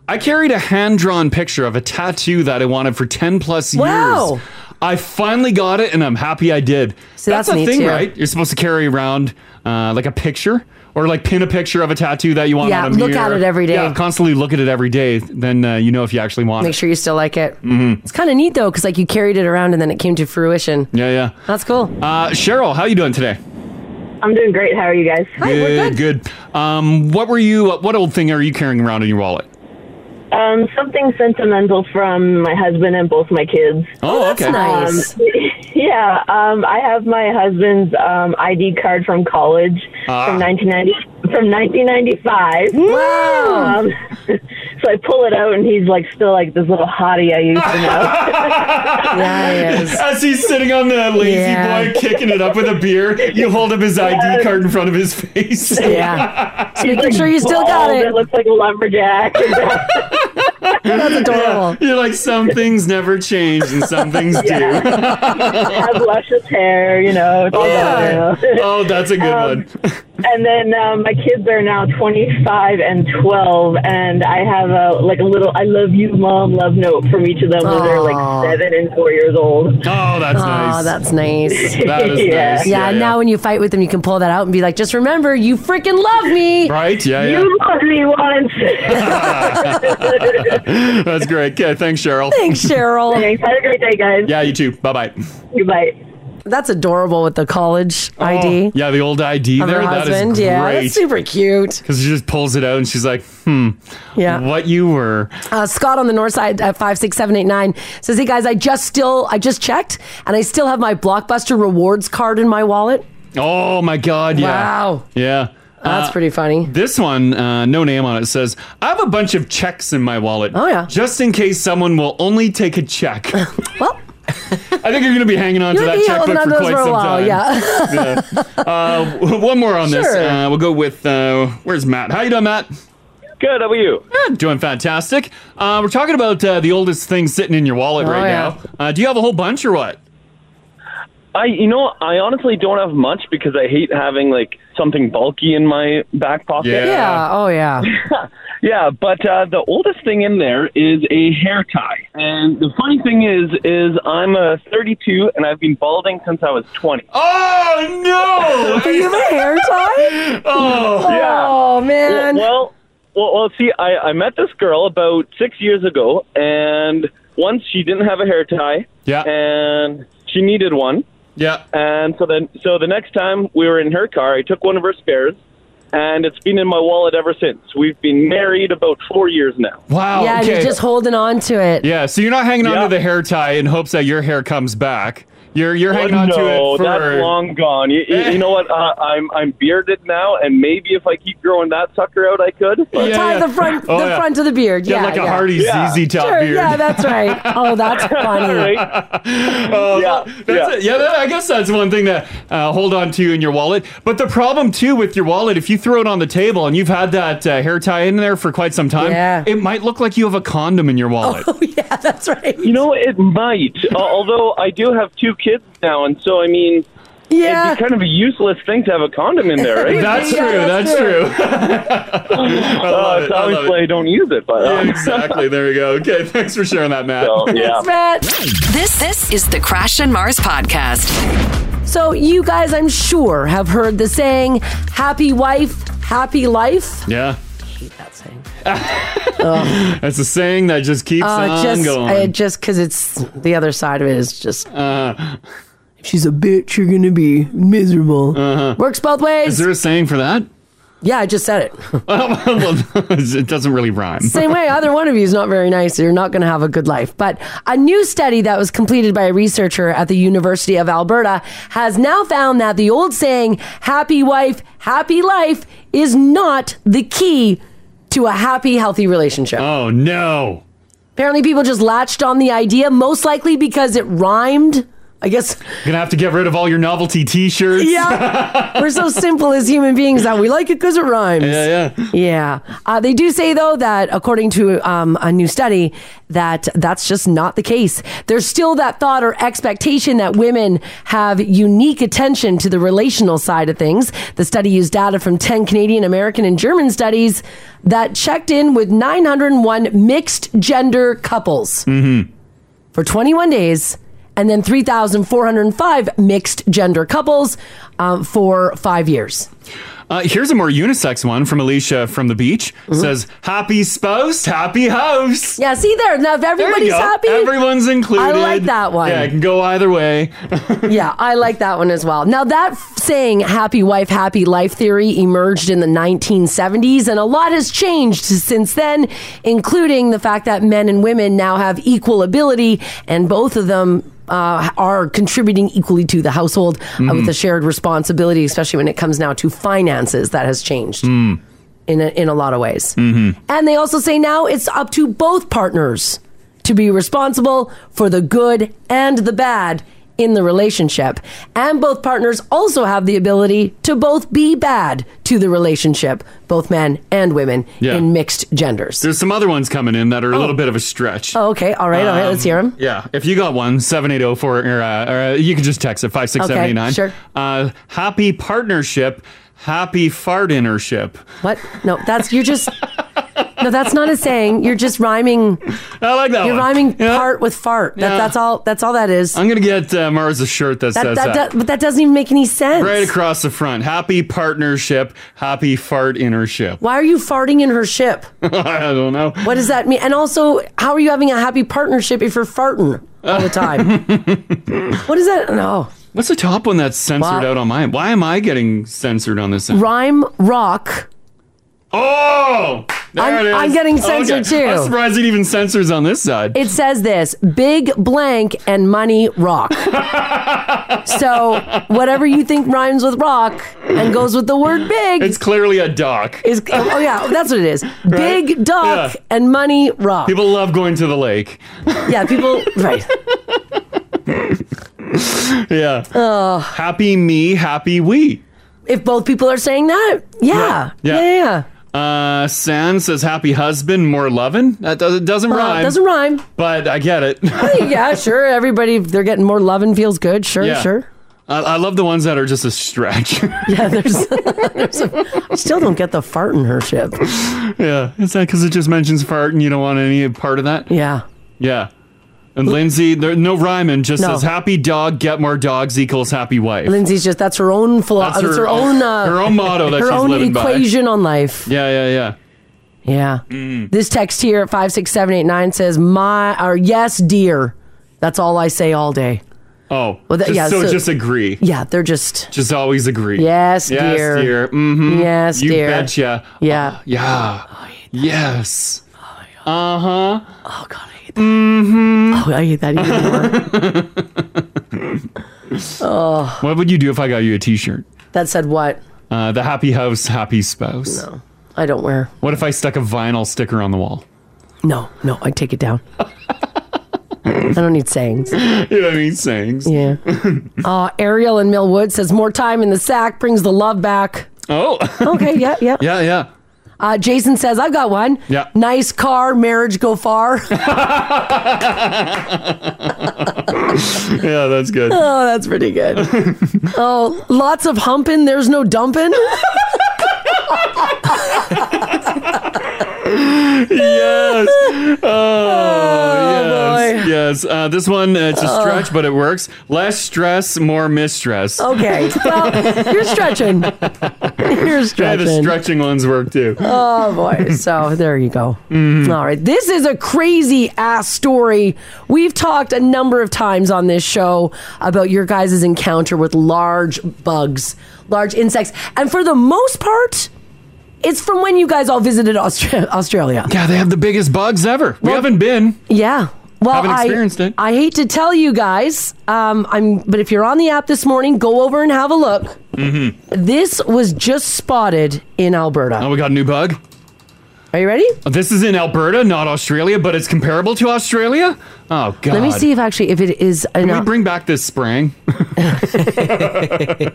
B: I carried a hand-drawn picture of a tattoo that I wanted for 10 plus years.
C: Wow.
B: I finally got it and I'm happy I did.
C: See, that's
B: a
C: neat,
B: thing,
C: too.
B: right? You're supposed to carry around uh, like a picture or like pin a picture of a tattoo that you want
C: Yeah,
B: on a
C: look at
B: mirror.
C: it every day.
B: Yeah, constantly look at it every day. Then uh, you know if you actually want
C: Make
B: it.
C: sure you still like it. Mm-hmm. It's kind of neat though, because like you carried it around and then it came to fruition.
B: Yeah, yeah.
C: That's cool.
B: Uh, Cheryl, how you doing today?
G: I'm doing great. How are you guys?
B: good, good. Um, what were you? What old thing are you carrying around in your wallet?
G: Um, something sentimental from my husband and both my kids.
B: Oh,
C: That's nice.
J: Um,
G: Yeah, um, I have my husband's um, ID card from college
B: Ah.
G: from 1990 from 1995.
C: wow.
G: Um, so I pull it out, and he's like still like this little hottie I used to know.
C: Yeah, it is.
B: As he's sitting on the lazy
C: Yeah.
B: boy kicking it up with a beer, you hold up his ID card in front of his face.
C: Yeah. So making sure you still got
G: Bald,
C: it.
G: It looks like a lumberjack.
C: That's adorable.
B: You're like, some things never change and some things do.
G: has luscious hair, you know. It's all
B: Yeah.
G: about, you know.
B: Oh, that's a good
G: Um,
B: one.
G: and then um, my kids are now 25 and 12, and I have a like a little "I love you, mom" love note from each of them when they're
C: Aw.
G: like seven and four years old.
B: Oh, that's
C: Oh,
B: nice.
C: that's nice.
B: that is
G: Yeah.
B: nice.
C: Yeah, now when you fight with them, you can pull that out and be like, just remember, you freaking love me.
B: Right? Yeah, yeah.
G: You loved me once.
B: That's great. Okay, thanks, Cheryl.
C: Thanks, Cheryl.
G: Thanks. Have a great day, guys.
B: Yeah, you too. Bye bye.
G: Goodbye.
C: That's adorable with the college ID.
B: Yeah, the old ID
C: Of her
B: there. That is
C: husband,
B: great.
C: yeah, that's super cute.
B: Because she just pulls it out and she's like, hmm,
C: Yeah.
B: what you were.
C: Uh, Scott on the north side at five six seven eight nine says, "Hey guys, I just still I just checked and I still have my Blockbuster rewards card in my wallet.
B: Oh my God! Yeah.
C: Wow.
B: Yeah. Uh,
C: That's pretty funny.
B: This one, uh, no name on it, says, I have a bunch of checks in my wallet. Oh, yeah. Just in case someone will only take a check. well, I think you're going to be hanging on
C: You
B: to
C: would
B: that
C: be holding on
B: checkbook for
C: to those
B: quite
C: for a
B: some
C: while,
B: time.
C: yeah.
B: Yeah. Uh, one more on this.
K: Sure.
B: Uh, we'll go with, uh, where's Matt? How you doing, Matt?
K: Good. How are you?
B: doing fantastic. Uh, we're talking about uh, the oldest thing sitting in your wallet
K: Oh,
B: right
K: yeah.
B: now. Uh, do you have a whole bunch or what?
K: I, you know, I honestly don't have much because I hate having like something bulky in my back pocket.
C: Oh yeah.
K: Yeah, but uh, the oldest thing in there is a hair tie. And the funny thing is, is I'm a 32 and I've been balding since I was 20.
B: Oh
C: Do you have a hair tie?
K: Oh, yeah.
C: Oh, man.
K: Well, well, well see, I, I met this girl about six years ago, and once she didn't have a hair tie.
B: Yeah.
K: And she needed one.
B: Yeah.
K: And so then, so the next time we were in her car, I took one of her spares, and it's been in my wallet ever since. We've been married about four years now.
B: Wow.
C: yeah, and
B: okay.
C: you're just holding on to it.
B: Yeah, so you're not hanging on
K: Yeah.
B: to the hair tie in hopes that your hair comes back. You're you're hanging
K: Well,
B: on
K: Oh, no,
B: to it for
K: that's long gone. You, you- you know what? Uh, I'm I'm bearded now, and maybe if I keep growing that sucker out, I could. but-
C: tie the front,
B: Oh,
C: the front of the beard.
K: Oh, Yeah,
C: Yeah,
K: like a
C: yeah.
K: Hardee's
C: yeah.
K: ZZ Top
C: Sure,
K: beard.
C: Yeah, that's right. Oh, that's funny.
B: yeah, Oh, that's it. yeah. that- I guess that's one thing to uh, hold on to in your wallet. But the problem too with your wallet, if you throw it on the table and you've had that uh, hair tie in there for quite some time,
K: Yeah.
B: it might look like you have a condom in your wallet.
C: Oh, yeah, that's right.
K: You know, it might. Uh, although I do have two kids now, and so I mean,
C: yeah,
K: it'd be kind of a useless thing to have a condom in there, right?
B: That's Yeah, true, that's that's true.
K: uh, it's obviously I don't use it, but uh,
B: Yeah, exactly. There we go. Okay, thanks for sharing that, Matt.
K: So, yeah.
A: This this is the Crash and Mars podcast.
C: So you guys, I'm sure, have heard the saying, "Happy wife, happy life."
B: Yeah.
C: That saying. Uh,
B: That's a saying that just keeps on
C: just,
B: going.
C: uh, just because it's the other side of it is just.
B: Uh-huh.
C: if she's a bitch, you're gonna be miserable. Works both ways.
B: Uh-huh. Is there a saying for that? Oh,
C: yeah, I just said it.
B: well, it doesn't really rhyme.
C: Same way, either one of you is not very nice. You're not going to have a good life. But a new study that was completed by a researcher at the University of Alberta has now found that the old saying, happy wife, happy life, is not the key to a happy, healthy relationship.
B: Oh, no.
C: Apparently, people just latched on the idea, most likely because it rhymed. I guess
B: You're gonna have to get rid of all your novelty T-shirts.
C: Yeah. We're so simple as human beings that we like it because it rhymes.
B: Yeah, yeah.
C: Yeah. Uh, they do say, though, that according to um, a new study, that that's just not the case. There's still that thought or expectation that women have unique attention to the relational side of things. The study used data from 10 Canadian, American, and German studies that checked in with 901 mixed gender couples
B: Mm-hmm.
C: for 21 days and then 3,405 mixed gender couples uh, for five years.
B: Uh, here's a more unisex one from Alicia from the beach.
C: Mm-hmm.
B: Says, "Happy spouse, happy house."
C: Yeah, see there. Now, if
B: There you
C: everybody's
B: go.
C: happy,
B: Everyone's included.
C: I like that one.
B: Yeah, it can go either way.
C: yeah, I like that one as well. Now, that f- saying, happy wife, happy life theory, emerged in the 1970s, and a lot has changed since then, including the fact that men and women now have equal ability, and both of them. Uh, are contributing equally to the household uh, with
B: Mhm.
C: a shared responsibility, especially when it comes now to finances. That has changed in a, in a lot of ways.
B: Mm-hmm.
C: And they also say now it's up to both partners to be responsible for the good and the bad in the relationship. And both partners also have the ability to both be bad to the relationship, both men and women
B: Yeah.
C: in mixed genders.
B: There's some other ones coming in that are a little bit of a stretch.
C: Oh, okay. All right. All right. Let's hear him.
B: Yeah, if you got one, 780-4, or, uh, or you can just text it, 56789.
C: Okay, sure.
B: Uh, happy partnership, happy fart innership.
C: What? No, that's, you're just, no, that's not a saying. You're just rhyming.
B: I like that
C: You're
B: one.
C: rhyming part with fart. That,
B: Yeah.
C: That's all, that's all that is.
B: I'm going to get uh, Mars a shirt that,
C: That,
B: says
C: that,
B: that.
C: that, but that doesn't even make any sense.
B: Right across the front. Happy partnership, happy fart innership.
C: Why are you farting in her ship?
B: I don't know.
C: What does that mean? And also, how are you having a happy partnership if you're farting all the time? what is that? No.
B: What's the top one that's censored out on mine? Why am I getting censored on this? end?
C: Rhyme rock.
B: Oh, there
C: I'm-
B: it is.
C: I'm getting censored
B: Okay.
C: too.
B: I'm surprised it even censors on this side.
C: It says this big blank and money rock. so whatever you think rhymes with rock and goes with the word big
B: It's clearly a doc.
C: is oh yeah, that's what it is. Big duck
B: Yeah.
C: and money rock.
B: People love going to the lake.
C: Oh. yeah, people right.
B: Yeah. happy me, happy we.
C: If both people are saying that, yeah.
B: Yeah.
C: Yeah, yeah.
B: Uh, San says happy husband, more lovin'. That does, it doesn't
C: Uh,
B: rhyme.
C: doesn't rhyme.
B: But I get it.
C: yeah, sure. Everybody if they're getting more love and feels good. Sure,
B: Yeah.
C: sure.
B: I, I love the ones that are just a stretch.
C: Yeah, there's, there's a, I still don't get the fart in her ship.
B: yeah. Is that because it just mentions fart and you don't want any part of that?
C: Yeah.
B: Yeah. And Lindsay, there no rhyming, just
C: No.
B: says happy dog, get more dogs equals happy wife.
C: Lindsay's just that's her own philosophy.
B: That's
C: It's
B: her
C: her
B: own-
C: own uh,
B: her own motto that
C: her
B: she's
C: own
B: living by.
C: equation on life.
B: Yeah, yeah, yeah.
C: Yeah. This text here at five six seven eight nine says my or yes dear. That's all I say all day.
B: Oh.
C: Well, that-
B: just,
C: yeah,
B: so,
C: so-
B: just agree.
C: Yeah, they're just
B: Just always agree.
C: Yes,
B: yes,
C: dear.
B: dear. Mm-hmm.
C: Yes,
B: you
C: dear.
B: betcha. Ah,
C: yeah.
B: Yeah. yes. Uh huh.
C: Oh god, I hate that. Mm-hmm. Oh, I hate that even more. oh,
B: What would you do if I got you a T-shirt?
C: that said what?
B: Uh, the happy house, happy spouse. No,
C: I don't wear.
B: What if I stuck a vinyl sticker on the wall?
C: No, no, I take it down. I don't need sayings.
B: you know what I mean? Sayings.
C: Yeah. Uh, Ariel in Millwood says more time in the sack brings the love back.
B: Oh.
C: Okay, yeah, yeah.
B: Yeah, yeah.
C: Uh, Jason says I've got one.
B: Yeah.
C: Nice car, marriage go far.
B: yeah, that's good.
C: Oh, that's pretty good. oh, lots of humping. There's no dumping.
B: yes. Oh, yes. Yes. Uh, this one, uh, it's a
C: Oh.
B: stretch, but it works. Less stress, more mistress.
C: Okay. Well, you're stretching. You're
B: Yeah, the
C: stretching.
B: stretching ones work too.
C: Oh boy. So there you go.
B: Mm-hmm. Mm.
C: All right. This is a crazy ass story. We've talked a number of times on this show about your guys' encounter with large bugs, large insects. And for the most part, it's from when you guys all visited Austra- Australia.
B: Yeah, they have the biggest bugs ever. We haven't been.
C: Yeah. Well,
B: Haven't
C: I-
B: experienced it.
C: I hate to tell you guys, um, I'm but if you're on the app this morning, go over and have a look.
B: Mm-hmm.
C: This was just spotted in Alberta.
B: Oh, we got a new bug.
C: Are you ready?
B: This is in Alberta, not Australia, but it's comparable to Australia. Oh God.
C: Let me see if actually if it is. An,
B: Can we bring back this spring?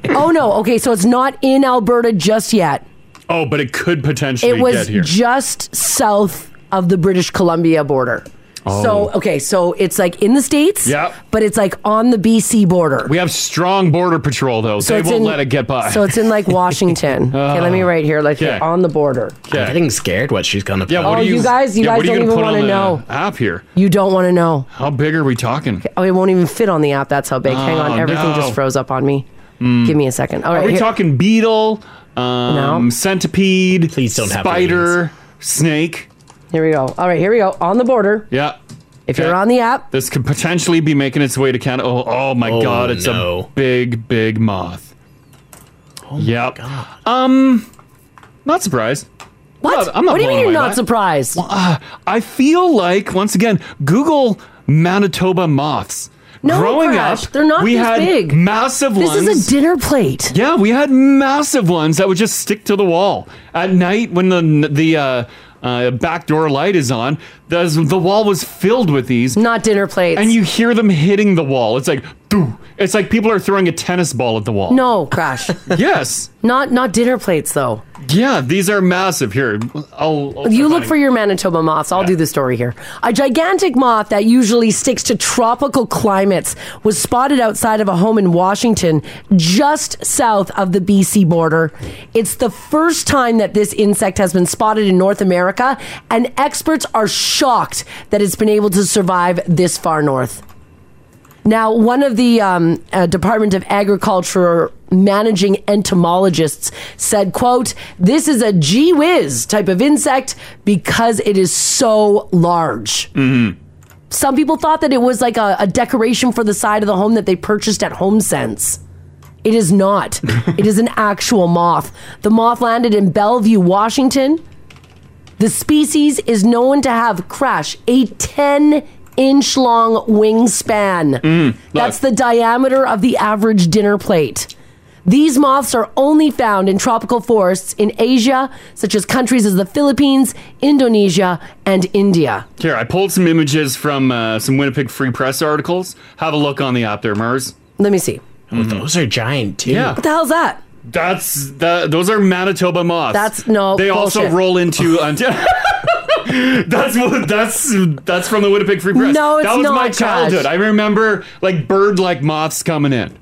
C: oh no, okay, so it's not in Alberta just yet.
B: Oh, but it could potentially
C: It was
B: get here.
C: just south of the British Columbia border. So okay, so it's like in the states,
B: Oh. Yep.
C: but it's like on the BC border.
B: we have strong border patrol though.
C: So
B: they
C: it's
B: won't
C: in-
B: let it get by. Uh-huh.
C: So it's in like Washington. okay, let me write here, like
B: okay.
C: on the border.
B: I'm
D: getting scared what she's gonna.
B: Yeah.
C: put.
B: What
C: Oh,
B: are you,
C: you guys- you
B: yeah,
C: guys
B: what are
C: don't
B: gonna
C: even
B: put on
C: wanna
B: the
C: know.
B: App here.
C: You don't want to know.
B: How big are we talking?
C: Oh, it won't even fit on the app. That's how big. Hang
B: Oh,
C: on, everything
B: no.
C: just froze up on me.
B: Mm.
C: Give me a second. All right,
B: Are we
C: here-
B: talking beetle, um, centipede, please don't
D: have
B: spider, snake?
C: Here we go. All right, here we go. On the border.
B: Yeah.
C: If you're on the app,
B: this could potentially be making its way to Canada. Oh, oh my God! It's a big, big moth. Oh yep. Um, not surprised.
C: What?
B: I'm not
C: What do you mean
B: blown
C: you're
B: away
C: not
B: by it.
C: surprised?
B: Well, uh, I feel like once again, Google Manitoba moths.
C: No,
B: Growing
C: Crash,
B: up,
C: they're not
B: we
C: this
B: had
C: big.
B: massive
C: This
B: ones.
C: is a dinner plate.
B: Yeah, we had massive ones that would just stick to the wall at night when the the uh, uh, back door light is on. The the wall was filled with these,
C: not dinner plates.
B: And you hear them hitting the wall. It's like, "Doo." it's like people are throwing a tennis ball at the wall.
C: no, Crash.
B: Yes.
C: not not dinner plates though.
B: Yeah, these are massive. Here, I'll. I'll
C: you
B: start
C: look
B: finding-
C: for your Manitoba moths. I'll do the story here. A gigantic moth that usually sticks to tropical climates was spotted outside of a home in Washington, just south of the BC border. It's the first time that this insect has been spotted in North America, and experts are shocked that it's been able to survive this far north. Now, one of the um, uh, Department of Agriculture managing entomologists said, "quote This is a gee whiz type of insect because it is so large."
B: Mhm.
C: Some people thought that it was like a, a decoration for the side of the home that they purchased at HomeSense. It is not. it is an actual moth. The moth landed in Bellevue, Washington. The species is known to have crash a 10 inch long wingspan. That's the diameter of the average dinner plate. These moths are only found in tropical forests in Asia, such as countries as the Philippines, Indonesia, and India.
B: Here, I pulled some images from uh, some Winnipeg Free Press articles. Have a look on the app there, Mars.
C: Let me see.
B: Oh, Those are giant too. Yeah,
C: What the hell's that?
B: that's that. Those are Manitoba moths.
C: That's- no,
B: They also
C: bullshit.
B: roll into. Onta- that's what. That's that's from the Winnipeg Free Press.
C: No, it's
B: that was
C: not,
B: my
C: Josh.
B: childhood. I remember like bird-like moths coming in.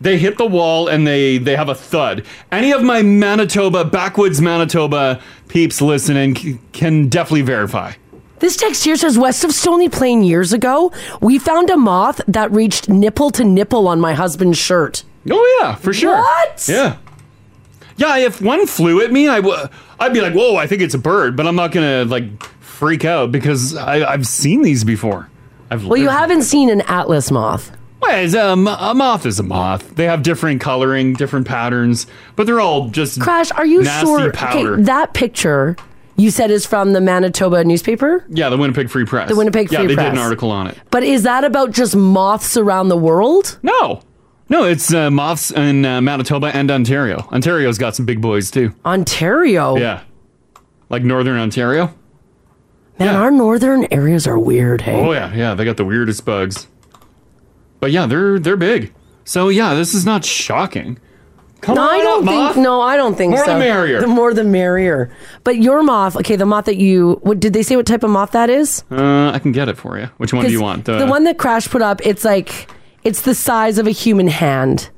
B: They hit the wall and they they have a thud. Any of my Manitoba backwoods Manitoba peeps listening c- can definitely verify.
C: This text here says west of Stony Plain years ago, we found a moth that reached nipple to nipple on my husband's shirt.
B: Oh yeah, for sure.
C: What?
B: Yeah. Yeah, if one flew at me, I w- I'd be like, "Whoa, I think it's a bird," but I'm not gonna like freak out because I- I've seen these before. I've
C: Well, you
B: lived-
C: haven't seen an atlas moth.
B: Well, it's um, a, mo- a moth is a moth. They have different coloring, different patterns, but they're all just
C: Crash, are you
B: nasty
C: sure?
B: Powder.
C: Okay, that picture you said is from the Manitoba newspaper,
B: yeah, the Winnipeg Free Press.
C: The Winnipeg
B: yeah,
C: Free
B: they did an
C: Press.
B: article on it.
C: but is that about just moths around the world?
B: No, no, it's uh, moths in uh, Manitoba and Ontario. Ontario's got some big boys too.
C: Ontario.
B: Yeah, like northern Ontario.
C: Man, our northern areas are weird, hey?
B: Oh yeah, yeah, they got the weirdest bugs. But yeah, they're they're big. So yeah, this is not shocking. Come
C: no,
B: on
C: I
B: up,
C: don't
B: moth.
C: think. No, I don't think
B: More
C: so.
B: the merrier.
C: The more the merrier. But your moth, okay, the moth that you what did they say what type of moth that is?
B: Uh, I can get it for you. Which one do you want? Uh,
C: The one that Crash put up, it's like it's the size of a human hand.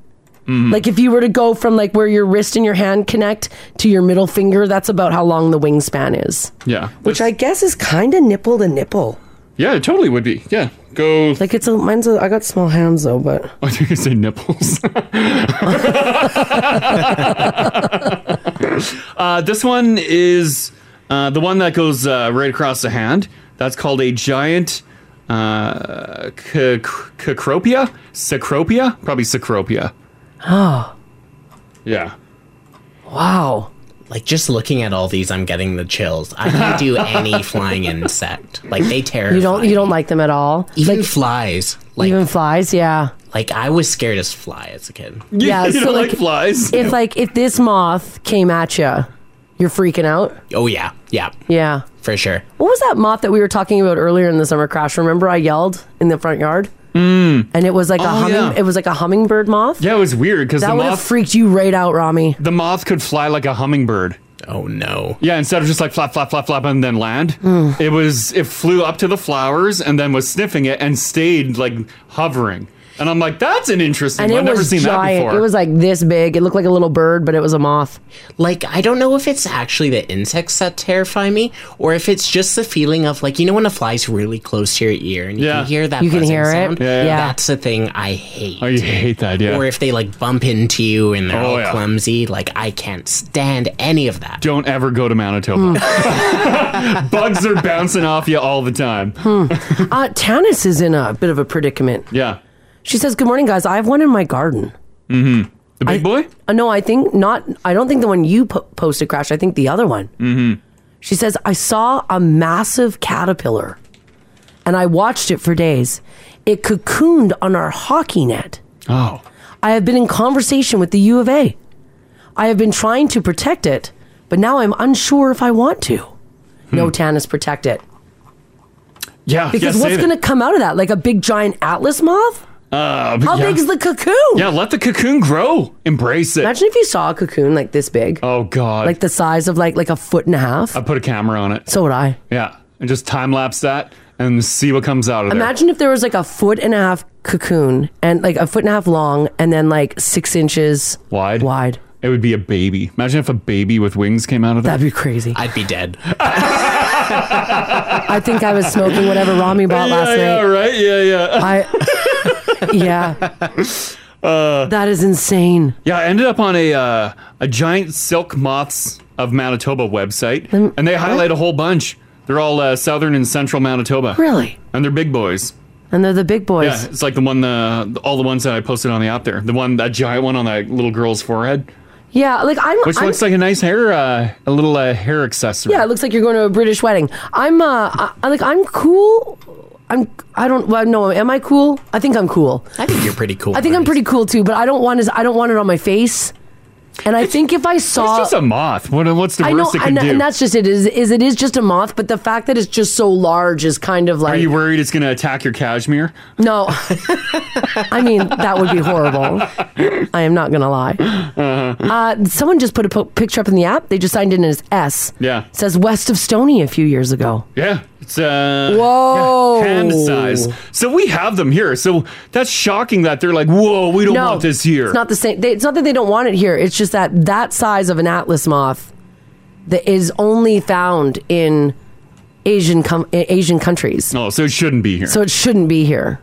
B: Mhm.
C: Like if you were to go from like where your wrist and your hand connect to your middle finger, that's about how long the wingspan is.
B: Yeah.
C: Which I guess is kind of nipple to nipple.
B: Yeah, it totally would be. Yeah. Go.
C: Like it's a mine's. A, I got small hands though, but
B: Mm. I think I say nipples. uh, this one is uh, the one that goes uh, right across the hand. That's called a giant uh, c- cecropia. Cecropia? Probably cecropia.
C: oh,
B: Yeah.
C: Wow.
D: Like just looking at all these, I'm getting the chills. I can't do any flying insect. Like they terrify.
C: you don't you don't like them at all.
D: even flies. Like
C: Even flies, yeah.
D: like I was scared as fly as a kid.
C: Yeah, so like, If like if this moth came at you, you're freaking out.
D: oh yeah, yeah,
C: Yeah.
D: for sure.
C: What was that moth that we were talking about earlier in the summer crash? Remember I yelled in the front yard? Mm. And it was like
B: Oh,
C: a humming
B: yeah.
C: it was like a hummingbird moth.
B: Yeah, it was weird because
C: That
B: the
C: would have
B: moth
C: freaked you right out, Rami.
B: the moth could fly like a hummingbird.
D: Oh no!
B: Yeah, instead of just like flap, flap, flap, flap, and then land,
C: Mm.
B: it was it flew up to the flowers and then was sniffing it and stayed like hovering. And I'm like, that's an interesting.
C: And
B: one.
C: it
B: I've never
C: was
B: seen that
C: giant.
B: before.
C: It was like this big. It looked like a little bird, but it was a moth.
D: Like I don't know if it's actually the insects that terrify me, or if it's just the feeling of like you know when a fly's really close to your ear and you
B: Yeah.
D: can hear that.
B: You can
D: buzzing
B: hear it.
D: Sound.
B: Yeah, yeah.
D: that's the thing I hate.
B: Oh, you hate that, yeah.
D: Or if they like bump into you and they're
B: Oh,
D: all
B: yeah.
D: clumsy, like I can't stand any of that.
B: Don't ever go to Manitoba. Bugs are bouncing off you all the time.
C: Hmm. uh, Tanis is in a bit of a predicament.
B: Yeah.
C: She says, "Good morning, guys. I have one in my garden."
B: Mm-hmm. The big boy.
C: Uh, no, I think not. I don't think the one you po- posted crashed. I think the other one.
B: Mm-hmm.
C: She says, I saw a massive caterpillar and I watched it for days. It cocooned on our hockey net.
B: Oh.
C: I have been in conversation with the U of A. I have been trying to protect it, but now I'm unsure if I want to.
B: Hmm.
C: No, Tanis, protect it.
B: Yeah.
C: Because
B: yeah,
C: what's
B: save it.
C: going to come out of that? Like a big giant atlas moth?
B: Uh,
C: How
B: yeah.
C: big is the cocoon?
B: Yeah, let the cocoon grow. Embrace it.
C: Imagine if you saw a cocoon like this big,
B: Oh God.
C: like the size of like like a foot and a half.
B: I put a camera on it.
C: So would I.
B: Yeah, and just time lapse that and see what comes out of there.
C: Imagine if there was like a foot and a half cocoon and like a foot and a half long and then like six inches.
B: Wide.
C: Wide.
B: It would be a baby. Imagine if a baby with wings came out of that.
C: That'd be crazy.
D: I'd be dead.
C: I think I was smoking whatever Rami bought
B: yeah,
C: last
B: yeah,
C: night.
B: right.
C: I,
B: Yeah, yeah.
C: yeah.
B: Uh,
C: that is insane.
B: Yeah, I ended up on a uh, a giant silk moths of Manitoba website, and they highlight a whole bunch. They're all uh, southern and central Manitoba.
C: Really?
B: And they're big boys.
C: And they're the big boys.
B: Yeah, it's like the one, the all the ones that I posted on the app there. The one, that giant one on that little girl's forehead,
C: Yeah, like I'm.
B: which
C: I'm-
B: looks like a nice hair, uh, a little uh, hair accessory.
C: Yeah, it looks like you're going to a British wedding. I'm uh, I, I- like I'm cool. I'm I don't well no. Am I cool? I think I'm cool.
D: I think you're pretty cool.
C: I think I'm pretty cool too, but I don't want is I don't want it on my face. And I think if I
B: It's
C: saw
B: just a moth. What, what's the
C: I know,
B: worst it could
C: and,
B: do?
C: and that's just it. Is is it is just a moth, but the fact that it's just so large is kind of
B: Are
C: like
B: you worried it's going to attack your cashmere?
C: no. I mean, that would be horrible. I am not gonna lie.
B: Uh-huh.
C: Uh, someone just put a po- picture up in the app. They just signed in as S.
B: Yeah.
C: It says west of Stony a few years ago.
B: Yeah, it's uh,
C: Whoa.
B: yeah, hand size. So we have them here. So that's shocking that they're like, whoa, we don't
C: No,
B: want this here.
C: It's not the same. They, it's not that they don't want it here. It's just that that size of an atlas moth that is only found in Asian com- Asian countries.
B: no, so it shouldn't be here.
C: So it shouldn't be here.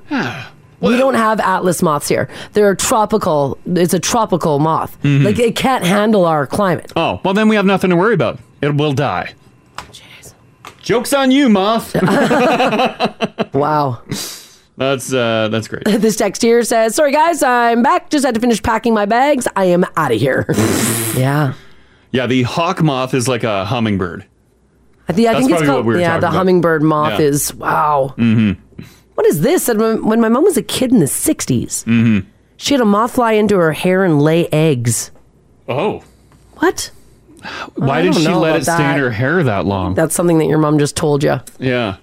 C: we don't have atlas moths here. They're tropical. It's a tropical moth.
B: Mhm.
C: Like it can't handle our climate.
B: oh, well then we have nothing to worry about. It will die. Jeez. Joke's on you, moth.
C: wow.
B: That's uh, that's great.
C: this text here says, "Sorry guys, I'm back. Just had to finish packing my bags. I am out of here." yeah.
B: Yeah, the hawk moth is like a hummingbird.
C: I think, I
B: That's
C: think it's
B: probably
C: called
B: what we were
C: yeah,
B: talking
C: the
B: about.
C: hummingbird moth
B: Yeah.
C: is wow.
B: Mm-hmm.
C: What is this? And when when my mom was a kid in the 60s,
B: Mm-hmm.
C: she had a moth fly into her hair and lay eggs.
B: Oh.
C: What?
B: Why
C: I
B: did
C: don't
B: she
C: know
B: let
C: about
B: it stay
C: that.
B: in her hair that long?
C: That's something that your mom just told you.
B: yeah,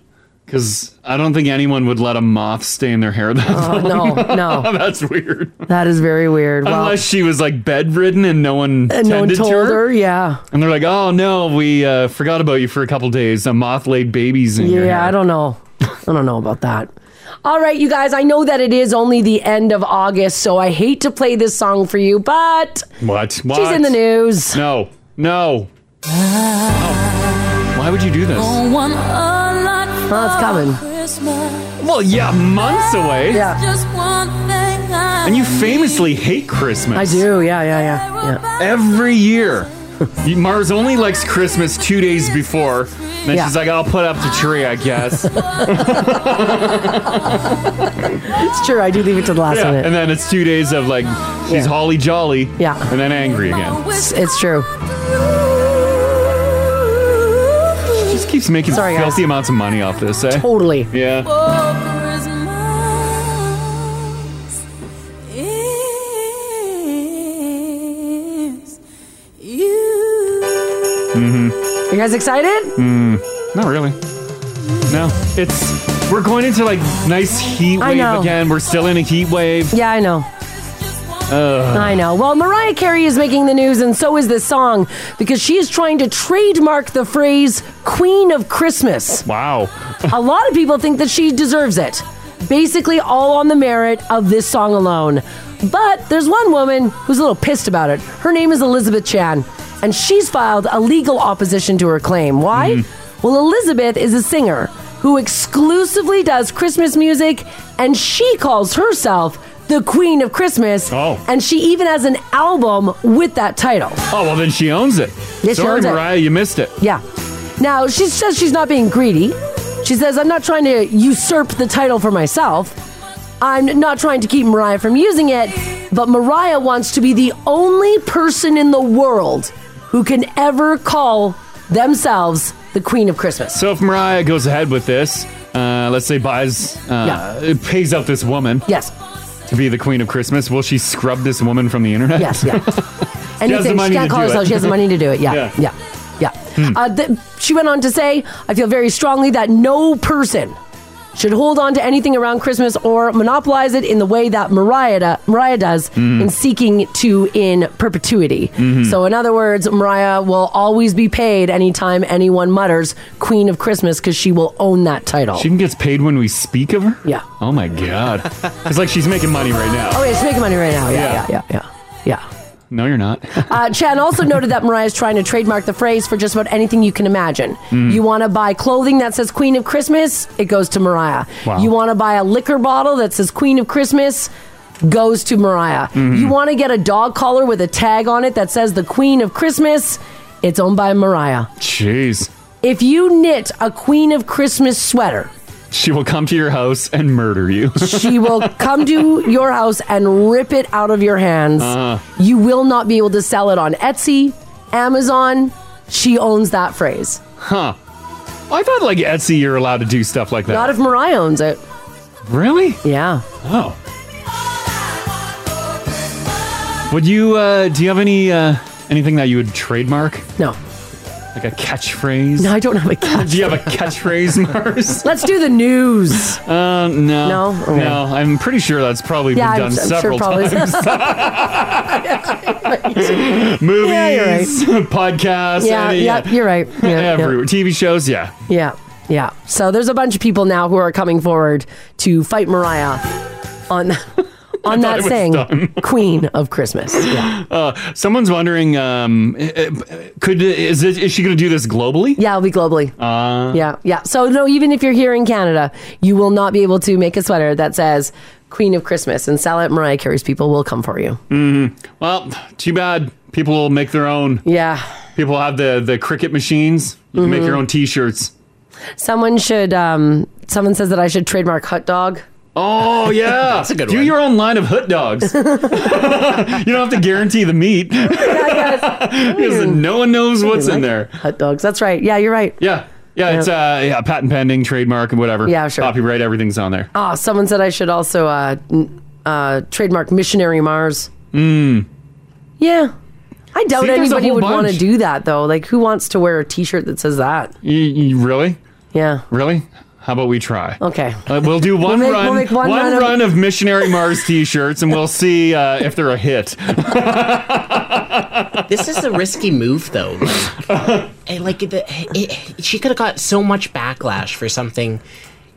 B: because I don't think anyone would let a moth stay in their hair that
C: Oh,
B: long.
C: no, no.
B: that's weird.
C: That is very weird. Wow.
B: Unless she was like bedridden and no one
C: And no one
B: tended
C: told
B: to her.
C: her. Yeah.
B: And they're like, "Oh no, we uh, forgot about you for a couple days. A moth laid babies in your hair."
C: Yeah, I don't know. I don't know about that. All right, you guys, I know that it is only the end of August, so I hate to play this song for you, but
B: What? What?
C: in the news.
B: No, no. Oh. Why would you do this?
C: Well, it's coming.
B: Well, yeah, months away.
C: Yeah.
B: And you famously hate Christmas.
C: I do. Yeah, yeah, yeah. yeah.
B: Every year. You- Mars only likes Christmas two days before. Then
C: Yeah.
B: she's like, I'll put up the tree, I guess.
C: It's true. I do leave it to the last
B: Yeah,
C: minute.
B: And then it's two days of like, she's holly jolly.
C: Yeah.
B: And then angry again.
C: It's, it's true.
B: She just keeps making
C: Sorry, guys.
B: filthy amounts of money off this, eh?
C: Totally.
B: Yeah. Mm-hmm.
C: You guys excited?
B: Mm, not really. No, it's we're going into like nice heat
C: I
B: wave
C: know.
B: again. We're still in a heat wave.
C: Yeah, I know.
B: Ugh.
C: I know. Well, Mariah Carey is making the news, and so is this song, because she is trying to trademark the phrase Queen of Christmas.
B: Wow.
C: a lot of people think that she deserves it. Basically, all on the merit of this song alone. But there's one woman who's a little pissed about it. Her name is Elizabeth Chan, and she's filed a legal opposition to her claim. Why?
B: Hmm.
C: Well, Elizabeth is a singer who exclusively does Christmas music, and she calls herself the Queen of Christmas. Oh. And she even has an album with that title.
B: Oh well, then she owns it.
C: Yes, she
B: Sorry,
C: owns it.
B: Mariah, you missed it.
C: Yeah. Now, she says she's not being greedy. She says, I'm not trying to usurp the title for myself. I'm not trying to keep Mariah from using it, but Mariah wants to be the only person in the world who can ever call themselves the Queen of Christmas.
B: So if Mariah goes ahead with this, uh, let's say buys, uh, it pays out this woman.
C: Yes.
B: To be the queen of Christmas, will she scrub this woman from the internet?
C: Yes, yeah.
B: She has the
C: Anything. She,
B: money to
C: can't call
B: do it.
C: herself. She has the money to do it. Yeah.
B: Yeah. Hmm.
C: Yeah. Yeah. Uh, th- she went on to say, I feel very strongly that no person should hold on to anything around Christmas or monopolize it in the way that Mariah, da- Mariah does
B: Mm-hmm.
L: Mhm.
C: in seeking to in perpetuity.
L: Mhm.
C: So, in other words, Mariah will always be paid anytime anyone mutters Queen of Christmas because she will own that title.
B: She even gets paid when we speak of her?
C: Yeah.
B: Oh my god. it's like she's making money right now.
C: oh, yeah, she's making money right now. yeah. yeah. yeah. yeah. Yeah.
B: No, you're not.
C: Uh, Chan also noted that Mariah's trying to trademark the phrase for just about anything you can imagine.
B: Mm.
C: You want to buy clothing that says Queen of Christmas, it goes to Mariah.
L: Wow.
C: You want to buy a liquor bottle that says Queen of Christmas, goes to Mariah.
B: Mm-hmm.
L: Mhm.
C: You want to get a dog collar with a tag on it that says the Queen of Christmas, it's owned by Mariah.
B: Jeez.
C: If you knit a Queen of Christmas sweater,
B: She will come to your house and murder you.
C: she will come to your house and rip it out of your hands.
B: Uh.
C: You will not be able to sell it on Etsy, Amazon. She owns that phrase.
B: Huh. I thought like Etsy, you're allowed to do stuff like that.
C: Not if Mariah owns it.
B: Really?
C: Yeah.
B: Oh. Would you? Uh, do you have any uh, anything that you would trademark?
C: No.
B: Like a catchphrase?
C: No, I don't have a catchphrase.
B: do you have a catchphrase, Mars?
C: Let's do the news.
B: Uh,
C: No?
B: no.
C: Okay.
B: No. I'm pretty sure that's probably
C: Yeah, I'm-
B: been done
C: I'm sure
B: several
C: probably-
B: times. Movies,
C: Yeah, you're right.
B: podcasts.
C: Yeah,
B: any-
C: yep, you're right. Yeah, yeah.
B: everywhere. TV shows. Yeah.
C: Yeah, yeah. So there's a bunch of people now who are coming forward to fight Mariah on on
B: thought
C: that
B: it was
C: saying,
B: done.
C: Queen of Christmas. Yeah.
B: Uh, someone's wondering, um, eh, eh, could is it, is she going to do this globally?
C: Yeah, it'll be globally.
B: Uh,
C: Yeah, yeah. So no, even if you're here in Canada, you will not be able to make a sweater that says Queen of Christmas and sell it. Mariah Carey's people will come for you.
B: mhm. Well, too bad. People will make their own.
C: Yeah.
B: People have the the cricket machines. You can make your
C: Mhm.
B: own T-shirts.
C: Someone should. Um, someone says that I should trademark hot dog.
B: Oh yeah, Do your own line of hot dogs. you don't have to guarantee the meat because
C: Mm.
B: no one knows what's in there.
C: Hot dogs. That's right. Yeah, you're right.
B: Yeah, yeah, it's uh, yeah, patent pending, trademark, and whatever.
C: Yeah, sure.
B: Copyright, everything's on there.
C: Oh, someone said I should also uh, n- uh, trademark Missionary Mars.
B: Mm.
C: Yeah. I doubt
B: See, there's a
C: anybody
B: whole
C: would want to
B: bunch.
C: do that though. Like who wants to wear a t-shirt that says that?
B: You, you really?
C: Yeah.
B: Really? How about we try?
C: Okay.
B: Uh, we'll do
C: We'll
B: one
C: make-
B: run,
C: we'll make one
B: one,
C: run
B: run,
C: of-
B: of... missionary Mars T-shirts, and we'll see uh, if they're a hit.
D: this is a risky move, though. Like, eh, like the, it, she could have got so much backlash for something.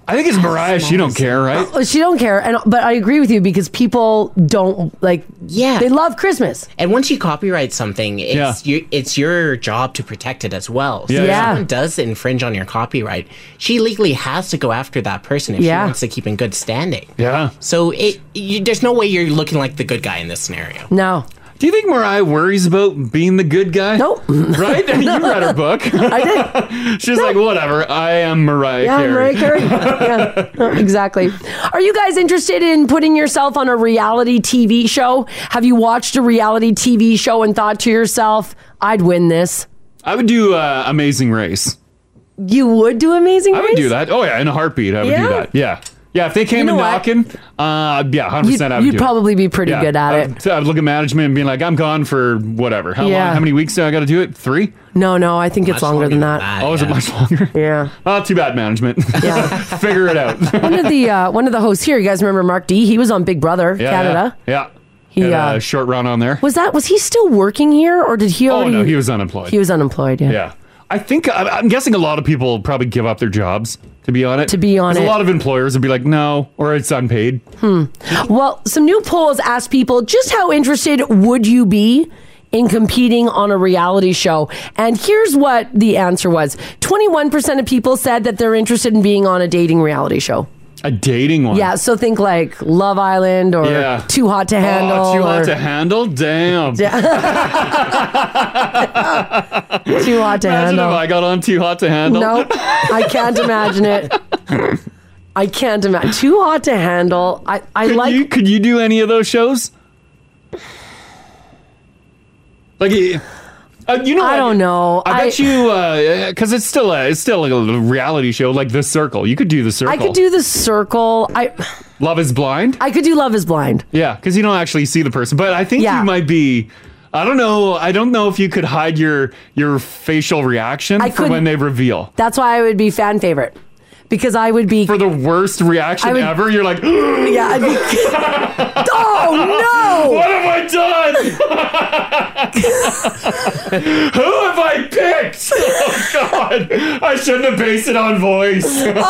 B: I think it's Mariah. She don't care, right?
C: Oh, She don't care, and but I agree with you because people don't like.
D: Yeah,
C: they love Christmas.
D: And once you copyright something, it's
C: Yeah.
D: your, it's your job to protect it as well. So
C: Yeah,
D: if
C: yeah.
D: someone does infringe on your copyright, she legally has to go after that person if
C: Yeah.
D: she wants to keep in good standing.
B: Yeah.
D: So it you, there's no way you're looking like the good guy in this scenario.
C: No.
B: Do you think Mariah worries about being the good guy? Nope. Right? You read her book. I did. She's like, whatever. I am Mariah
C: Yeah,
B: Carey.
C: Mariah Carey. yeah, no, exactly. Are you guys interested in putting yourself on a reality TV show? Have you watched a reality TV show and thought to yourself, "I'd win this"?
B: I would do uh, Amazing Race.
C: You would do Amazing
B: I
C: Race.
B: would do that. Oh yeah, in a heartbeat, I would
C: Yeah?
B: do that. Yeah, yeah. If they came
C: know
B: in
C: what?
B: knocking, uh, yeah, hundred percent. I would
C: you'd
B: do
C: probably
B: it. Um,
C: be pretty good at
B: I would, it. I would look at management and be like, I'm gone for whatever. How
C: Yeah.
B: long? How many weeks do I got to do it? Three.
C: No, no, I think it's longer than that.
B: oh, is it much longer?
C: Yeah.
B: Oh, too bad, management. Yeah. Figure it out.
C: one of the uh, one of the hosts here, you guys remember Mark D? He was on Big Brother
B: Yeah,
C: Canada.
B: Yeah.
C: He,
B: He had
C: uh,
B: a short run on there.
C: Was that was he still working here or did he
B: Oh
C: already?
B: no, he was unemployed.
C: He was unemployed. Yeah.
B: Yeah. I think I- I'm guessing a lot of people probably give up their jobs to be on it. To
C: be on
B: a
C: it.
B: lot of employers would be like, no, or it's unpaid.
C: Hmm. Well, some new polls asked people just how interested would you be in competing on a reality show? And here's what the answer was: 21% of people said that they're interested in being on a dating reality show.
B: A dating one.
C: Yeah, so think like Love Island or
B: Yeah.
C: Too Hot to Handle.
B: Oh, too hot
C: or-
B: to handle? Damn.
C: Too hot to
B: Imagine
C: handle.
B: if I got on too hot to handle.
C: No, I can't imagine it. I can't imagine. Too hot to handle. I, I
B: could
C: like.
B: You, could you do any of those shows? Like, eh, uh, you know,
C: I
B: what?
C: don't know.
B: I, bet
C: I-
B: you, because it's still a, it's still a reality show like The Circle. You could do The Circle.
C: I could do the circle. I
B: Love Is Blind.
C: I could do Love Is Blind.
B: Yeah, because you don't actually see the person, but I think
C: Yeah.
B: you might be. I don't know. I don't know if you could hide your your facial reaction
C: I
B: for
C: couldn't-
B: when they reveal.
C: That's why I would be fan favorite because I would be
B: for the worst reaction ever. You're like,
C: yeah. I'd be, oh no!
B: What have I done? Who have I picked? Oh God! I shouldn't have based it on voice.
C: Oh no!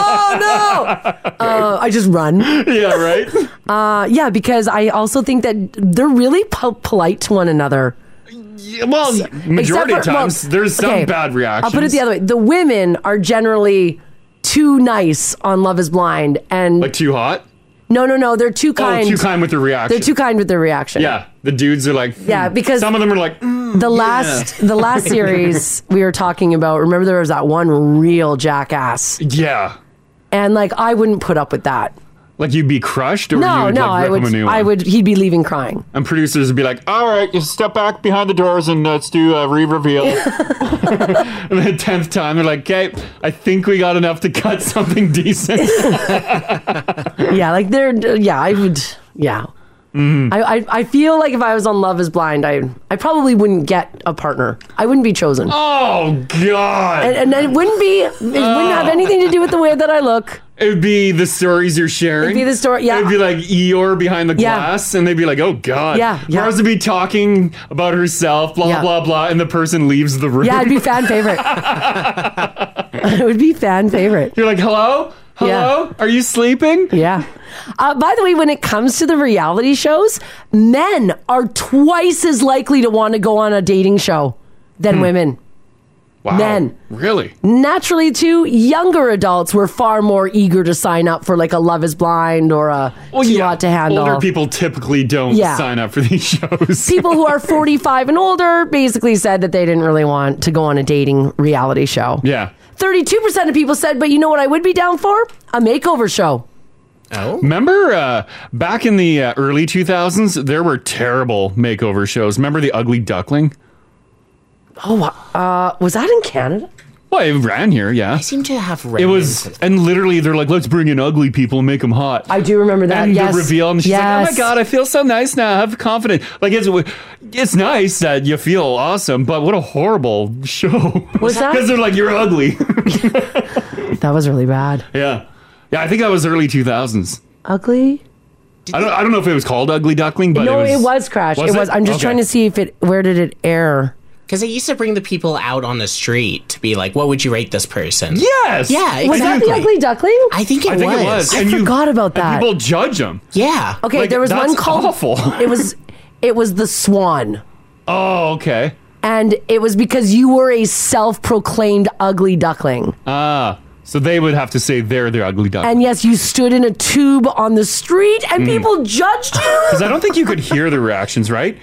C: Uh, I just run.
B: Yeah, right.
C: Uh, yeah, because I also think that they're really po- polite to one another.
B: Yeah, well, majority of
C: Except for- well,
B: times there's some
C: okay,
B: bad reactions.
C: I'll put it the other way. The women are generally too nice on Love Is Blind, and
B: Like too hot.
C: no, no, no, they're too kind.
B: Oh, too kind with the reaction.
C: They're too kind with their reaction.
B: Yeah, the dudes are like.
C: Yeah,
B: hmm.
C: because-
B: some of them are like, "Mm,
C: the last the last series we were talking about remember there was that one real jackass
B: yeah
C: and like i wouldn't put up with that
B: Like you'd be crushed, or you
C: no
B: would
C: no
B: like,
C: i
B: rip
C: would
B: him a new one?
C: i would he'd be leaving crying
B: And producers would be like, "All right, you step back behind the doors and uh, let's do a re-reveal." and the tenth time, they're like, "Okay, I think we got enough to cut something decent."
C: yeah like there yeah i would yeah
B: Mm-hmm. Hmm.
C: I, I i feel like if i was on love is blind i i probably wouldn't get a partner i wouldn't be chosen
B: oh god!
C: and, and it wouldn't be it wouldn't have anything to do with the way that i look
B: It would be the stories you're sharing.
C: It'd be the story- yeah.
B: It'd be like Eeyore behind the glass, and they'd be like, "Oh God."
C: Yeah, yeah.
B: Mars would be talking about herself, blah blah blah, and the person leaves the room.
C: yeah it'd be fan favorite it would be fan favorite
B: you're like hello Hello? Are you sleeping?
C: Yeah. Uh, by the way, when it comes to the reality shows, men are twice as likely to want to go on a dating show than women.
B: Hmm. Wow.
C: Men.
B: Really?
C: Naturally, too, younger adults were far more eager to sign up for like a Love is Blind or a Too Hot to Handle.
B: Older people typically don't
C: Yeah.
B: sign up for these shows.
C: people who are 45 and older basically said that they didn't really want to go on a dating reality show.
B: Yeah.
C: 32% of people said, but you know what I would be down for? A makeover show.
B: Oh. Remember uh, back in the uh, early 2000s, there were terrible makeover shows. Remember The Ugly Duckling?
C: Oh, uh, was that in Canada?
B: Well, it ran here, yeah. I
D: seem to have
B: It was, and literally they're like, let's bring in ugly people and make them hot.
C: I do remember that.
B: And
C: yes.
B: the reveal, and she's like, oh
C: Yes.
B: my God, I feel so nice now. I have confidence. Like, it's, it's nice that you feel awesome, but what a horrible show.
C: Was that-
B: Because they're like, you're ugly.
C: That was really bad.
B: yeah. Yeah, I think that was early 2000s.
C: Ugly?
B: I don't, I don't know if it was called Ugly Duckling, but
C: no,
B: it was,
C: Crash. it was. I'm just
B: Okay.
C: trying to see if it. Where did it air?
D: Because they used to bring the people out on the street to be like, what would you rate this person?
B: Yes.
D: Yeah, exactly.
C: Was that the Ugly Duckling?
D: I think it
B: I think it was.
C: I
B: and you-
C: forgot about
B: and
C: that.
B: People judge them.
D: Yeah.
C: Okay,
B: Like,
C: there was
B: that's
C: one called.
B: awful.
C: it was. It was the Swan,
B: Oh, okay.
C: and it was because you were a self-proclaimed ugly duckling,
B: Ah, so they would have to say they're the ugly duck.
C: and yes, you stood in a tube on the street, and
B: Mm.
C: people judged you.
B: Because I don't think you could hear the reactions, right?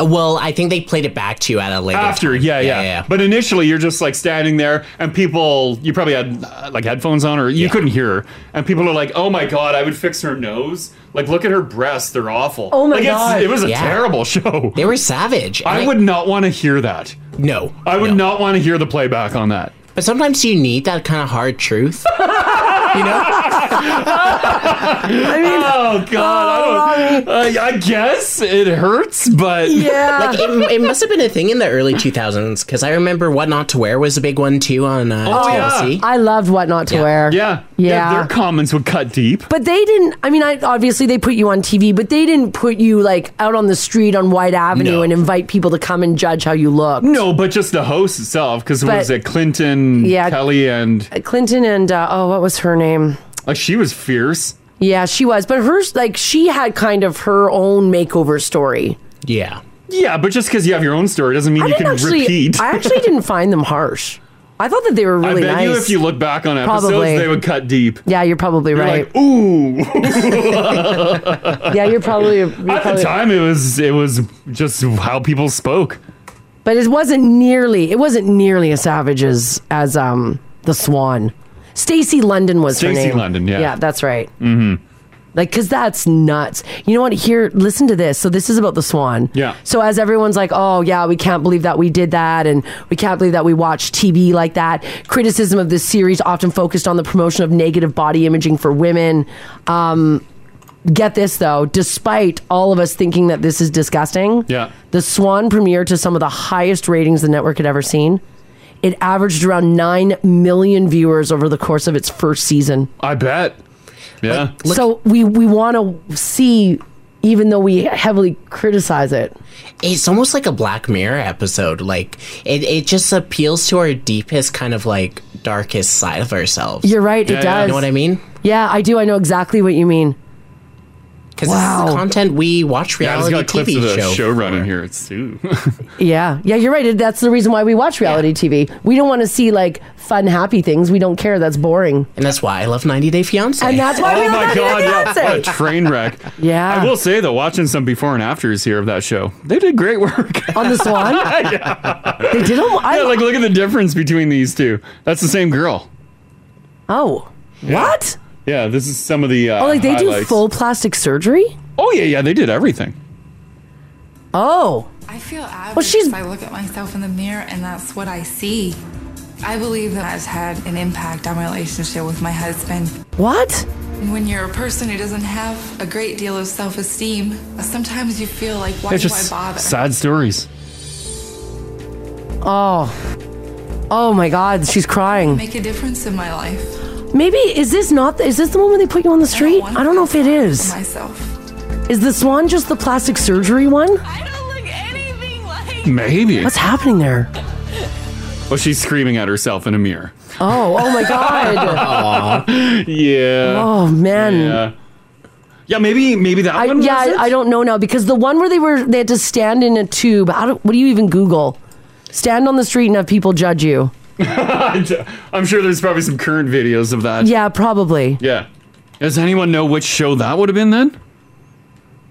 D: Uh, Well, I think they played it back to you at a later
B: after. Yeah, yeah, But initially, you're just like standing there, and people. You probably had uh, like headphones on, or you couldn't hear. Her, and people are like, "Oh my god, I would fix her nose. Like, look at her breasts; they're awful.
D: Oh my
B: Like, it's-
D: God.
B: it was a
D: Yeah.
B: terrible show.
D: They were savage.
B: I,
D: and I-
B: would not want to hear that.
D: No,
B: I would not want to hear the playback on that.
D: But sometimes you need that kind of hard truth.
B: I mean, oh god,
C: oh,
B: I, don't, Uh, I, I guess it hurts, but
D: like it, it must have been a thing in the early 2000s because I remember What Not to Wear was a big one too on
B: Oh,
D: uh, TLC.
C: I loved what not to wear.
B: Yeah.
C: Yeah.
B: their comments would cut deep.
C: But they didn't. I mean, I, obviously they put you on TV, but they didn't put you like out on the street on White Avenue
B: No.
C: and invite people to come and judge how you look.
B: No, but just the host itself, because
C: But-
B: was it Clinton,
C: Yeah.
B: Kelly, and
C: Clinton and uh, oh, what was her name?
B: like she was fierce.
C: Yeah, she was, but hers like she had kind of her own makeover story.
D: Yeah.
B: Yeah, but just because you have your own story doesn't mean
C: I
B: you
C: didn't
B: can
C: actually.
B: repeat.
C: I actually didn't find them harsh. I thought that they were really
B: I bet
C: nice.
B: you if you look back on episodes,
C: Probably.
B: they would cut deep.
C: yeah, you're probably
B: You're
C: right.
B: like, ooh.
C: yeah, you're probably. You're
B: At the
C: probably-
B: time, it was it was just how people spoke.
C: but it wasn't nearly. It wasn't nearly as savage as as um the Swan. Stacy London was her
B: Stacey
C: name.
B: London, yeah.
C: yeah, that's right.
B: Mm-hmm.
C: Like, cause that's nuts. You know what? Here, listen to this. So this is about the Swan.
B: Yeah.
C: So as everyone's like, oh yeah, we can't believe that we did that, and we can't believe that we watched TV like that. Criticism of this series often focused on the promotion of negative body imaging for women. Um, get this though, despite all of us thinking that this is disgusting,
B: Yeah.
C: the Swan premiered to some of the highest ratings the network had ever seen. It averaged around nine million viewers over the course of its first season
B: I bet. Yeah.
C: so we we want to see, even though we heavily criticize it.
D: It's almost like a Black Mirror episode. Like it, it just appeals to our deepest kind of like darkest side of ourselves.
C: You're right. it does.
D: You know what I mean?
C: Yeah, I do. I know exactly what you mean.
D: because this is the content we watch
B: Yeah, I just
D: reality
B: got clips
D: TV
B: of the
D: show.
B: show running here. It's ooh.
C: Oh, Yeah, yeah, you're right. It- That's the reason why we watch reality TV. We don't want to see like fun, happy things. We don't care. That's boring.
D: And that's why I love 90 Day Fiance.
C: And that's why we
B: oh
C: love
B: my
C: 90
B: god,
C: Day
B: yeah,
C: Fiancé.
B: what a train wreck.
C: Yeah.
B: I will say though, watching some before and afters here of that show, they did great work.
C: On the Swan? They did. Almost,
B: yeah, like look at the difference between these two. That's the same girl.
C: Oh, what?
B: Yeah, this is some of the. Uh,
C: oh, like they do
B: highlights.
C: full plastic surgery.
B: Oh yeah, yeah, they did everything.
C: Oh,
L: I feel average if I look at myself in the mirror and that's what I see. I believe that has had an impact on my relationship with my husband.
C: What?
L: When you're a person who doesn't have a great deal of self-esteem, sometimes you feel like why
B: it's
L: do
B: just
L: I bother?
B: sad stories.
C: oh, oh my God, she's crying.
L: Make a difference in my life.
C: Maybe is this not? Is this the one where they put you on the street? I don't know if it is. Myself. Is the Swan just the plastic surgery one?
B: Maybe.
C: What's happening there?
B: Well, she's screaming at herself in a mirror.
C: Oh, oh my God.
B: yeah.
C: Oh, man.
B: Yeah. Yeah, maybe maybe that
C: I,
B: one.
C: yeah,
B: was it?
C: I, I don't know now because the one where they were they had to stand in a tube. I don't, what do you even Google? Stand on the street and have people judge you.
B: I'm sure there's probably some current videos of that.
C: Yeah, probably.
B: Yeah. Does anyone know which show that would have been then?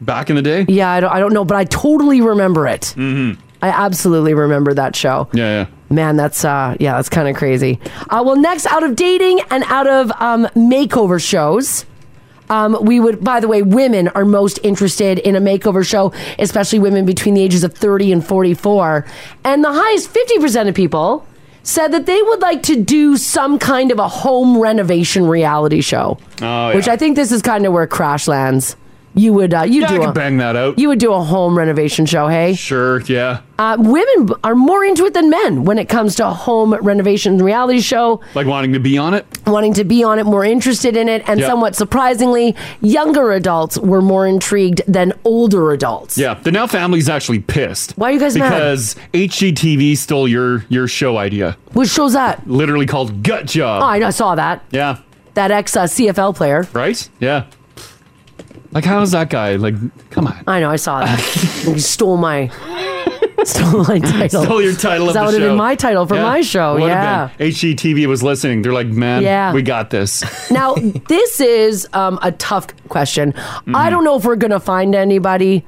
B: Back in the day?
C: Yeah, I don't, I don't know, but I totally remember it.
B: Mm-hmm.
C: I absolutely remember that show.
B: Yeah, yeah.
C: Man, that's uh, yeah, that's kind of crazy. Uh, well, next out of dating and out of um, makeover shows. Um, we would, by the way, women are most interested in a makeover show, especially women between the ages of 30 and 44. And the highest 50% of people said that they would like to do some kind of a home renovation reality show.
B: Oh,
C: Which
B: yeah.
C: I think this is kind of where Crash lands. You would, uh, you
B: Yeah, I
C: do
B: could
C: a,
B: bang that out.
C: You would do a home renovation show, hey?
B: Sure, yeah.
C: Uh, women b- are more into it than men when it comes to home renovation and reality show,
B: Like wanting to be on it?
C: wanting to be on it, more interested in it, and
B: Yeah.
C: somewhat surprisingly, younger adults were more intrigued than older adults.
B: Yeah. The Now family's actually pissed.
C: Why are you guys mad?
B: because HGTV stole your your show idea.
C: Which show's that?
B: Literally called Gut Job.
C: oh, I, know, I saw that.
B: Yeah.
C: That ex uh, CFL player.
B: Right? Yeah. Like how is that guy? Like come on.
C: I know, I saw that. he stole my stole my title.
B: Stole your title of
C: That
B: the
C: would have
B: show.
C: been my title for
B: Yeah.
C: my show.
B: Would've
C: yeah.
B: been. HGTV was listening. They're like, man,
C: Yeah.
B: we got this.
C: Now, this is um, a tough question.
B: Mm-hmm.
C: I don't know if we're going to find anybody,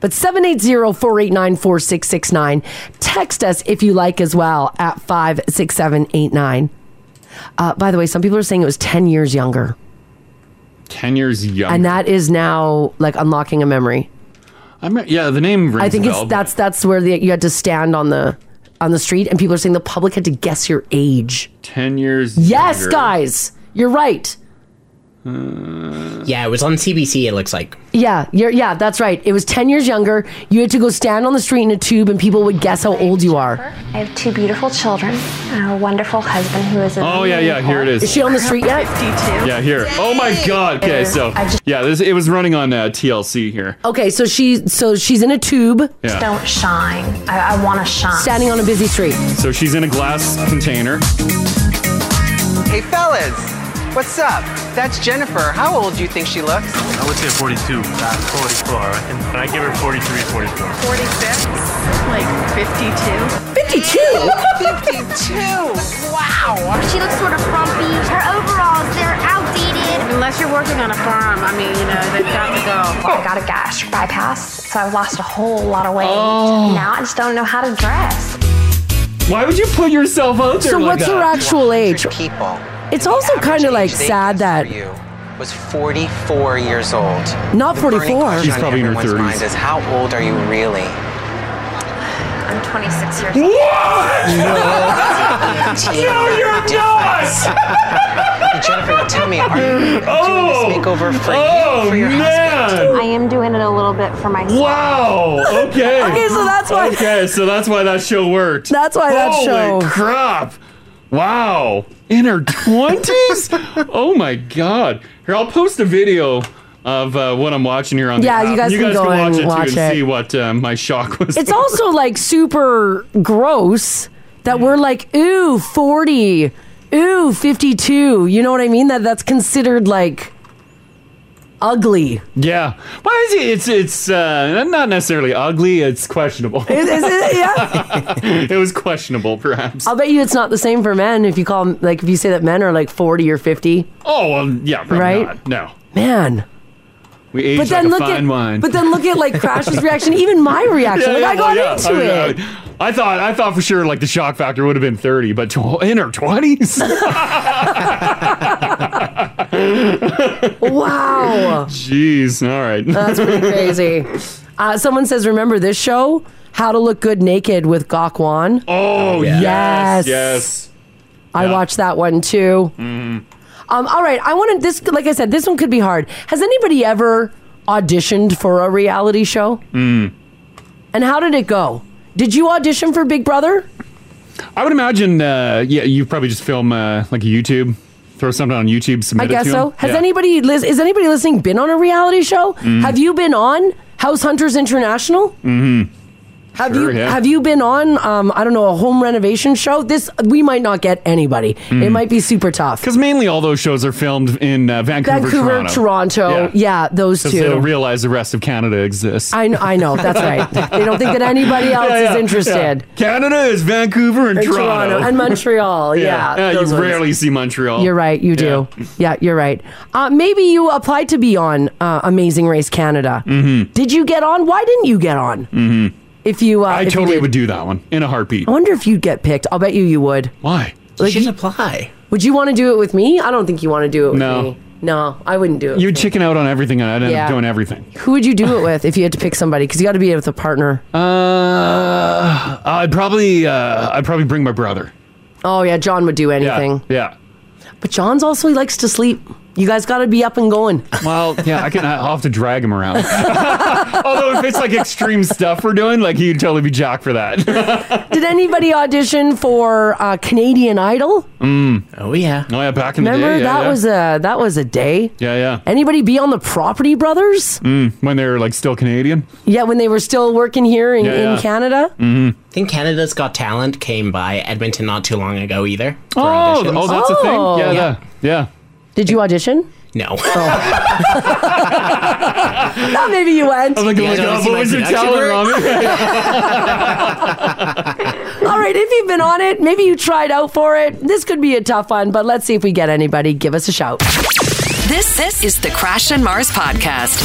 C: but 780 489 4669. Text us if you like as well at 56789. Uh, by the way, some people are saying it was 10 years younger,
B: Ten years young.
C: and that is now like unlocking a memory.
B: I'm, yeah, the name rings
C: I think
B: a
C: it's
B: bell, but-
C: that's that's where the, you had to stand on the on the street, and people are saying the public had to guess your age.
B: 10 years.
C: Yes,
D: younger.
C: guys, you're right.
B: Uh.
D: yeah, it was on CBC, it looks like.
C: Yeah, you're, yeah, that's right. It was 10 years younger. You had to go stand on the street in a tube and people would guess how old you are.
M: I have two beautiful children, and a wonderful husband who is a.
B: Oh yeah, yeah. Here it is.
C: Is she on the street yet?
B: Yeah, here. Oh my God. Okay, so
C: I just-
B: yeah, this it was running on uh, TLC here.
C: Okay, so she so she's in a tube.
B: Yeah. Don't
C: shine. I, I want to shine. Standing on a busy street.
B: So she's in a glass container.
N: Hey, fellas. What's up? That's Jennifer. How old do you think she looks?
O: I would say 42, not 44. And I give her 43, 44.
N: 46. Like 52.
C: 52?
N: 52. Wow.
P: She looks sort of frumpy. Her overalls, they're outdated. Unless you're working on a farm, I mean, you know, they've got to go.
M: I got a gastric bypass, so I've lost a whole lot of weight.
I: Oh.
M: Now I just don't know how to dress.
B: Why would you put yourself out there?
C: So
B: like
C: what's
B: that?
C: her actual age?
N: People.
C: It's also kind of like sad that
N: Was 44 years old.
C: Not 44.
B: She's probably in her 30s.
N: Is how old are you really?
M: I'm 26 years
N: What? no, you're not. Jennifer, tell me, are you doing this makeover for
Q: Oh,
N: you,
B: Oh,
N: for your husband?
M: I am doing it a little bit for myself.
B: Wow. Okay.
M: Okay, so that's why-
B: Okay, so that's why that show worked.
M: That's why that
B: Holy
M: show-
B: crap! Wow. In her twenties. oh my God. Here, I'll post a video. Of uh, what I'm watching here on the
C: Yeah,
B: app.
C: you guys
B: you
C: can
B: guys
C: go
B: can watch
C: and
B: it
C: watch
B: too
C: it.
B: and see what uh, my shock was.
C: It's also like super gross that we're like ooh 40, ooh 52. You know what I mean? That that's considered like ugly.
B: Yeah. Why is it? It's it's uh, not necessarily ugly. It's questionable.
C: Is- is it?
B: it was questionable, perhaps.
C: I'll bet you it's not the same for men if you call 'em- like if you say that men are like 40 or 50.
B: Oh, well, yeah, probably
C: Right?
B: not. No.
C: Man.
B: We age
C: but then
B: like a
C: look
B: fine
C: at
B: wine.
C: but then look at like Crash's reaction, even my reaction.
B: Yeah,
C: like
B: yeah,
C: I got
B: well, yeah.
C: into
B: I-
C: it.
B: I, I thought I thought for sure like the shock factor would have been 30, but tw- in her 20s.
C: wow.
B: Jeez. All right.
C: That's pretty crazy. Uh, someone says, remember this show? How to Look Good Naked with Gok Wan.
B: Oh, yes. Yes. Mm-hmm.
C: I watched that one too. Um, all right, I wanted this. Like I said, this one could be hard. Has anybody ever auditioned for a reality show?
B: Mm.
C: And how did it go? Did you audition for Big Brother?
B: I would imagine, uh, yeah, you probably just film uh, like a YouTube, throw something on YouTube, submit
C: I guess
B: it to
C: so.
B: 'em.
C: Has
B: Yeah.
C: anybody lis- is anybody listening been on a reality show?
B: Mm.
C: Have you been on House Hunters International?
B: Mm-hmm.
C: Have
B: Sure,
C: you
B: yeah.
C: have you been on um, I don't know a home renovation show? This we might not get anybody. It
B: Mhm.
C: might be super tough.
B: Because mainly all those shows are filmed in uh, Vancouver,
C: Vancouver,
B: Toronto.
C: Toronto, yeah, those
B: 'Cause
C: two.
B: They don't realize the rest of Canada exists.
C: I know, I know. That's right. They don't think that anybody else
B: Yeah, yeah,
C: is interested.
B: yeah. Canada is Vancouver and,
C: And Toronto.
B: Toronto.
C: And Montreal, yeah,
B: you
C: those ones.
B: rarely see Montreal.
C: You're right. You do. Yeah, you're right. Uh, maybe you applied to be on uh, Amazing Race Canada.
B: Mm-hmm.
C: Did you get on? Why didn't you get on?
B: Mm-hmm.
C: If you, uh,
B: I
C: if you
B: totally
C: did-
B: would do that one in a heartbeat.
C: I wonder if you'd get picked. I'll bet you you would.
B: Why?
C: Like, you should
D: apply.
C: Would you want to do it with me? I don't think you want to do it with
B: No.
C: me. No, I wouldn't do it.
B: You'd chicken out on everything, and I'd end
C: Yeah.
B: up doing everything.
C: Who would you do it with if you had to pick somebody? Because you got to be with a partner.
B: Uh, I'd probably, uh, I'd probably bring my brother.
C: Oh yeah, John would do anything.
B: Yeah.
C: But John's also he likes to sleep. You guys got to be up and going.
B: Well, yeah, I can. I'll have to drag him around. Although if it's like extreme stuff we're doing, like he'd totally be jock for that.
C: Did anybody audition for uh, Canadian Idol?
B: mm.
D: Oh yeah.
B: Oh yeah. Back in
C: Remember
B: the day, yeah,
C: that
B: yeah.
C: was a that was a day.
B: yeah, yeah.
C: Anybody be on the Property Brothers?
B: Mm, when they were like still Canadian.
C: Yeah, when they were still working here in,
D: Yeah,
C: in
D: yeah.
C: Canada.
D: Mm-hmm. I think Canada's Got Talent came by Edmonton not too long ago either. for
B: Oh,
D: auditions.
B: oh, that's a thing. Yeah, yeah, yeah.
C: Did you audition?
D: No.
C: Oh, Now maybe you went.
B: I'm like, oh my god, what was your talent,
C: All right, if you've been on it, maybe you tried out for it. This could be a tough one, but let's see if we get anybody. Give us a shout.
A: This this is the Crash and Mars podcast.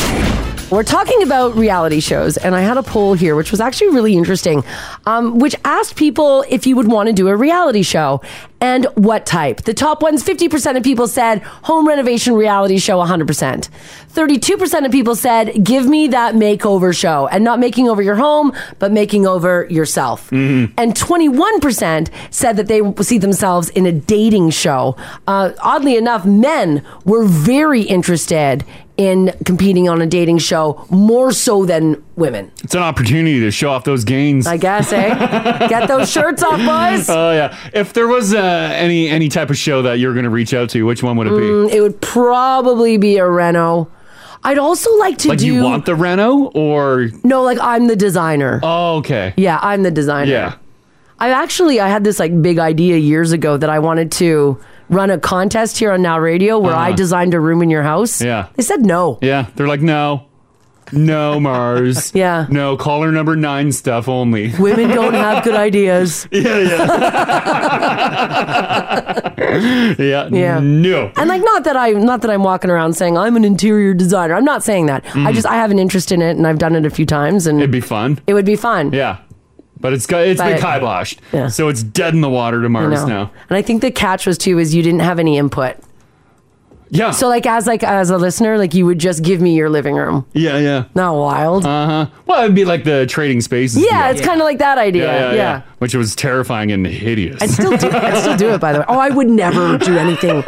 C: We're talking about reality shows, and I had a poll here, which was actually really interesting, um, which asked people if you would want to do a reality show and what type. The top ones 50% of people said home renovation reality show 100%. 32% of people said give me that makeover show, and not making over your home, but making over yourself. And 21% said that they see themselves in a dating show. Uh, oddly enough, men were very interested in competing on a dating show more so than women.
B: It's an opportunity to show off those gains.
C: I guess, eh? Get those shirts off, boys.
B: Oh yeah. If there was uh, any any type of show that you're going to reach out to, which one would it be?
C: Mm, it would probably be a Reno. I'd also like to
B: like
C: do
B: you want the Reno or?
C: no, like I'm the designer.
B: Oh, okay.
C: Yeah, I'm the designer.
B: Yeah.
C: I actually I had this like big idea years ago that I wanted to run a contest here on Now Radio where I
B: Uh-huh.
C: designed a room in your house.
B: Yeah.
C: They said no.
B: Yeah. They're like, no, no Mars.
C: yeah.
B: No caller number nine stuff only.
C: Women don't have good ideas.
B: Yeah, yeah. yeah.
C: Yeah.
B: No.
C: And like not that I not that I'm walking around saying I'm an interior designer. I'm not saying that. I
B: Mhm.
C: just I have an interest in it and I've done it a few times and it'd
B: be fun.
C: It would be fun.
B: Yeah. But it's got it's been
C: But-
B: kiboshed. Yeah. So it's dead in the water to Mars
C: know.
B: now.
C: And I think the catch was too is you didn't have any input.
B: Yeah.
C: So like as like as a listener, like you would just give me your living room.
B: Yeah, yeah.
C: Not wild.
B: Uh huh. Well, it'd be like the trading spaces.
C: Yeah, it's kind of like that idea. yeah.
B: Which was terrifying and hideous.
C: I'd still do. I'd still do it. By the way. Oh, I would never do anything.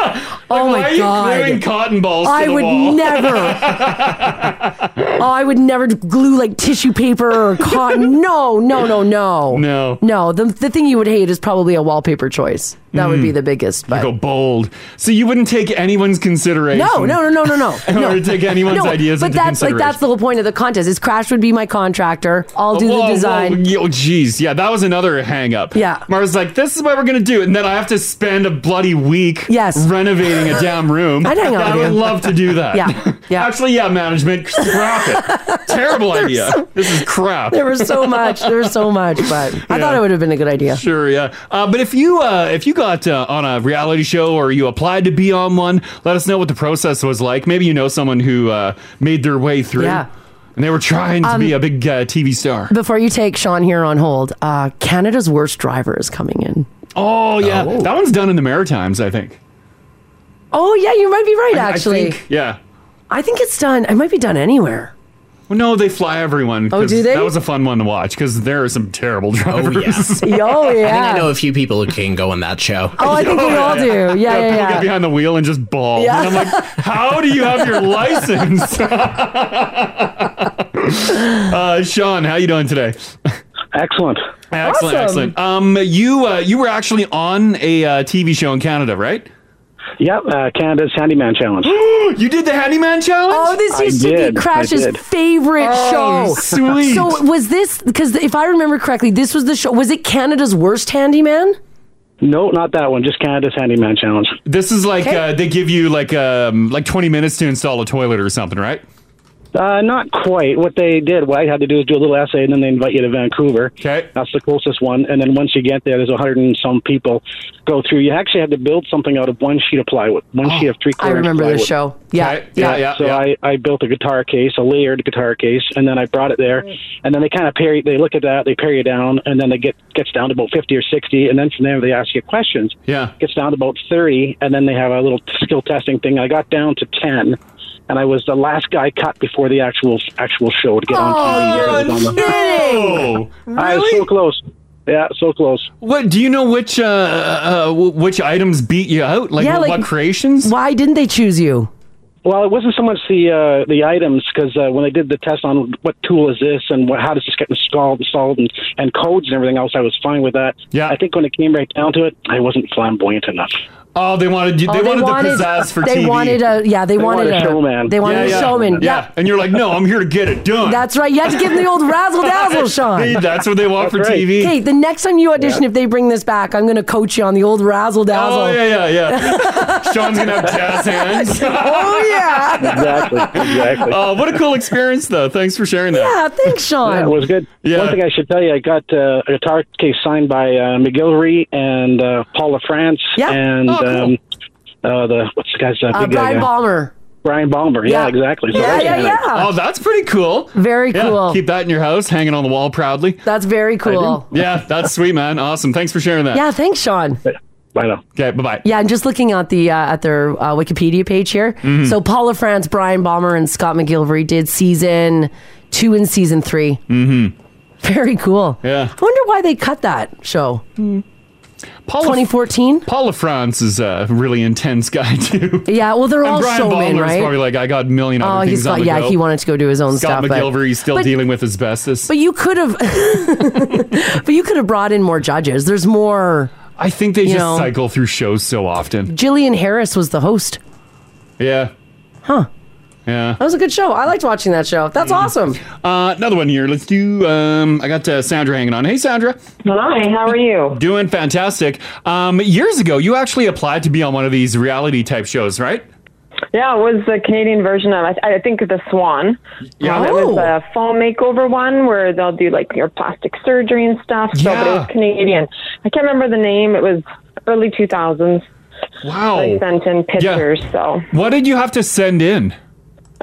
C: Oh my
B: Why are you
C: god.
B: gluing cotton balls to
C: I
B: the
C: would
B: wall?
C: never. oh, I would never glue like tissue paper or cotton. No, no, no, no.
B: No.
C: No. The the thing you would hate is probably a wallpaper choice. That would be
B: Mm.
C: the biggest. But
B: You go bold. So you wouldn't take anyone's consideration.
C: no, no, no, no, no,
B: or
C: no. no.
B: take anyone's
C: no,
B: ideas
C: But
B: into
C: that's like
B: consideration.
C: that's the whole point of the contest. Is Crash would be my contractor. I'll do
B: Whoa,
C: the
B: whoa,
C: design.
B: yo, jeez. Yeah, that was another hang up.
C: Yeah.
B: Mars like, this is what we're gonna do, and then I have to spend a bloody week yes. renovating a damn room.
C: I'd hang out
B: Yeah, I
C: with
B: would
C: you.
B: love to do that.
C: Yeah.
B: Yeah. Actually, yeah, management, scrap it. Terrible idea. this is crap.
C: There was so much. There was so much, but I thought it would have been a good idea.
B: Sure, yeah. Uh, but if you uh, if you got uh, on a reality show or you applied to be on one, let us know what the process was like. Maybe you know someone who uh, made their way through,
C: Yeah.
B: and they were trying to
C: Um,
B: be a big uh, TV star.
C: Before you take Sean here on hold, uh, Canada's worst driver is coming in.
B: Oh yeah, that one's done in the Maritimes, I think.
C: Oh yeah, you might be right. Actually, I think,
B: Yeah.
C: it's done. It might be done anywhere.
B: Well, no, they fly everyone.
C: Oh,
B: 'cause
C: do they?
B: That was a fun one to watch because there are some terrible drivers.
D: yes.
C: Oh
D: I think
C: yeah.
D: I know a few people who can go on that show.
C: Oh, I think we all do. Yeah, yeah,
B: people
C: yeah.
B: get behind the wheel and just bawl.
C: Yeah.
B: And I'm like, how do you have your license? uh, Sean, how you doing today?
R: Excellent.
B: Excellent,
R: Awesome.
B: excellent. Um, you uh, you were actually on a uh, TV show in Canada, right?
R: Yep, uh, Canada's Handyman Challenge.
B: you did the Handyman Challenge?
C: Oh, this
R: I
C: used to
R: did,
C: be
R: I
C: Crash's
R: did.
C: favorite
R: Oh,
C: show.
R: sweet.
C: So was this because if I remember correctly, this was the show. Was it Canada's worst handyman?
R: No, not that one. Just Canada's Handyman Challenge.
B: This is like
R: Okay.
B: uh, they give you like um, like 20 minutes to install a toilet or something, right?
R: Uh, not quite. What they did, what I had to do is do a little essay, and then they invite you to Vancouver.
B: Okay.
R: That's the closest one. And then once you get there, there's a hundred and some people go through. You actually had to build something out of one sheet of plywood, one sheet of three
C: Oh, I
R: quarters.
C: remember this show. Yeah.
R: Yeah, So I, I built a guitar case, a layered guitar case, and then I brought it there. And then they kind of pare you, they look at that, they pare you down, and then they get gets down to about 50 or 60. And then from there, they ask you questions.
B: Yeah.
R: Gets down to about 30, and then they have a little skill testing thing. I got down to 10. And I was the last guy cut before the actual actual show to get on TV. I was on the-
B: no!
R: I was so close. Yeah, so close.
B: What do you know? Which uh, uh, w- which items beat you out? Like,
R: Yeah,
B: what,
R: like-
B: what creations?
C: Why didn't they choose you?
R: Well, it wasn't so much the uh, the items because uh, when I did the test on what tool is this and what, how does this get installed, installed and, and codes and everything else, I was fine with that. Yeah. I think when it came right down to it, I wasn't flamboyant enough.
B: Oh, they wanted you.
C: Oh,
B: They, wanted, the pizzazz for
C: they
B: TV.
C: wanted a yeah. They, wanted, a
R: showman.
C: They wanted
B: Yeah,
C: a
B: yeah.
C: showman.
B: Yeah. and you're like, no, I'm here to get it done.
C: That's right. You had to give them the old razzle dazzle, Sean.
B: They- that's what they want for TV.
C: Okay, the next time you audition,
B: Yeah.
C: if they bring this back, I'm going to coach you on the old razzle dazzle.
B: Oh yeah, yeah, yeah. Sean's gonna have jazz hands.
C: oh yeah.
R: Exactly. Exactly.
B: Oh, what a cool experience, though. Thanks for sharing that.
C: Yeah, thanks, Sean.
R: Yeah, it was good.
B: Yeah.
R: One thing I should tell you, I got uh, a guitar case signed by uh, McGillivray and uh, Paula France
C: Yeah.
R: and
C: Oh, cool.
R: um, uh, the what's the guy's uh,
C: Uh,
R: big guy
C: Brian
R: now?
C: Balmer.
R: Brian Balmer. Yeah,
C: Yeah.
R: exactly. So
C: Yeah,
R: that's
C: yeah,
R: kinda-
C: yeah.
B: Oh, that's pretty cool.
C: Very
B: Yeah,
C: cool.
B: Keep that in your house, hanging on the wall proudly.
C: That's very cool.
B: Yeah, that's sweet, man. Awesome. Thanks for sharing that.
C: Yeah, thanks, Sean.
R: Bye now.
B: Okay, bye bye.
C: Yeah, and just looking at the uh, at their uh, Wikipedia page here.
B: Mhm.
C: So Paula France, Brian Balmer, and Scott McGilvery did season two and season three.
B: Mm-hmm.
C: Very cool.
B: Yeah.
C: I wonder why they cut that show. 2014.
B: Paula France is a really intense guy too.
C: Yeah, well, they're all
B: and Brian
C: showmen,
B: Ballmer's
C: right?
B: probably like, I got a million other
C: Oh,
B: things
C: he's got,
B: on the
C: yeah,
B: go.
C: he wanted to go do his own
B: Scott
C: stuff. but-
B: McGilvery still
C: but,
B: dealing with asbestos.
C: But you could have, but you could have brought in more judges. There's more.
B: I think they
C: you
B: just
C: know,
B: cycle through shows so often.
C: Gillian Harris was the host.
B: Yeah.
C: Huh.
B: Yeah.
C: That was a good show. I liked watching that show. That's awesome.
B: Uh, another one here. Let's do. Um, I got uh, Sandra hanging on. Hey, Sandra.
S: Hi. How are you?
B: Doing fantastic. Um, years ago, you actually applied to be on one of these reality type shows, right?
S: Yeah, it was the Canadian version of I I think the Swan.
B: Yeah. Oh.
S: Um, it was a fall makeover one where they'll do like your plastic surgery and stuff. So, but it
B: Yeah.
S: was Canadian. I can't remember the name. It was early two thousands.
B: Wow.
S: They sent in pictures. So
B: What did you have to send in?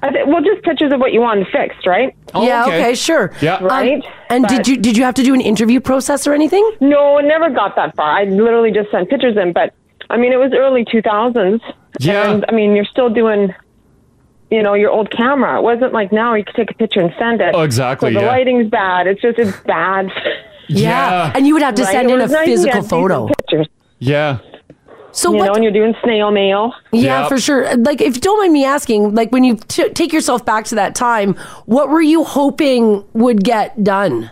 S: I th- well, just pictures of what you wanted fixed, right?
C: yeah. Okay. sure.
B: Oh, Yeah.
C: Um,
S: Right.
C: and did
S: But-
C: you did you have to do an interview process or anything?
S: No, it never got that far. I literally just sent pictures in, but I mean, it was early 2000s.
B: Yeah.
S: And I mean, you're still doing, you know, your old camera. It wasn't like now you can take a picture and send it.
B: Oh, exactly,
S: So the
B: yeah.
S: lighting's bad. It's just, it's bad.
B: Yeah. Yeah.
C: And you would have to send
S: It
C: in a
S: was nice to
C: physical
S: get decent
C: photo.
S: Pictures.
B: Yeah.
C: So
S: you
C: what-
S: know, and you're doing snail mail.
C: Yeah, for sure. Like, if you don't mind me asking, like when you t- take yourself back to that time, what were you hoping would get done?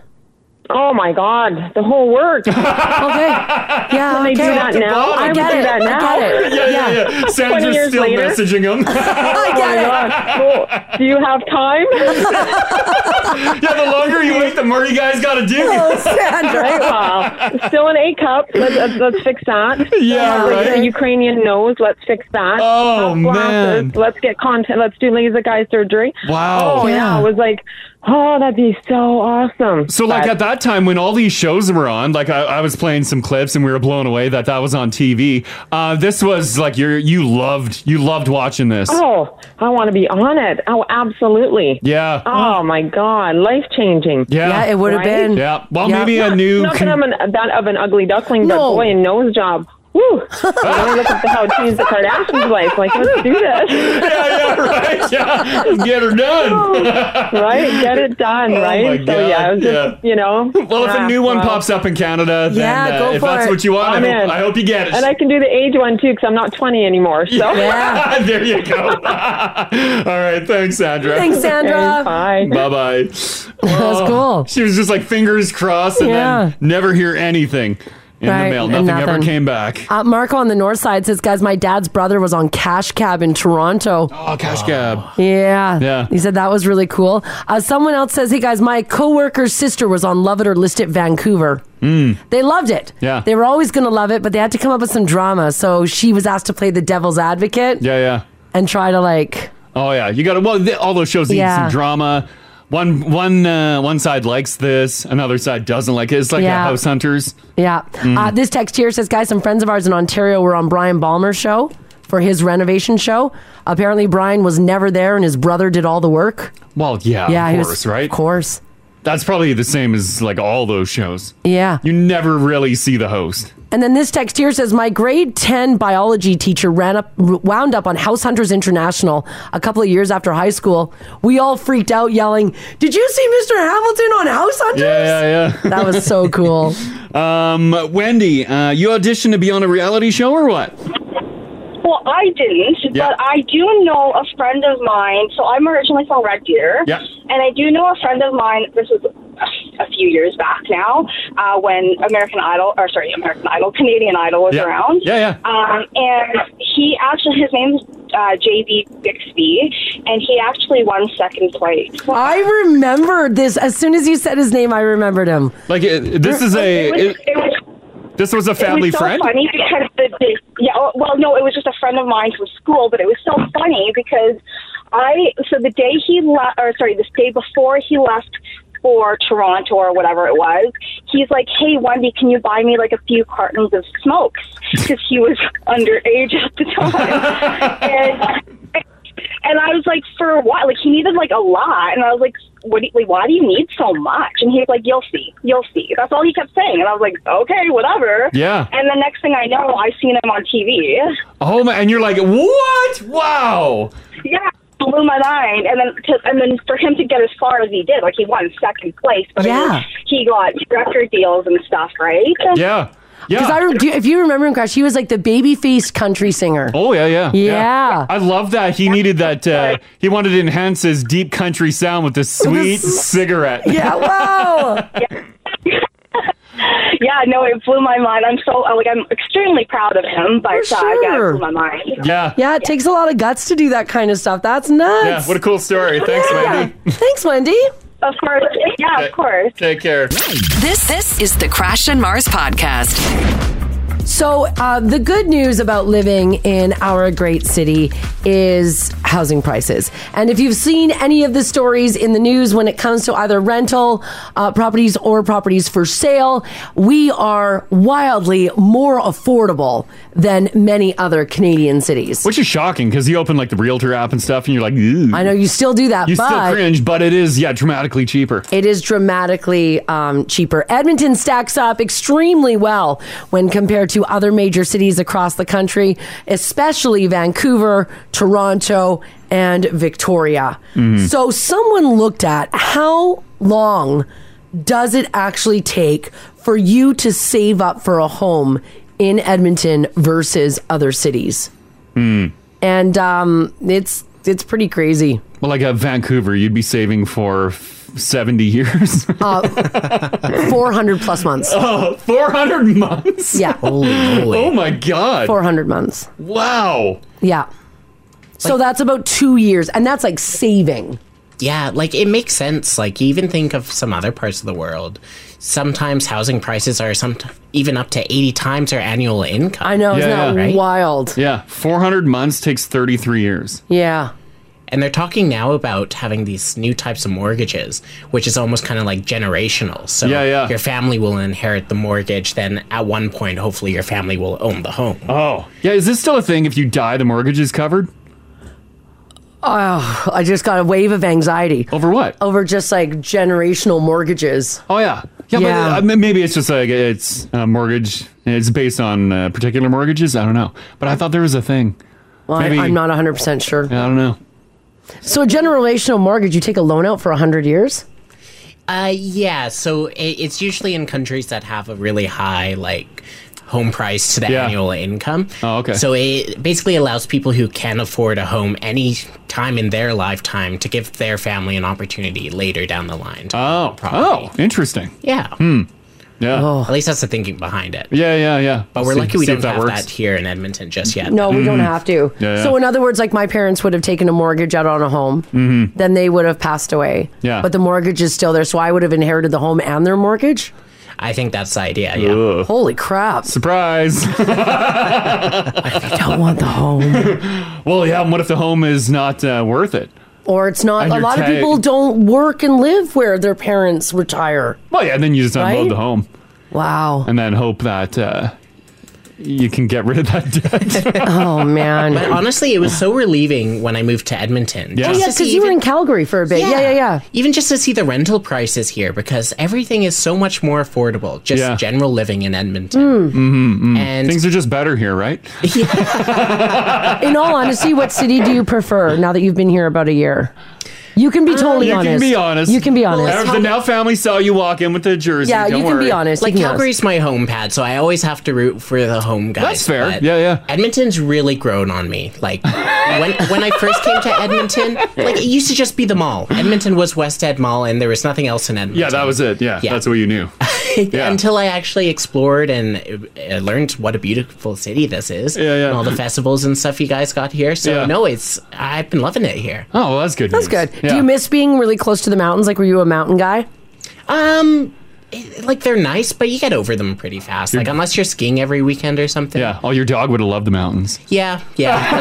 S: Oh my God, the whole work. okay.
C: Yeah,
S: They do
C: okay.
S: that now.
C: I
S: would
C: get
S: do
C: it.
S: that now.
C: I get it. Yeah,
B: yeah, yeah. Sandra's still messaging him.
S: oh my gosh, cool. Do you have time?
B: yeah, the longer you wait, the more you guys got to do.
C: Oh,
S: Right, well, still an A cup. Let's, let's, let's fix that.
B: Yeah,
S: Like
B: right.
S: The Ukrainian nose. Let's fix that. Oh
B: man.
S: Let's get content. Let's do laser eye surgery.
B: Wow.
S: Oh
B: Yeah.
S: yeah. I was like, oh, that'd be so awesome.
B: So, like
S: But-
B: at that time when all these shows were on, like I, I was playing some clips and we were blown away that that was on TV. Uh, this was like you you loved you loved watching this.
S: Oh, I want to be on it. Oh, absolutely.
B: Yeah.
S: Oh my God, life changing.
B: Yeah. Yeah, it would have been. Yeah. Well, maybe a
S: Not-
B: new
S: Not
B: con-
S: that I'm an, that of an ugly duckling, but boy, a nose job. Woo! I want to look up the how to change the Kardashians' life. Like, let's do this.
B: Yeah, yeah, right. Yeah, get her done.
S: Oh. right, get it done.
B: Oh,
S: right.
B: my
S: so yeah, I was just,
B: God,
S: you know.
B: Well, if a
S: ah,
B: new one
S: well.
B: pops up in Canada, then uh, if that's what you want,
S: I'm
B: I, hope,
S: in.
B: I hope you get it.
S: And I can do the age one too, because I'm not 20 anymore. So
B: there you go. All right. Thanks, Sandra.
S: Thanks, Sandra. Okay,
B: bye. Bye bye.
C: was cool.
B: She was just like fingers crossed and
C: Yeah.
B: then never hear anything in
C: Right,
B: the mail.
C: and
B: Nothing, ever
C: nothing.
B: came back.
C: Uh, Marco on the north side says, guys, my dad's brother was on Cash Cab in Toronto.
B: Oh, cash cab.
C: Yeah.
B: Yeah.
C: He said that was really cool. Uh, someone else says, hey, guys, my coworker's sister was on Love It or List It Vancouver.
B: Mm.
C: They loved it.
B: Yeah.
C: They were always going to love it, but they had to come up with some drama. So she was asked to play the devil's advocate
B: Yeah, yeah.
C: and try to, like,
B: Oh yeah, you got to well th- all those shows need
C: Yeah.
B: some drama. One one uh, one side likes this, another side doesn't like it. It's like a
C: Yeah.
B: House Hunters.
C: yeah.
B: Mm.
C: Uh, this text here says, guys, some friends of ours in Ontario were on Brian Balmer's show for his renovation show. Apparently, Brian was never there and his brother did all the work.
B: Well, yeah,
C: Yeah,
B: of
C: he was-
B: course, right? Of
C: course.
B: That's probably the same as like all those shows.
C: Yeah.
B: You never really see the host.
C: And then this text here says, My grade 10 biology teacher ran up, wound up on House Hunters International a couple of years after high school. We all freaked out, yelling, Did you see Mr. Hamilton on House Hunters?
B: Yeah, yeah, yeah.
C: That was so cool.
B: Um, Wendy, uh, you auditioned to be on a reality show or what?
J: Well, I didn't,
B: Yeah.
J: but I do know a friend of mine. So I'm originally from Red Deer,
B: Yeah.
J: and I do know a friend of mine. This was a- a few years back now, uh, when American Idol, or sorry, American Idol, Canadian Idol was
B: Yeah.
J: around.
B: Yeah, yeah.
J: Um, and he actually, his name's uh, JB Bixby, and he actually won second place.
C: I remembered this. As soon as you said his name, I remembered him.
B: Like it, this is a it- this was a family
J: it was so
B: friend.
J: funny because the, the yeah oh, well no it was just a friend of mine from school but it was so funny because I so the day he left or sorry the day before he left for Toronto or whatever it was he's like hey Wendy can you buy me like a few cartons of smokes because he was underage at the time and and I was like for what like he needed like a lot and I was like. What do you, like, why do you need so much? And he was like, "You'll see, you'll see." That's all he kept saying, and I was like, "Okay, whatever."
B: Yeah.
J: And the next thing I know, I've seen him on TV.
B: Oh my! And you're like, what? Wow!
J: Yeah, blew my mind. And then, to, and then for him to get as far as he did, like he won second place, but
C: Yeah.
J: he got record deals and stuff, right?
B: Yeah.
C: Because I re- do, if you remember him, Crash, he was like the baby faced country singer.
B: Oh yeah, yeah,
C: Yeah.
B: I love that he needed that. Uh, he wanted to enhance his deep country sound with this sweet cigarette.
C: Yeah, wow.
J: yeah, no, it blew my mind. I'm so like I'm extremely proud of him, but uh, yeah, it blew my mind.
B: Yeah.
C: Yeah, it takes a lot of guts to do that kind of stuff. That's
B: Yeah,
C: nuts.
B: what a cool story. Thanks, Wendy.
C: Thanks, Wendy.
J: Of course. Yeah,
B: Okay.
J: of course.
B: Take care.
A: This this is the Crash and Mars podcast.
C: So, uh, the good news about living in our great city is housing prices. And if you've seen any of the stories in the news when it comes to either rental uh, properties or properties for sale, we are wildly more affordable than many other Canadian cities.
B: Which is shocking because you open like the realtor app and stuff, and you're like, Ooh.
C: I know you still do that,
B: You
C: but
B: still cringe, but it is yeah dramatically cheaper.
C: It is dramatically um, cheaper. Edmonton stacks up extremely well when compared to other major cities across the country, especially Vancouver, Toronto, and Victoria.
T: Mhm.
C: So someone looked at how long does it actually take for you to save up for a home in Edmonton versus other cities?
B: Hmm.
C: And um, it's it's pretty crazy.
B: Well, like at Vancouver, you'd be saving for f- 70 years.
C: Uh, 400 plus months.
B: Oh, 400 months?
C: Yeah.
B: oh my God.
C: 400 months.
B: Wow.
C: Yeah. so that's about two years. And that's like saving.
D: Yeah, like it makes sense. Like you even think of some other parts of the world. Sometimes housing prices are some even up to eighty times their annual income.
C: I know,
D: it's
C: isn't Yeah, that yeah. wild?
B: Yeah, four hundred months takes thirty three years.
C: Yeah.
D: And they're talking now about having these new types of mortgages, which is almost kind of like generational. So
B: Yeah, yeah.
D: your family will inherit the mortgage, then at one point, hopefully, your family will own the home.
B: Oh. Yeah, is this still a thing? If you die, the mortgage is covered?
C: Oh, I just got a wave of anxiety.
B: Over what?
C: Over just like generational mortgages.
B: Oh, yeah. Yeah, but uh, m- maybe it's just like it's a mortgage. It's based on uh, particular mortgages. I don't know. But I thought there was a thing.
C: Well, I- I'm not 100% sure.
B: I don't know.
C: So a generational mortgage, you take a loan out for 100 years?
D: Uh, yeah. So it, it's usually in countries that have a really high like home price to the
B: Yeah.
D: annual income.
B: Oh, okay.
D: So it basically allows people who can afford a home any time in their lifetime to give their family an opportunity later down the line.
B: Oh, oh, interesting.
D: Yeah.
B: Hmm. Yeah.
D: At least that's the thinking behind it.
B: Yeah, yeah, yeah.
D: But we're
B: See-
D: lucky we
B: see
D: don't
B: if that
D: have
B: works. Mm-hmm.
D: that here in Edmonton just yet.
C: No, we don't
B: Mm.
C: have to.
D: Yeah, yeah.
C: So, in other words, like my parents would have taken a mortgage out on a home,
B: Mm-hmm.
D: Mhm.
C: then they would have passed away.
D: Yeah.
C: But the mortgage is still there. So I would have inherited the home and their mortgage.
D: I think that's the idea. Yeah.
C: Holy crap.
B: Surprise.
C: I don't want the home.
B: well, yeah. and What if the home is not uh, worth it?
C: Or it's not,
B: And
C: a
B: your
C: lot of
B: tag-
C: people don't work and live where their parents retire.
B: Well, yeah. Then you just unload
C: Right?
B: the home.
C: Wow.
B: And then hope that uh, you can get rid of that debt.
C: oh man.
D: But honestly, it was so relieving when I moved to Edmonton.
C: Oh,
D: just
C: yeah,
D: to see
C: because you were in Calgary for a bit. Yeah, yeah, yeah.
D: Even just to see the rental prices here, because everything is so much more affordable. Just general living in Edmonton.
C: Mm.
B: Mm-hmm,
D: And-
B: Things are just better here, right?
C: In all honesty, what city do you prefer now that you've been here about a year? You can be totally
B: Uh, you
C: honest.
B: can be honest.
C: You can be honest.
B: If the now family saw you walk in with the jersey. don't worry.
D: Like Calgary's my home pad, so I always have to root for the home guys.
B: That's fair.
D: but
B: Yeah, yeah.
D: Edmonton's really grown on me. Like when when I first came to Edmonton, like it used to just be the mall. Edmonton was West Ed Mall, and there was nothing else in Edmonton.
B: Yeah, that was it. Yeah,
D: Yeah.
B: that's what you knew.
D: Until I actually explored and uh, learned what a beautiful city this is. Yeah, yeah. And all the festivals and stuff you guys got here. So
B: Yeah.
D: no, it's I've been loving it here.
B: Oh, well, that's good.
C: That's good. Do you miss being really close to the mountains? Like, were you a mountain guy?
D: Um, like they're nice, but you get over them pretty fast. Like unless you're skiing every weekend or something.
B: Yeah. Oh, your dog would have loved the mountains.
D: Yeah, yeah,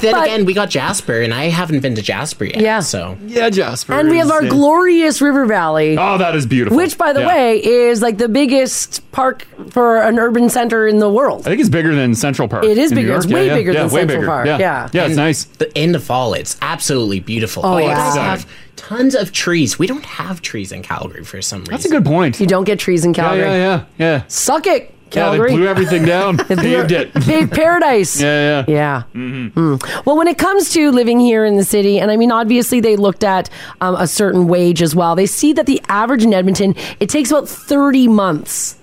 D: true. then again, we got Jasper, and I haven't been to Jasper yet.
C: Yeah.
D: So
B: yeah, Jasper.
C: And we have our glorious river valley.
B: Oh, that is beautiful.
C: Which, by the
B: Yeah.
C: way, is like the biggest park for an urban center in the world.
B: I think it's bigger than Central Park.
C: It is
B: in New
C: bigger. It's
B: York.
C: way
B: yeah, yeah.
C: bigger
B: yeah,
C: than
B: way
C: Central
B: bigger.
C: Park.
B: Yeah,
C: Yeah.
B: yeah it's
D: And
B: nice.
D: The end of fall, it's absolutely beautiful.
C: Oh,
D: you
C: yeah.
D: guys
C: Stunning.
D: have tons of trees. We don't have trees in Calgary for some reason.
B: That's a good point.
C: You don't get trees in Calgary.
B: Yeah, yeah, yeah. yeah.
C: Suck it, Calgary.
B: Yeah, they blew everything down.
C: They blew-
B: Paved it.
C: Paved paradise.
B: Yeah, Mm-hmm.
C: yeah. Yeah. Mm. Well, when it comes to living here in the city, and I mean, obviously they looked at um, a certain wage as well. They see that the average in Edmonton it takes about thirty months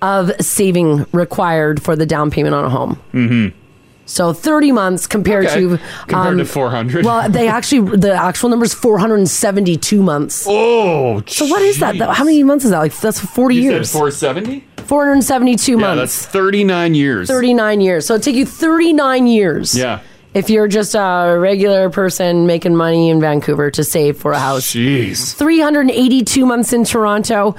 C: of saving required for the down payment on a home.
B: Mm-hmm.
C: So thirty months compared
B: Okay.
C: to um,
B: Compared to 400.
C: Well, they actually the actual number is four hundred and seventy two months.
B: Oh,
C: so what is that? How many months is that? Like that's forty years.
B: Four seventy.
C: Four hundred seventy two
B: Yeah,
C: months.
B: that's thirty nine years.
C: 39 years. So it take you 39 years.
B: Yeah.
C: If you're just a regular person making money in Vancouver to save for a house.
B: Jeez.
C: 382 months in Toronto,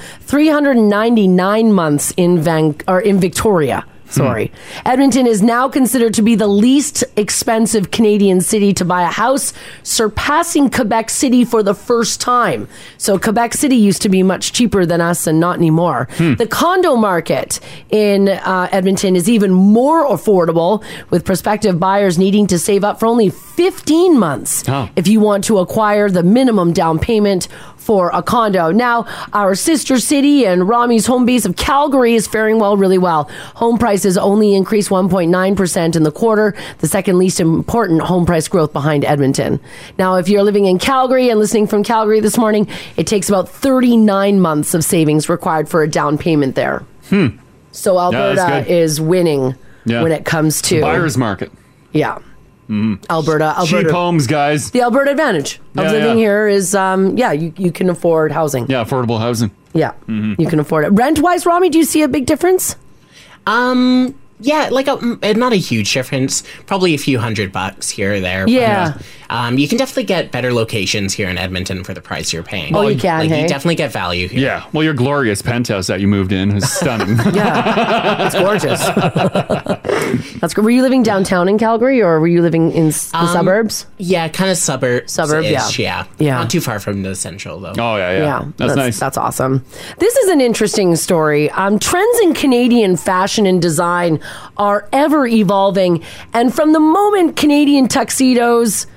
C: 399 months in Van or in Victoria. Sorry. Edmonton is now considered to be the least expensive Canadian city to buy a house, surpassing Quebec City for the first time. So Quebec City used to be much cheaper than us and not anymore. The condo market in uh, Edmonton is even more affordable with prospective buyers needing to save up for only 15 months if you want to acquire the minimum down payment for a condo. Now, our sister city and Rami's home base of Calgary is faring well really well. Home prices only increased 1.9% in the quarter, the second least important home price growth behind Edmonton. Now, if you're living in Calgary and listening from Calgary this morning, it takes about 39 months of savings required for a down payment there.
B: Hmm.
C: So
B: Yeah, that's
C: Alberta
B: good.
C: is winning
B: Yeah.
C: when it comes to
B: buyer's market. Mm-hmm.
C: Yeah. Alberta, Alberta.
B: Cheap homes, guys.
C: The Alberta advantage of
B: Yeah,
C: living
B: yeah.
C: here is, um, yeah, you, you can afford housing.
B: Yeah, affordable housing.
C: Yeah,
B: Mhm.
C: you can afford it. Rent wise, Rami, do you see a big difference?
D: Um, yeah, like a, mm, not a huge difference. Probably a few hundred bucks here or there. but
C: Yeah.
D: not- um, you can definitely get better locations here in Edmonton for the price you're paying.
B: Oh, you can,
D: Like,
B: hey?
D: you definitely get value here.
B: Yeah. Well, your glorious penthouse that you moved in is stunning.
C: yeah, it's gorgeous. That's good. Were you living downtown in Calgary or were you living in s- the
D: Um,
C: suburbs?
D: Yeah, kind of suburb.
C: Suburb, yeah.
D: yeah.
C: Yeah.
D: Not too far from the central, though.
B: Oh, yeah,
C: That's awesome. This is an interesting story. Um, trends in Canadian fashion and design are ever evolving, and from the moment Canadian tuxedos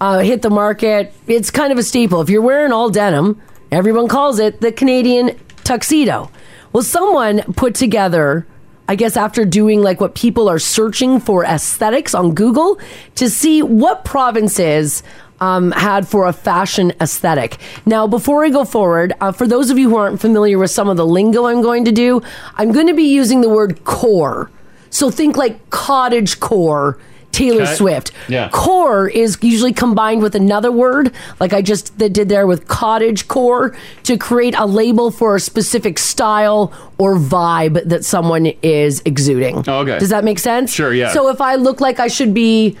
C: uh, hit the market, it's kind of a staple. If you're wearing all denim, everyone calls it the Canadian tuxedo. Well, someone put together. I guess after doing like what people are searching for aesthetics on Google to see what provinces um, had for a fashion aesthetic. Now, before I go forward, uh, for those of you who aren't familiar with some of the lingo I'm going to do, I'm going to be using the word core. So think like cottage core, Taylor
T: Okay.
C: Swift.
T: Yeah.
C: Core is usually combined with another word, like I just th- did there with cottage core, to create a label for a specific style or vibe that someone is exuding.
B: Okay.
C: Does that make sense?
B: Sure, yeah.
C: So if I look like I should be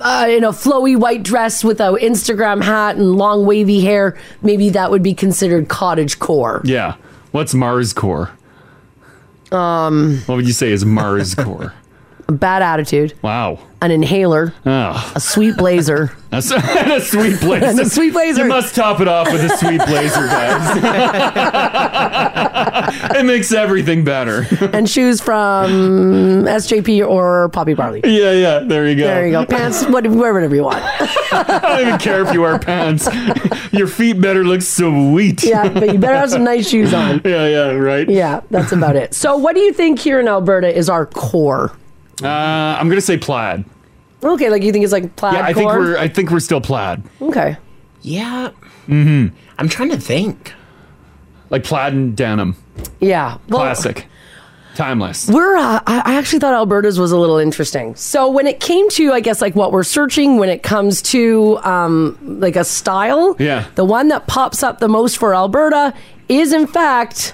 C: uh, in a flowy white dress with a Instagram hat and long wavy hair, maybe that would be considered cottage core.
B: yeah. What's Mars core?
C: Um,
B: What would you say is Mars core?
C: a bad attitude,
B: Wow.
C: an inhaler,
B: Oh.
C: a sweet blazer.
B: That's a sweet blazer.
C: And a sweet blazer.
B: You must top it off with a sweet blazer, guys. it makes everything better.
C: and shoes from SJP or Poppy Barley.
B: Yeah, yeah. There you go.
C: There you go. Pants, what, wear whatever you want.
B: I don't even care if you wear pants. Your feet better look sweet.
C: Yeah, but you better have some nice shoes on.
B: Yeah, yeah, right.
C: Yeah, that's about it. So, what do you think here in Alberta is our core?
B: Uh, I'm gonna say plaid.
C: Okay, like you think it's like plaid
B: yeah, I think
C: core?
B: we're I think we're still plaid.
C: okay.
D: Yeah.
B: Mm-hmm.
D: I'm trying to think.
B: Like plaid and denim,
C: Yeah. Well,
B: classic, timeless.
C: We're, uh, I I actually thought Alberta's was a little interesting. So when it came to, I guess, like what we're searching, when it comes to um, like a style,
B: Yeah.
C: the one that pops up the most for Alberta is, in fact,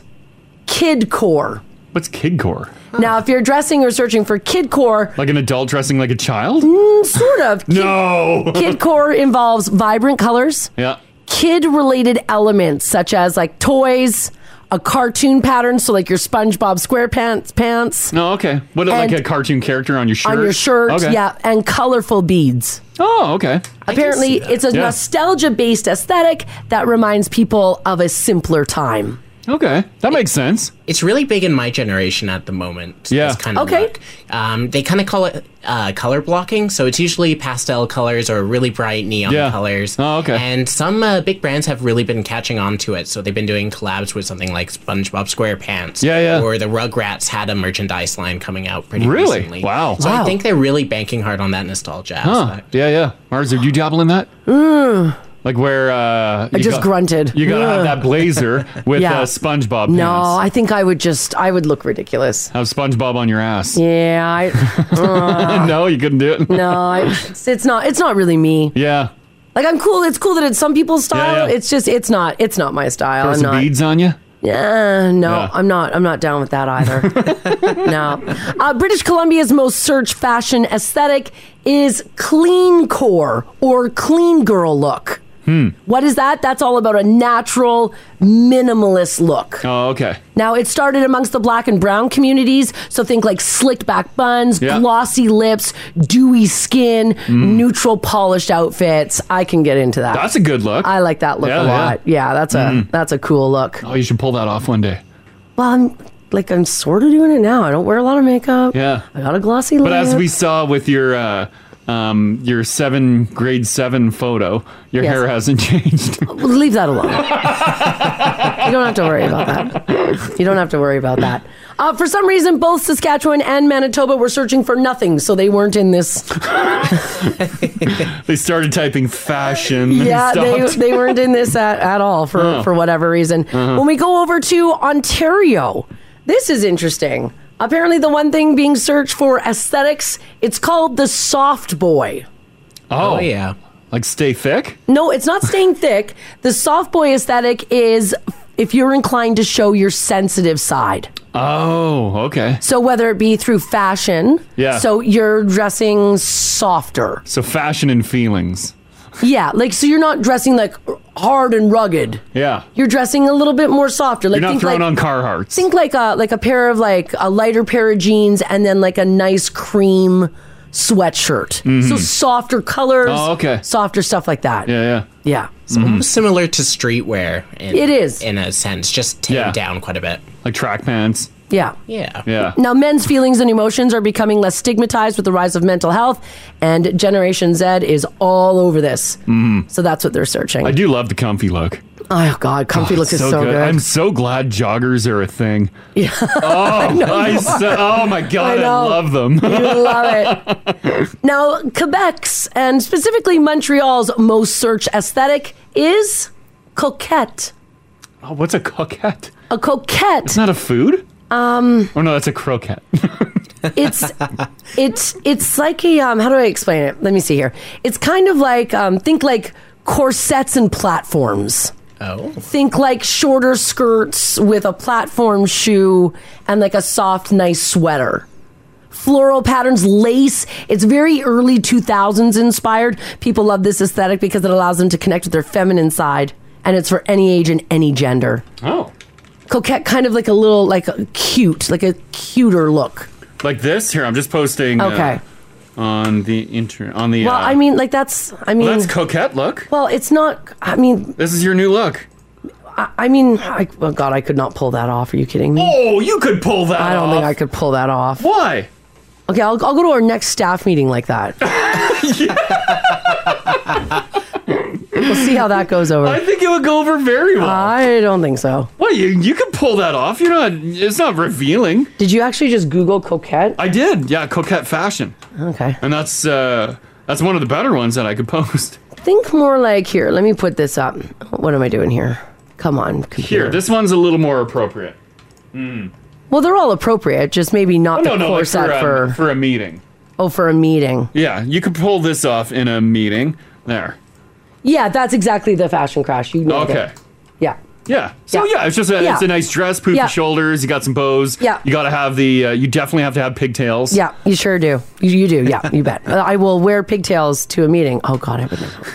C: kid core.
B: What's kid core?
C: Now, if you're dressing or searching for kid core,
B: Like an adult dressing like a child?
C: mm, sort of. Kid,
B: No.
C: kid core involves vibrant colors,
B: Yeah.
C: kid related elements such as like toys, a cartoon pattern, so like your SpongeBob SquarePants pants.
B: No, okay. What like
C: And-
B: a cartoon character on your shirt?
C: on your shirt,
B: Okay.
C: yeah, and colorful beads.
B: Oh, okay.
C: Apparently, it's a
B: Yeah.
C: nostalgia based aesthetic that reminds people of a simpler time.
B: Okay, that makes sense.
D: It's really big in my generation at the moment. Yeah. This kind of
C: Okay.
D: look. Um, they kind of call it uh, color blocking. So it's usually pastel colors or really bright neon
B: Yeah.
D: colors.
B: Oh, okay.
D: And some uh, big brands have really been catching on to it. So they've been doing collabs with something like SpongeBob SquarePants.
B: Yeah, yeah.
D: Or the Rugrats had a merchandise line coming out pretty
B: Really?
D: recently.
B: Wow.
D: So
B: Wow.
D: I think they're really banking hard on that nostalgia
B: Huh.
D: aspect.
B: Yeah, yeah. Mars, are you dabbling that? Like where uh
C: Mm. I
B: you
C: just
B: got-
C: grunted.
B: You gotta have
C: Ugh.
B: that blazer with
C: Yeah.
B: uh, SpongeBob.
C: no,
B: pants.
C: I think I would just, I would look ridiculous.
B: have SpongeBob on your ass.
C: Yeah, I, uh,
B: no, you couldn't do it.
C: no, I, it's, it's not, it's not really me.
B: Yeah,
C: Like I'm cool. It's cool that it's some people's style.
B: yeah.
C: It's just, it's not, it's not my style.
B: throw
C: I'm
B: some
C: not.
B: beads on you.
C: Yeah, no,
B: Yeah.
C: I'm not. I'm not down with that either. no. Uh, British Columbia's most searched fashion aesthetic is clean core or clean girl look.
B: Hmm.
C: What is that? That's all about a natural, minimalist look.
B: Oh, okay.
C: Now, it started amongst the black and brown communities. So think like slick back buns,
B: Yeah. Mm.
C: glossy lips, dewy skin, neutral polished outfits. I can get into that.
B: That's a good look.
C: I like that look
B: Yeah,
C: a
B: yeah.
C: lot. Yeah, that's a
B: Mhm.
C: that's a cool look.
B: Oh, you should pull that off one day.
C: Well, I'm like I'm sort of doing it now. I don't wear a lot of makeup.
B: Yeah.
C: I got a glossy lip.
B: But as we saw with your uh, um, your seven grade seven photo, your
C: Yes.
B: hair hasn't changed.
C: leave that alone. you don't have to worry about that. You don't have to worry about that. Uh, for some reason, both Saskatchewan and Manitoba were searching for nothing, so they weren't in this.
B: they started typing fashion. and
C: yeah, they,
B: stopped.
C: they weren't in this at, at all for,
B: Oh.
C: for whatever reason.
B: Uh-huh.
C: When we go over to Ontario, this is interesting. Apparently, the one thing being searched for aesthetics, it's called the soft boy.
B: Oh, yeah. Like stay thick?
C: No, it's not staying thick. The soft boy aesthetic is if you're inclined to show your sensitive side.
B: Oh, okay.
C: So whether it be through fashion,
B: Yeah.
C: So you're dressing softer.
B: So fashion and feelings.
C: Yeah, like so you're not dressing like hard and rugged.
B: Yeah.
C: You're dressing a little bit more softer. Like
B: You're not
C: think
B: throwing
C: like,
B: on Carhartts.
C: Think like a like a pair of like a lighter pair of jeans and then like a nice cream sweatshirt.
B: Mm-hmm.
D: Mhm.
C: So softer colors.
D: Oh, okay.
C: Softer stuff like that.
B: yeah. Mm-hmm.
C: Yeah.
D: It's almost similar to streetwear. In,
C: It is.
D: In a sense, just taken down quite a bit.
B: Like track pants.
C: Yeah.
D: Yeah.
B: Yeah.
C: Now, men's feelings and emotions are becoming less stigmatized with the rise of mental health, and Generation Z is all over this.
B: Mm.
C: So that's what they're searching.
B: I do love the comfy look.
C: Oh God, comfy
B: Oh,
C: look
B: it's
C: is so good.
B: I'm so glad joggers are a thing.
C: Yeah.
B: Oh,
C: I know
B: I
C: you
B: so-
C: are.
B: oh my
C: I
B: god, I,
C: know.
B: love them.
C: you love it. Now, Quebec's and specifically Montreal's most searched aesthetic is coquette.
B: Oh, what's a coquette?
C: A coquette.
B: It's not a food?
C: Um,
B: Oh no, that's a croquette.
C: it's it's it's like a um. How do I explain it? Let me see here. It's kind of like um. Think like corsets and platforms.
D: Oh.
C: Think like shorter skirts with a platform shoe and like a soft, nice sweater. Floral patterns, lace. It's very early 2000s inspired. People love this aesthetic because it allows them to connect with their feminine side and it's for any age and any gender.
B: Oh.
C: Coquette, kind of like a little, like a cute, like a cuter look.
B: Like this here, I'm just posting uh,
C: Okay.
B: on the inter on the
C: Well,
B: uh,
C: I mean, like that's, I mean,
B: well, that's coquette look.
C: well, it's not, I mean,
B: This is your new look.
C: I, I mean, I, oh God, I could not pull that off. Are you kidding me?
B: Oh, you could pull that
C: I don't think
B: off.
C: I could pull that off.
B: Why?
C: Okay, I'll, I'll go to our next staff meeting like that. we'll see how that goes over.
B: I think it would go over very well.
C: I don't think so.
B: Well, you you could pull that off. You're not. It's not revealing.
C: Did you actually just Google coquette?
B: I did. Yeah, coquette fashion.
C: Okay.
B: And that's uh that's one of the better ones that I could post.
C: Think more like here. Let me put this up. What am I doing here? Come on, computer.
B: Here, this one's a little more appropriate. Mm.
C: Well, they're all appropriate, just maybe not
B: Oh,
C: the
B: no, no, like
C: corset
B: for,
C: for,
B: um, for a meeting.
C: oh for a meeting.
B: Yeah, you could pull this off in a meeting. There.
C: Yeah, that's exactly the fashion crash. You know.
B: Okay.
C: Yeah.
B: Yeah. So yeah, it's just a, it's
C: Yeah.
B: a nice dress, poofy
C: Yeah.
B: shoulders. You got some bows.
C: Yeah.
B: You got to have the. Uh, you definitely have to have pigtails.
C: Yeah, you sure do. You, you do. Yeah, you bet. Uh, I will wear pigtails to a meeting. Oh God, I would never.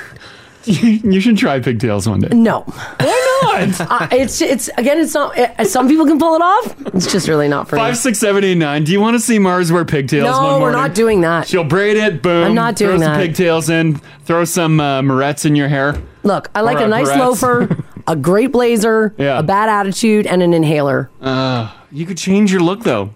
B: you should try pigtails one day.
C: No. Why not? uh, it's it's again. It's not. It, some people can pull it off. It's just really not for me.
B: Five, six, seven, eight, nine. Do you want to see Mars wear pigtails?
C: No,
B: one
C: we're
B: morning?
C: not doing that.
B: She'll braid it. Boom.
C: I'm not
B: throw
C: doing
B: Some
C: that.
B: pigtails in. Throw some uh, barrettes in your hair.
C: Look, I
B: Or
C: like
B: a
C: a nice
B: Barrettes.
C: loafer, a great blazer, a bad attitude, and an inhaler.
B: Uh, you could change your look though.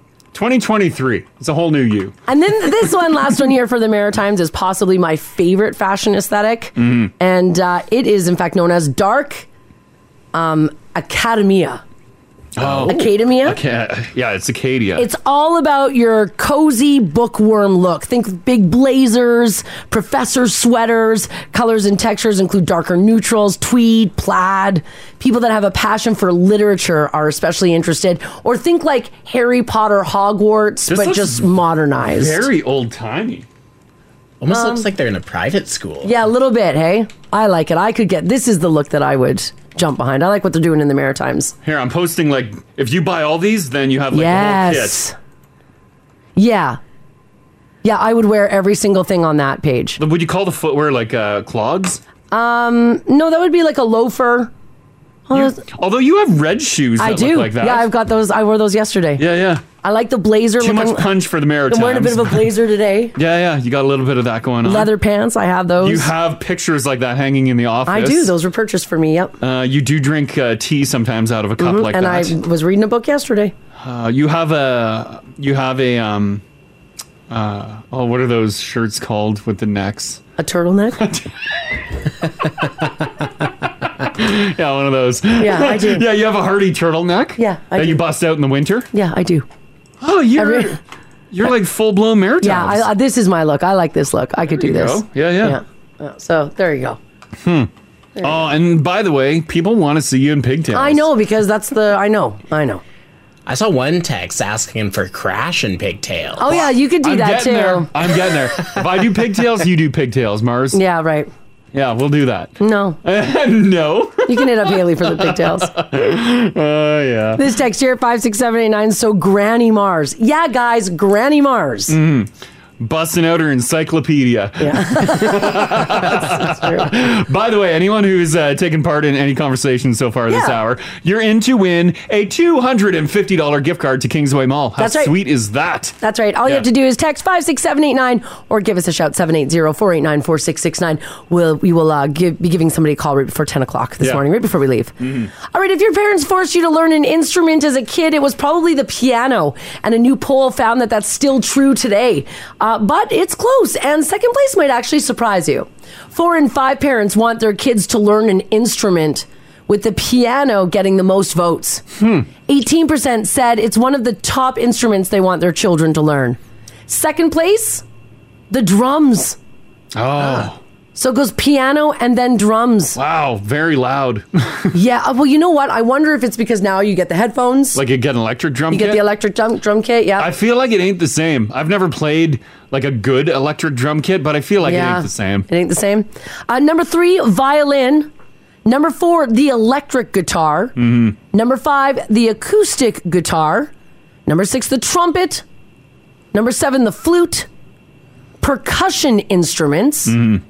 B: 2023. It's a whole new you.
C: And then this one, last one here for the Maritimes, is possibly my favorite fashion aesthetic.
B: Mhm.
C: And uh, it is, in fact, known as dark um, academia.
B: Oh.
C: Academia?
B: Aca- yeah, it's Acadia.
C: It's all about your cozy bookworm look. Think big blazers, professor sweaters. Colors and textures include darker neutrals, tweed, plaid. People that have a passion for literature are especially interested. Or think like Harry Potter Hogwarts,
D: This
C: but
D: looks
C: just modernized.
B: old timey.
D: Almost
C: Um,
D: looks like they're in a private school.
C: Yeah, a little bit, hey? I like it. I could get this is the look that I would jump behind. I like what they're doing in the Maritimes.
B: Here, I'm posting like if you buy all these, then you have like
C: Yes.
B: a whole
C: Yeah. Yeah, I would wear every single thing on that page.
B: kit. Would you call the footwear like uh, clogs?
C: Um, no, that would be like a loafer. Oh, that's-
B: Although you have red shoes that
C: I do.
B: look like that.
C: Yeah, I've got those. I wore those yesterday.
B: yeah, yeah.
C: I like the blazer.
B: Too
C: looking-
B: much punch for the Maritimes.
C: I'm wearing a bit of a blazer today.
B: yeah, yeah. You got a little bit of that going on.
C: Leather pants. I have those.
B: You have pictures like that hanging in the office.
C: I do. Those were purchased for me. Yep.
B: Uh, you do drink uh, tea sometimes out of a cup
C: Mhm.
B: like
C: and
B: that.
C: I was reading a book yesterday.
B: Uh, you have a you have a um uh oh what are those shirts called with the necks?
C: A turtleneck.
B: yeah, one of those.
C: Yeah, I do.
B: yeah, you have a hardy turtleneck. Yeah,
C: I
B: that
C: do.
B: you bust out in the winter.
C: yeah, I do.
B: Oh, you're you're like full blown Maritimes.
C: Yeah, I, I- this is my look. I like this look. I could do
B: you
C: this.
B: go. Yeah, yeah.
C: Yeah. So there you go.
B: Hmm. Oh, and by the way, people want to see you in pigtails.
C: I know because that's the I know I know.
D: I saw one text asking for crash and pigtail.
C: Oh yeah, you could do
D: I'm
C: that too.
D: getting there.
B: I'm getting there. If I do pigtails, you do pigtails, Mars.
C: Yeah, right.
B: Yeah, we'll do that.
C: No.
B: no.
C: You can hit up Haley for the pigtails.
B: Oh yeah.
C: This text here, 56789. So, Granny Mars. Yeah, guys, Granny Mars.
B: Mm. Busting out her encyclopedia. By the way, anyone who's uh, taken part in any conversation so far this
C: Yeah.
B: hour, you're in to win a $250 gift card to Kingsway Mall. How
C: That's right.
B: sweet is that?
C: That's right. All you
B: Yeah.
C: have to do is text 56789 or give us a shout 780-489-4669. We'll, we will uh, give, be giving somebody a call right before 10 o'clock this
T: Yeah.
C: morning, right before we leave.
B: Mm-hmm.
C: All right, if your parents forced you to learn an instrument as a kid, it was probably the piano. And a new poll found that that's still true today. Uh, but it's close, and second place might actually surprise you. Four in five parents want their kids to learn an instrument, with the piano getting the most votes. 18% said it's one of the top instruments they want their children to learn. Second place, the drums.
B: Oh.
C: So it goes piano and then drums.
B: Wow, very loud.
C: yeah, uh, well, you know what? I wonder if it's because now you get the headphones.
B: like you get an electric drum
C: you get
B: kit.
C: the electric drum, drum kit, yeah.
B: I feel like it ain't the same. I've never played like a good electric drum kit, but I feel like it
C: Yeah.
B: ain't the same.
C: It ain't the same. Uh, number three, violin. Number four, the electric guitar.
B: Mhm.
C: Number five, the acoustic guitar. Number six, the trumpet. Number seven, the flute. Percussion instruments.
B: Mm-hmm.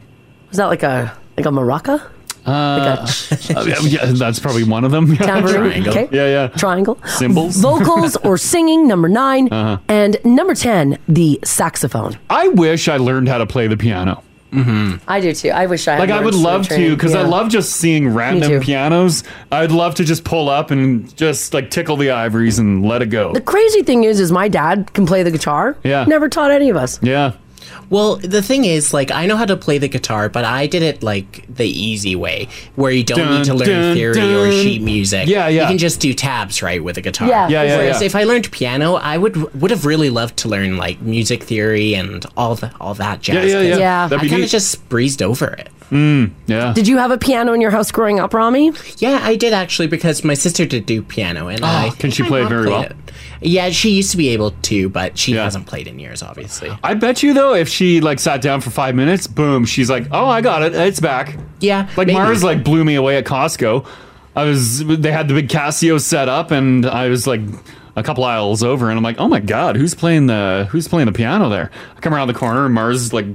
C: Was that like a like a maraca?
B: Uh, uh, yeah, that's probably one of them.
C: Tambourine, okay.
B: Yeah, yeah.
C: Triangle.
B: Cymbals.
C: Vocals or singing. Number 9
B: Uh-huh.
C: and number ten, the saxophone.
B: I wish I learned how to play the piano. Mm-hmm.
C: I do too. I wish I had
B: Like I
C: learned
B: would
C: slow
B: love to
C: training.
B: because I
C: Yeah.
B: love just seeing
C: too.
B: random pianos. I'd love to just pull up and just like tickle the ivories and let it go.
C: The crazy thing is, is my dad can play the guitar.
D: Yeah.
C: Never taught any of us.
B: Yeah.
D: Well, the thing is, like, I know how to play the guitar, but I did it like the easy way, where you don't
B: Dun,
D: need to learn
B: dun,
D: theory
B: dun.
D: or sheet music.
B: Yeah, yeah.
D: You can just do tabs, right, with a guitar.
B: Yeah, Yeah, yeah,
D: Whereas
B: yeah.
D: if I learned piano, I would would have really loved to learn like music theory and all the all that jazz.
B: Yeah, yeah, yeah.
D: 'cause
B: Yeah. That'd
D: I
B: be
D: kind
B: neat.
D: of just breezed over it.
B: Mm, yeah.
C: Did you have a piano in your house growing up, Rami?
D: Yeah, I did actually because my sister did do piano, and
B: Oh,
D: I
B: can she
D: my
B: play
D: mom
B: very
D: played
B: well?
D: it. Yeah, she used to be able to, but she hasn't played in years, obviously.
B: I bet you though, if she like sat down for five minutes, boom, she's like, "Oh, I got it. It's back."
D: Yeah,
B: like
D: maybe.
B: Mars like blew me away at Costco. I was they had the big Casio set up, and I was like a couple aisles over, and I'm like, "Oh my god, who's playing the who's playing the piano there?" I come around the corner, and Mars is like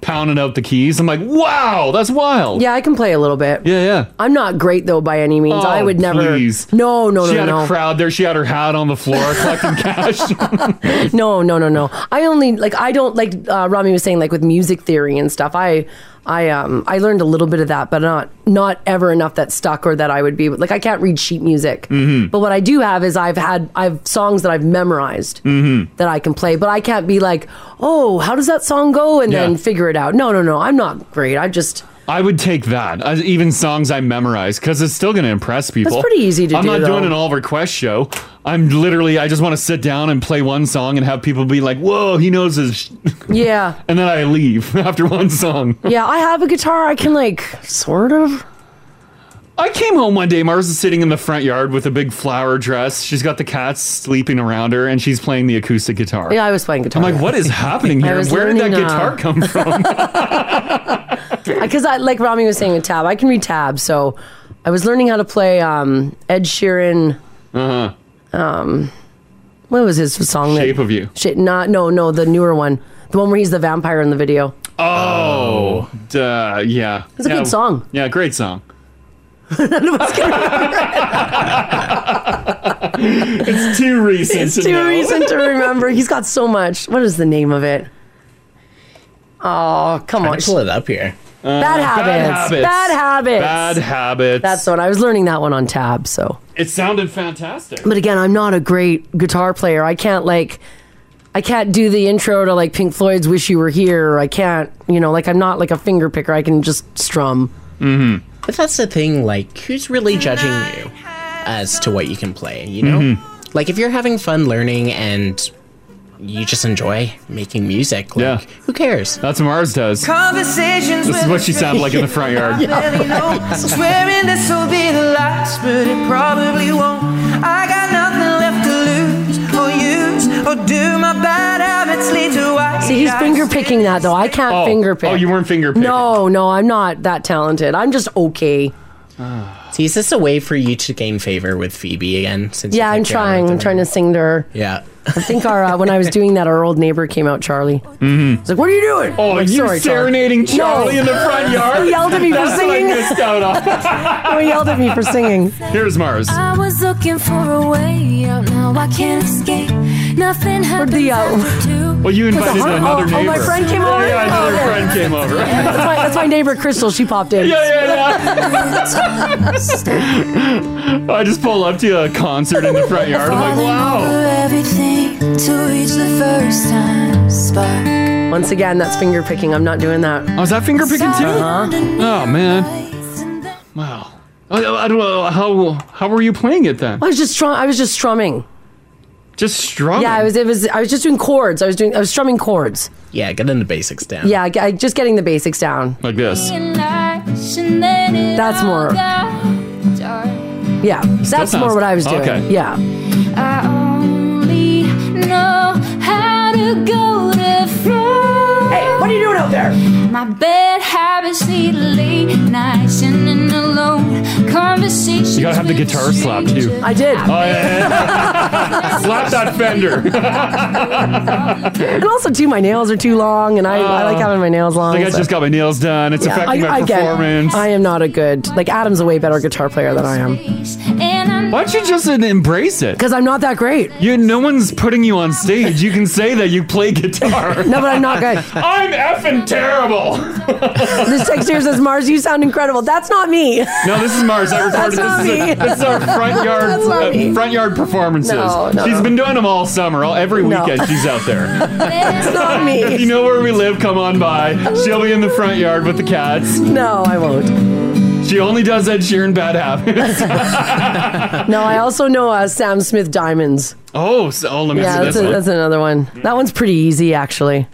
B: pounding out the keys. I'm like, "Wow, that's wild."
C: Yeah, I can play a little bit.
B: Yeah, yeah.
C: I'm not great though by any means. I
B: Oh,
C: would never.
B: please.
C: No, no,
B: she
C: no,
B: had
C: no.
B: a crowd there. She had her hat on the floor collecting cash.
C: no, no, no, no. I only like I don't like uh, Rami was saying like with music theory and stuff. I I um I learned a little bit of that, but not not ever enough that stuck or that I would be like I can't read sheet music.
B: Mm-hmm.
T: Mhm.
C: But what I do have is I've had I've songs that I've memorized
T: Mm-hmm.
C: that I can play, but I can't be like, oh, how does that song go, and then
B: Yeah.
C: figure it out. No, no, no. I'm not great. I just
B: I would take that. I, even songs I memorize because it's still going to impress people.
C: pretty easy to
B: I'm
C: do,
B: not doing
C: though.
B: an all request show. I'm literally. I just want to sit down and play one song and have people be like, "Whoa, he knows his." Sh-.
C: yeah.
B: And then I leave after one song.
C: yeah, I have a guitar. I can like sort of.
B: I came home one day. Mars is sitting in the front yard with a big flower dress. She's got the cats sleeping around her, and she's playing the acoustic guitar.
C: Yeah, I was playing guitar.
B: I'm like, what is happening
C: I
B: here?
C: was
B: Where did that
C: learning, uh,
B: guitar come from?
C: Because I like Rami was saying a tab. I can read tabs, so I was learning how to play um, Ed Sheeran.
B: Uh
C: huh. Um, what was his song? that-
B: Shape of You.
C: Shit, not no no the newer one, the one where he's the vampire in the video.
B: Oh, duh, yeah.
C: It's a
B: Yeah,
C: good song.
B: Yeah, great song.
C: None of us can remember.
B: it's too recent.
C: It's
B: to
C: too
B: know.
C: recent to remember. He's got so much. What is the name of it? Oh, come on.
D: Trying to pull it up here.
C: Bad habits. Bad habits.
B: Uh, Bad habits.
C: That's the one. I was learning that one on tab, so.
B: It sounded fantastic.
C: But again, I'm not a great guitar player. I can't like I can't do the intro to like Pink Floyd's Wish You Were Here. or I can't, you know, like I'm not like a finger picker. I can just strum.
D: Mm-hmm. But that's the thing, like, who's really judging you as to what you can play, you know?
B: Mhm.
D: Like, if you're having fun learning and you just enjoy making music, like,
B: Yeah.
D: who cares?
B: That's what Mars does.
U: Conversations
B: This is
U: with
B: what she sounded like in the front yard.
U: Barely know. Swearing this will be the last, but it probably won't. I got nothing left to lose.
T: Do my bad habits lead to white
C: See, he's finger picking that though. I can't finger pick.
B: oh, you weren't finger
C: picking. No, no, I'm not that talented. I'm just okay.
D: See, is this a way for you to gain favor with Phoebe again? Since you
C: yeah, I'm
D: think you're on
C: trying.
D: with
C: I'm
D: her?
C: trying to sing to her.
D: Yeah.
C: I think our uh, when I was doing that, our old neighbor came out, Charlie. Mm-hmm. He's like, "What are you doing?"
B: Oh,
C: I'm like,
B: you
C: "Sorry,
B: serenading Charlie in the front yard?
C: he yelled at me for
B: That's what I
C: singing.
B: missed out on.
C: he yelled at me for singing.
B: Here's Mars.
U: I was looking for a way out. Now I can't escape. Nothing happened.
C: The, uh,
B: Well, you invited
C: Oh,
B: another
C: oh,
B: neighbor.
C: oh, my friend came
B: Yeah,
C: over?
B: Yeah, another
C: Oh.
B: friend came over.
C: that's, my, that's my neighbor Crystal. She popped in.
B: I just pull up to a concert in the front yard. I'm like, wow.
U: everything to reach the first time spark.
C: Once again, that's finger picking. I'm not doing that.
B: Oh, is that finger picking too? Oh man. Wow. I, I don't know how how were you playing it then?
C: I was just strum- I was just strumming.
B: Just strumming.
C: Yeah, I was. It was. I was just doing chords. I was doing. I was strumming chords.
D: Yeah, getting the basics down.
C: Yeah, I, I- just getting the basics down.
B: Like this.
C: That's more. Yeah,
U: Still
C: that's more
U: sounds-
C: what I was
B: Oh,
C: doing.
U: okay.
C: Yeah.
U: I only know how to go to floor. Hey,
C: what are you doing out there?
U: My bad habits lead to late nights and an alone conversation.
B: You gotta have the guitar slap too.
C: I did.
B: Oh, yeah. slap that fender.
C: and also, too, my nails are too long, and I, I like having my nails long.
B: Like I
C: so-
B: Uh, just got my nails done. It's
C: Yeah,
B: affecting my
C: get it.
B: performance.
C: I am not a good. Like Adam's a way better guitar player than I am.
B: Why don't you just embrace it? Because
C: I'm not that great.
B: You, no one's putting you on stage. You can say that you play guitar.
C: No, but I'm not good.
B: I'm effing terrible.
C: this text here says, "Mars, you sound incredible." That's not me.
B: No, this is Mars. I
C: That's
B: recorded
C: not
B: this. Is
C: me.
B: a, this is our front yard
C: That's not
B: uh,
C: me.
B: front yard performances.
C: No, no,
B: she's
C: no.
B: been doing them all summer. All, every
C: No.
B: weekend she's out there.
C: That's not
B: If
C: me.
B: you know where we live, come on by. She'll be in the front yard with the cats.
C: No, I won't.
B: She only does Ed Sheeran bad habits.
C: No, I also know uh, Sam Smith Diamonds.
B: oh, so oh, let me
C: yeah,
B: see
C: that's,
B: this
C: a,
B: one.
C: that's another one. That one's pretty easy, actually.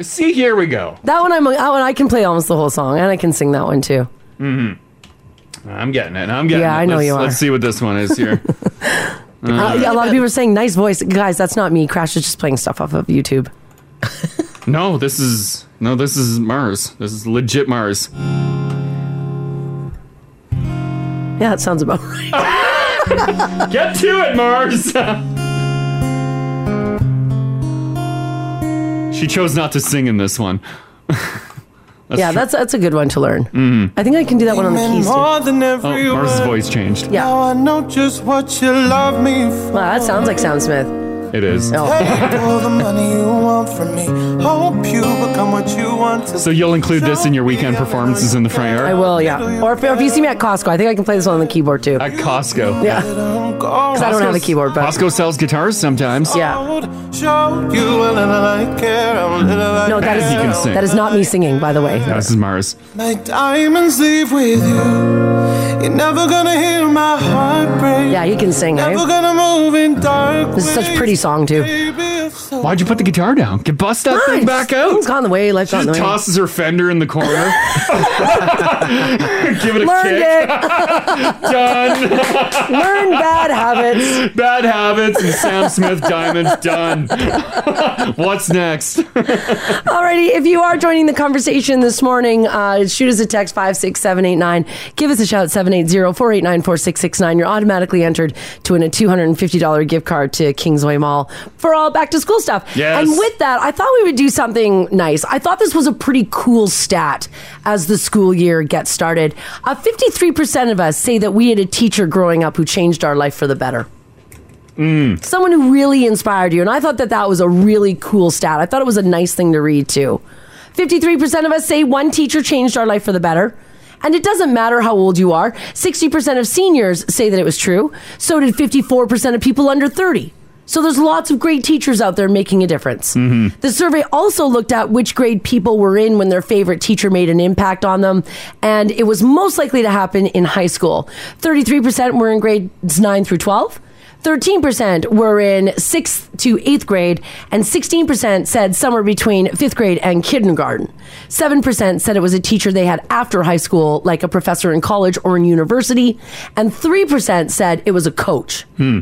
B: See, here we go.
C: That one I'm that one I can play almost the whole song, and I can sing that one too.
B: hmm I'm getting it. I'm getting
C: Yeah,
B: it.
C: I know
B: Let's-
C: you are.
B: Let's see what this one is here.
C: Uh,
B: Uh,
C: yeah, a lot of people are saying nice voice, guys. That's not me. Crash is just playing stuff off of YouTube.
B: No, this is no, this is Mars. This is legit Mars.
C: Yeah, that sounds about right.
B: Get to it, Mars. she chose not to sing in this one.
C: yeah, that's that's a good one to learn.
B: Mm.
C: I think I can do that one on the keys.
T: More than
C: Too.
B: Oh, Mars' voice changed.
C: Yeah.
T: Now I know just what you love me for.
C: Wow, that sounds like Sam Smith.
B: It is.
C: Oh.
T: Take all the money you want from me. Hope you become what you want to
B: So you'll include this in your weekend performances in the front yard?
C: I will, yeah. Or if, or if you see me at Costco, I think I can play this one on the keyboard too.
B: At Costco.
C: Yeah. Because I don't have a keyboard, but
B: Costco sells guitars sometimes.
C: yeah.
T: show you a little I care, a little I
C: No, that
B: As
C: is
B: he can sing.
C: that is not me singing, by the way.
B: No, this is Mars.
T: My diamonds leave with you. You're never gonna hear my heart break.
C: Yeah, he can sing.
T: Never
C: eh?
T: gonna move in dark.
C: This is such a pretty song too.
B: Why'd you put the guitar down? Get bust that thing back out.
C: It's gone the way. Life's
B: She
C: gone the
B: just
C: way.
B: tosses her fender in the corner. Give it a
C: Learned
B: kick.
C: it.
B: Done.
C: Learn bad habits.
B: Bad habits and Sam Smith diamonds done. What's next?
C: Alrighty, if you are joining the conversation this morning, uh, shoot us a text 56789. Give us a shout 780-489-4669. You're automatically entered to win a $250 gift card to Kingsway Mall for all back to school stuff.
V: Yes.
C: And with that, I thought we would do something nice. I thought this was a pretty cool stat as the school year gets started. Uh, 53% of us say that we had a teacher growing up who changed our life for the better.
B: Hmm.
C: Someone who really inspired you. And I thought that that was a really cool stat. I thought it was a nice thing to read, too. 53% of us say one teacher changed our life for the better. And it doesn't matter how old you are. 60% of seniors say that it was true. So did 54% of people under 30. So there's lots of great teachers out there making a difference.
B: Mm-hmm.
C: The survey also looked at which grade people were in when their favorite teacher made an impact on them, and it was most likely to happen in high school. 33% were in grades 9 through 12. 13% were in 6th to 8th grade, and 16% said somewhere between 5th grade and kindergarten. 7% said it was a teacher they had after high school, like a professor in college or in university, and 3% said it was a coach.
V: Hmm.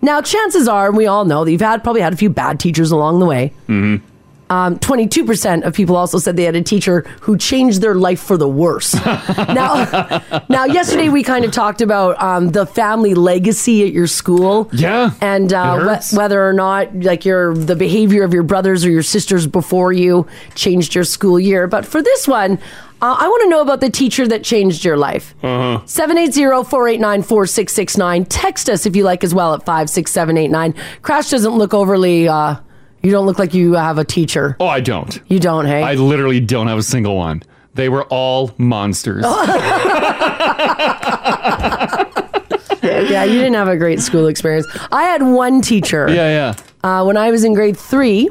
C: Now, chances are, and we all know that you've had probably had a few bad teachers along the way.
B: Mm-hmm.
C: Um, 22% of people also said they had a teacher who changed their life for the worse. now, now, yesterday we kind of talked about um, the family legacy at your school.
B: Yeah.
C: And uh,
B: It hurts.
C: wh- whether or not, like, your the behavior of your brothers or your sisters before you changed your school year. But for this one, uh, I want to know about the teacher that changed your life.
B: Uh huh.
C: 780-489-4669. Text us if you like as well at 56789. Crash doesn't look overly uh you don't look like you have a teacher.
B: Oh, I don't.
C: You don't, hey?
B: I literally don't have a single one. They were all monsters.
C: yeah, you didn't have a great school experience. I had one teacher. yeah.
B: Yeah,
C: Uh, when I was in grade three,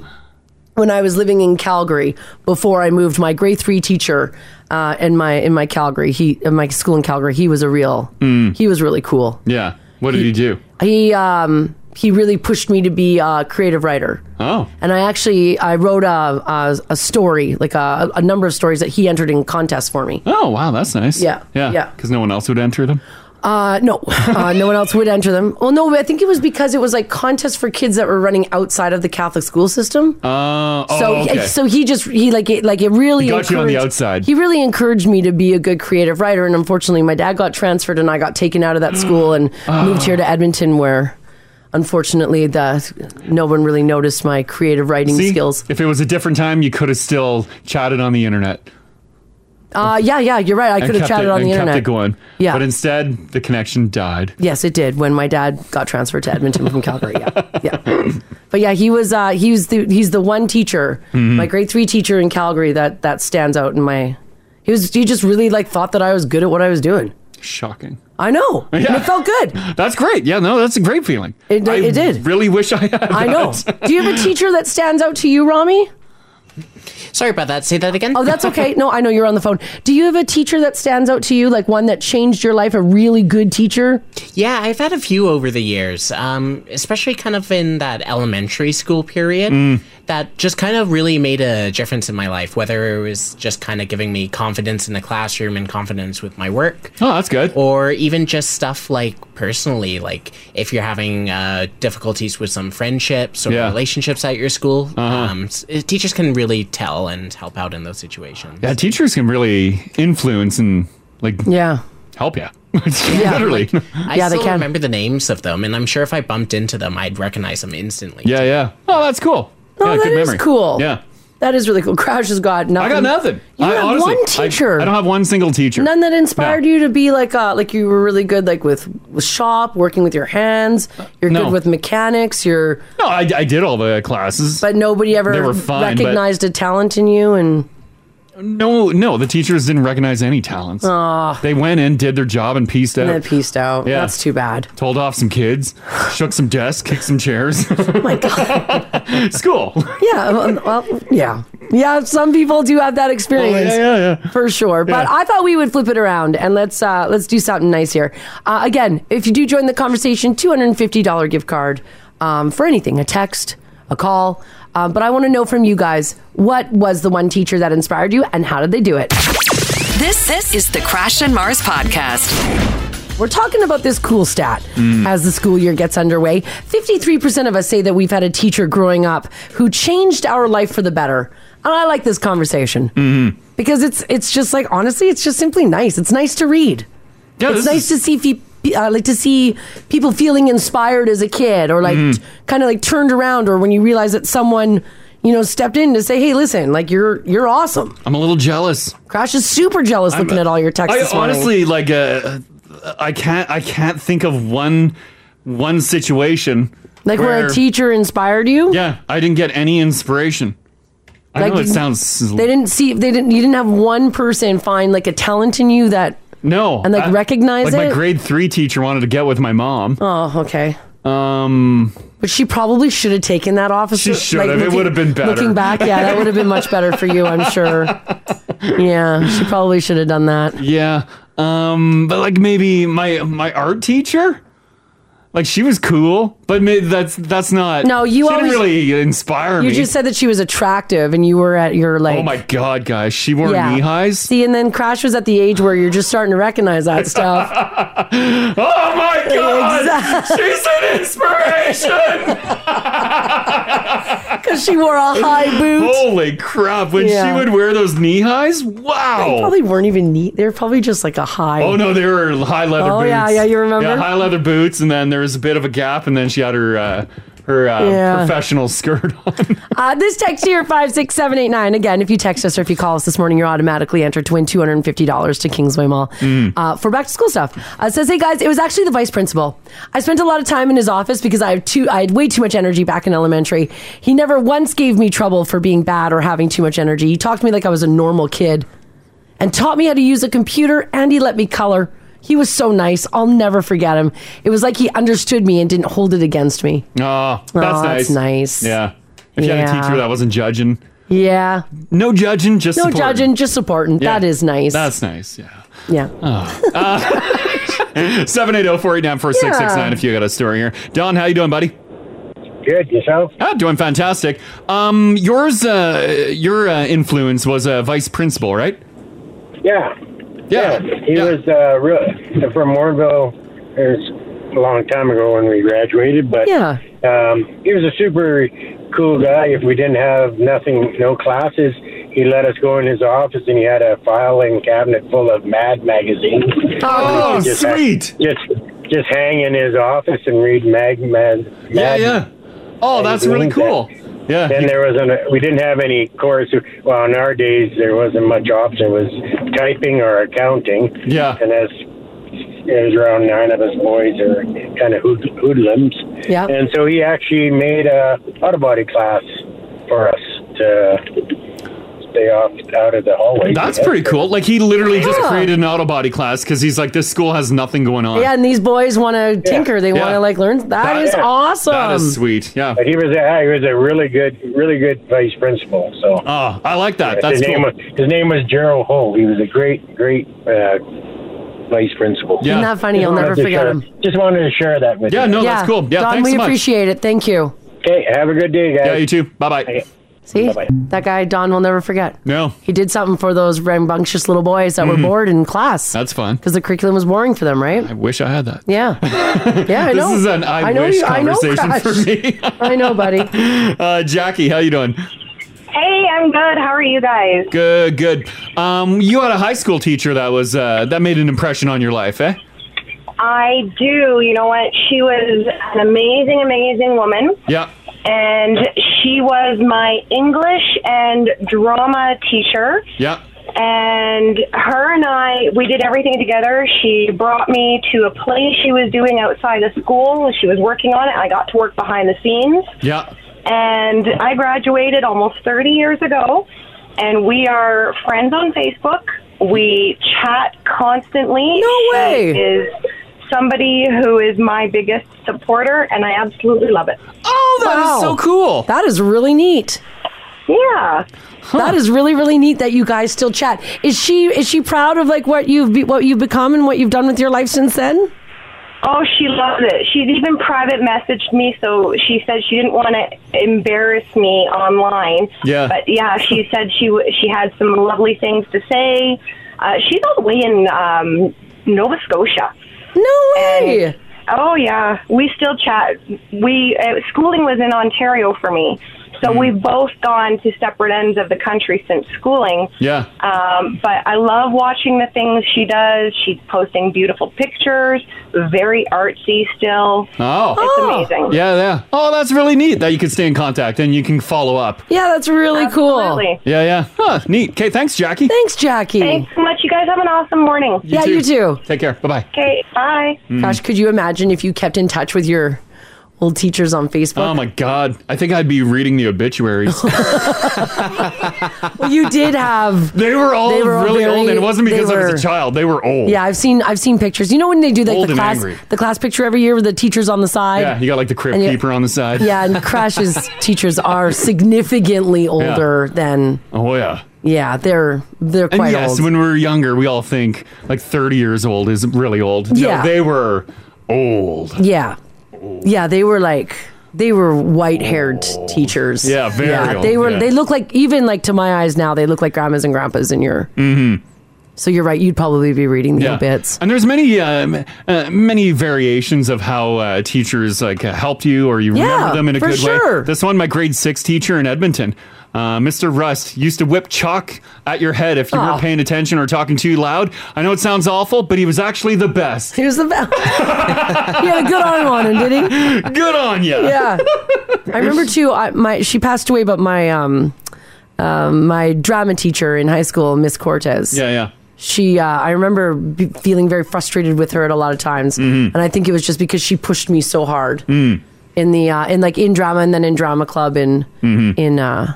C: when I was living in Calgary before I moved, my grade three teacher uh, in my in my Calgary, he in my school in Calgary, he was a real.
B: Mm.
C: He was really cool.
B: Yeah. What did he do?
C: He um he really pushed me to be a creative writer.
B: Oh.
C: And I actually I wrote a a, a story like a, a number of stories that he entered in contests for me.
B: Oh, wow. That's nice.
C: Yeah,
B: Yeah.
C: yeah.
B: Because no one else would enter them.
C: Uh, no, uh, no one else would enter them. Well, no, I think it was because it was like contests for kids that were running outside of the Catholic school system.
B: Uh, oh,
C: so,
B: okay.
C: so he just he like it like it really
B: He got you on the
C: encouraged-
B: outside.
C: He really encouraged me to be a good creative writer, and unfortunately, my dad got transferred, and I got taken out of that school and
B: Ah.
C: moved here to Edmonton, where unfortunately the no one really noticed my creative writing
B: See,
C: skills.
B: if it was a different time, you could have still chatted on the internet.
C: Uh, yeah, yeah, you're right. I
B: and
C: could have
B: kept
C: chatted
B: it,
C: on
B: and
C: the
B: kept
C: internet.
B: it going.
C: Yeah.
B: But instead, the connection died.
C: Yes, it did when my dad got transferred to Edmonton from Calgary. Yeah, yeah. But yeah, he was uh, he was the he's the one teacher,
B: Mhm.
C: my grade three teacher in Calgary that that stands out in my. He was he just really like thought that I was good at what I was doing.
B: Shocking.
C: I know. And
B: Yeah.
C: it felt good.
B: That's great. Yeah, no, that's a great feeling.
C: It-
B: I
C: it did.
B: Really wish I had.
C: I know.
B: that.
C: Do you have a teacher that stands out to you, Rami?
D: Sorry about that. Say that again.
C: Oh, that's okay. No, I know you're on the phone. Do you have a teacher that stands out to you, like one that changed your life, a really good teacher?
D: Yeah, I've had a few over the years, um, especially kind of in that elementary school period
B: Mm.
D: that just kind of really made a difference in my life, whether it was just kind of giving me confidence in the classroom and confidence with my work.
B: Oh, that's good.
D: Or even just stuff like personally, like if you're having uh, difficulties with some friendships or
B: Yeah. Uh-huh.
D: relationships at your school, um, s- teachers can really tell and help out in those situations.
B: Yeah, teachers can really influence and like
C: yeah
B: help you. Literally.
D: I
B: Yeah, they
D: still
B: can.
D: remember the names of them, and I'm sure if I bumped into them, I'd recognize them instantly.
B: yeah, yeah. Oh, that's cool.
C: Oh,
B: yeah,
C: that
B: good
C: is
B: memory.
C: cool.
B: Yeah.
C: That is really cool. Crash has got nothing.
B: I got nothing.
C: You
B: I,
C: have
B: honestly,
C: one
B: I-
C: teacher.
B: I, don't have one single teacher.
C: None that inspired you to be like uh like you were really good like with, with shop, working with your hands. You're
B: no.
C: good with mechanics. You're
B: No, I, I did all the classes.
C: but nobody ever
B: They were fine, but-
C: recognized a talent in you and
B: No, no, the teachers didn't recognize any talents.
C: Aw.
B: They went in, did their job, and pieced out.
C: Ah. And then pieced out.
B: Yeah.
C: That's too bad.
B: Told off some kids, shook some desks, kicked some chairs. oh
C: my
B: god! School. Oh,
C: yeah, well, well, yeah, yeah. Some people do have that experience,
B: yeah, yeah, yeah,
C: for sure. But I thought we would flip it around and let's uh, let's do something nice here. Uh, again, if you do join the conversation, two hundred and fifty dollar gift card um, for anything, a text, a call. Um, but I want to know from you guys what was the one teacher that inspired you, and how did they do it?
A: This this is the Crash and Mars podcast.
C: We're talking about this cool stat
B: Mm.
C: as the school year gets underway. 53% of us say that we've had a teacher growing up who changed our life for the better. And I like this conversation
B: Mm-hmm.
C: because it's it's just like honestly, it's just simply nice. It's nice to read.
B: Yeah,
C: it's
B: this
C: nice to see fe- uh, like to see people feeling inspired as a kid or like
B: Mhm.
C: kind of like turned around or when you realize that someone, you know, stepped in to say, "Hey, listen, like you're you're awesome."
B: I'm a little jealous.
C: Crash is super jealous looking
B: I'm-
C: at all your texts.
B: I
C: this morning.
B: honestly like uh, I can't I can't think of one one situation
C: like where, a teacher inspired you?
B: Yeah, I didn't get any inspiration. I know it sounds
C: They didn't see. They didn't. You didn't have one person find like a talent in you that.
B: No.
C: And like
B: Oh, I-
C: recognize
B: like
C: it.
B: my grade three teacher wanted to get with my mom.
C: Oh, okay.
B: Um,
C: but she probably should have taken that off.
B: She should have. It
C: looking-
B: would have been better.
C: Looking back, yeah, that would have been much better for you, I'm sure. Yeah, she probably should have done that.
B: Yeah. Um, but like maybe my my art teacher, like she was cool. But maybe that's that's not.
C: No, you
B: she didn't
C: always-
B: really inspire
C: You
B: me.
C: just said that she was attractive, and you were at your like.
B: oh my god, guys, she wore
C: Yeah.
B: knee highs.
C: See, and then Crash was at the age where you're just starting to recognize that stuff.
B: Oh my god,
C: Exact-
B: she's an inspiration.
C: Because she wore a high boot.
B: Holy crap! When
C: Yeah.
B: she would wear those knee highs,
C: They
B: wow.
C: probably weren't even neat. They were probably just like a high.
B: Oh no, they were high leather
C: Oh,
B: boots.
C: yeah, yeah, you remember?
B: Yeah, high leather boots, and then there was a bit of a gap, and then she had her uh, her uh,
C: Yeah.
B: professional skirt on.
C: Uh, this text here, 56789. Again, if you text us or if you call us this morning, you're automatically entered to win $250 to Kingsway Mall uh, for back to school stuff. Uh, it says, hey guys, it was actually the vice principal. I spent a lot of time in his office because I have too, I had way too much energy back in elementary. He never once gave me trouble for being bad or having too much energy. He talked to me like I was a normal kid and taught me how to use a computer and he let me color. He was so nice. I'll never forget him. It was like he understood me and didn't hold it against me.
B: Oh, that's
C: Oh,
B: nice.
C: that's nice.
B: Yeah. If you had
C: Yeah.
B: a teacher that wasn't judging,
C: Yeah.
B: no judging, just
C: no
B: supporting.
C: judging, just supporting.
B: Yeah.
C: That is nice.
B: That's nice. Yeah.
C: yeah.
B: Oh. Uh, Seven eight zero four eight nine four six six nine.
V: Yeah.
B: If you got a story here, Don, how you doing, buddy?
V: Good yourself?
B: Ah, doing fantastic. Um, yours, uh, your uh, influence was a vice principal, right?
V: Yeah.
B: Yeah.
V: He was uh, real, from Warrenville. There's a long time ago when we graduated, but
C: Yeah.
V: um, he was a super cool guy. If we didn't have nothing, no classes, he let us go in his office and he had a filing cabinet full of Mad magazines.
B: Oh,
V: And we just had-
B: sweet.
V: just just hang in his office and read Mag Mad.
B: Yeah,
V: Mad
B: yeah. Oh, that's really cool. Yeah.
V: Then there was an, we didn't have any course. Well, in our days there wasn't much option. It was typing or accounting.
B: Yeah.
V: And as it was around nine of us boys are kind of hood, hoodlums.
C: Yeah.
V: And so he actually made a auto body class for us to stay off out of the hallway.
B: That's pretty cool. Like he literally just
C: Yeah.
B: created an auto body class because he's like, this school has nothing going on.
C: Yeah, and these boys want to tinker. They
B: Yeah.
C: want to like learn. that is awesome.
B: That is sweet. Yeah.
V: But he was a, he was a really good really good vice principal. So.
B: Oh, I like that.
V: his
B: That's cool.
V: name was his name was Gerald Ho. He was a great great uh, vice principal.
C: Isn't that funny?
V: Just
C: I'll never
V: wanted to
C: forget
V: share-
C: him.
V: Just wanted to share that with you.
C: Don, we appreciate it. Thank you.
V: Okay, have a good day, guys.
B: Yeah, you too. Bye bye.
C: See, that guy Don will never forget.
B: No.
C: He did something for those rambunctious little boys that were
B: Mhm.
C: bored in class
B: That's fun.
C: because the curriculum was boring for them, right?
B: I wish I had that.
C: Yeah. Yeah, I
B: This
C: know.
B: is an I
C: know
B: wish
C: you- I know,
B: conversation
C: Crash.
B: for me.
C: I know, buddy.
B: Uh, Jackie, how you doing?
Q: Hey, I'm good. How are you guys?
B: Good, good. Um, you had a high school teacher that was uh, that made an impression on your life, eh?
Q: I do. You know what? She was an amazing, amazing woman.
B: Yeah.
Q: And she was my English and drama teacher.
B: Yeah.
Q: And her and I, we did everything together. She brought me to a play she was doing outside the school. She was working on it. I got to work behind the scenes.
B: Yeah.
Q: And I graduated almost 30 years ago. And we are friends on Facebook. We chat constantly. No
C: way.
Q: is somebody who is my biggest supporter, and I absolutely love it.
B: Oh,
Q: that is so
C: cool. That is really neat.
Q: Yeah.
C: That is really really neat that you guys still chat. Is she is she proud of like what you've be, what you've become and what you've done with your life since then?
Q: Oh, she loves it. She's even private messaged me, so she said she didn't want to embarrass me online.
W: Yeah.
Q: But yeah, she said she w- she had some lovely things to say. Uh, she's all the way in um, Nova Scotia.
C: No way.
Q: oh yeah, we still chat. We uh, schooling was in Ontario for me, so we've both gone to separate ends of the country since schooling.
B: Yeah.
Q: Um, but I love watching the things she does. She's posting beautiful pictures, very artsy still.
B: Oh.
Q: It's amazing.
B: Yeah, yeah. Oh, that's really neat that you could stay in contact and you can follow up.
C: Yeah, that's really
Q: Absolutely.
B: Yeah, yeah. Huh, neat. Okay, thanks, Jackie.
C: Thanks, Jackie.
Q: Thanks so much. You guys have an awesome morning.
C: too.
B: Take care. Bye bye.
Q: Okay, bye.
B: Mm.
C: Gosh, could you imagine if you kept in touch with your old teachers on Facebook?
B: Oh my God! I think I'd be reading the obituaries.
C: well, you did have.
B: They were all really
C: very-
B: old, and it wasn't
C: they
B: because I
C: were-
B: was a child. They were old.
C: Yeah, I've seen I've seen pictures. You know when they do like
B: Old
C: the
B: and
C: class
B: angry.
C: the class picture every year with the teachers on the side.
B: Yeah, you got like the crypt
C: And you-
B: keeper on the side.
C: Yeah, and Crash's teachers are significantly older than
B: Oh yeah.
C: yeah, they're they're
B: And
C: quite
B: yes,
C: old.
B: when we're younger, we all think like 30 years old is really old. No,
C: Yeah.
B: they were old.
C: yeah. Yeah, they were like they were white-haired teachers.
B: Yeah, very old,
C: they were.
B: yeah.
C: They look like even like to my eyes now. They look like grandmas and grandpas in your.
B: Mm-hmm.
C: So you're right. You'd probably be reading the obit.
B: And there's many um, uh, many variations of how uh, teachers like uh, helped you or you
C: Yeah,
B: remember them in a
C: for
B: good
C: sure.
B: way. This one, my grade six teacher in Edmonton, uh, Mr. Rust, used to whip chalk at your head if you
C: Aw.
B: weren't paying attention or talking too loud. I know it sounds awful, but he was actually the best.
C: He was the best. he had a good arm on him, did he?
B: Good on you.
C: Yeah. I remember too. I, my she passed away, but my um, um my drama teacher in high school, Miss Cortez.
B: Yeah, yeah.
C: She, uh, I remember b- feeling very frustrated with her at a lot of times,
B: Mm-hmm.
C: and I think it was just because she pushed me so hard
B: Mm.
C: in the uh, in like in drama and then in drama club and
B: Mm-hmm.
E: Mhm.
C: in uh,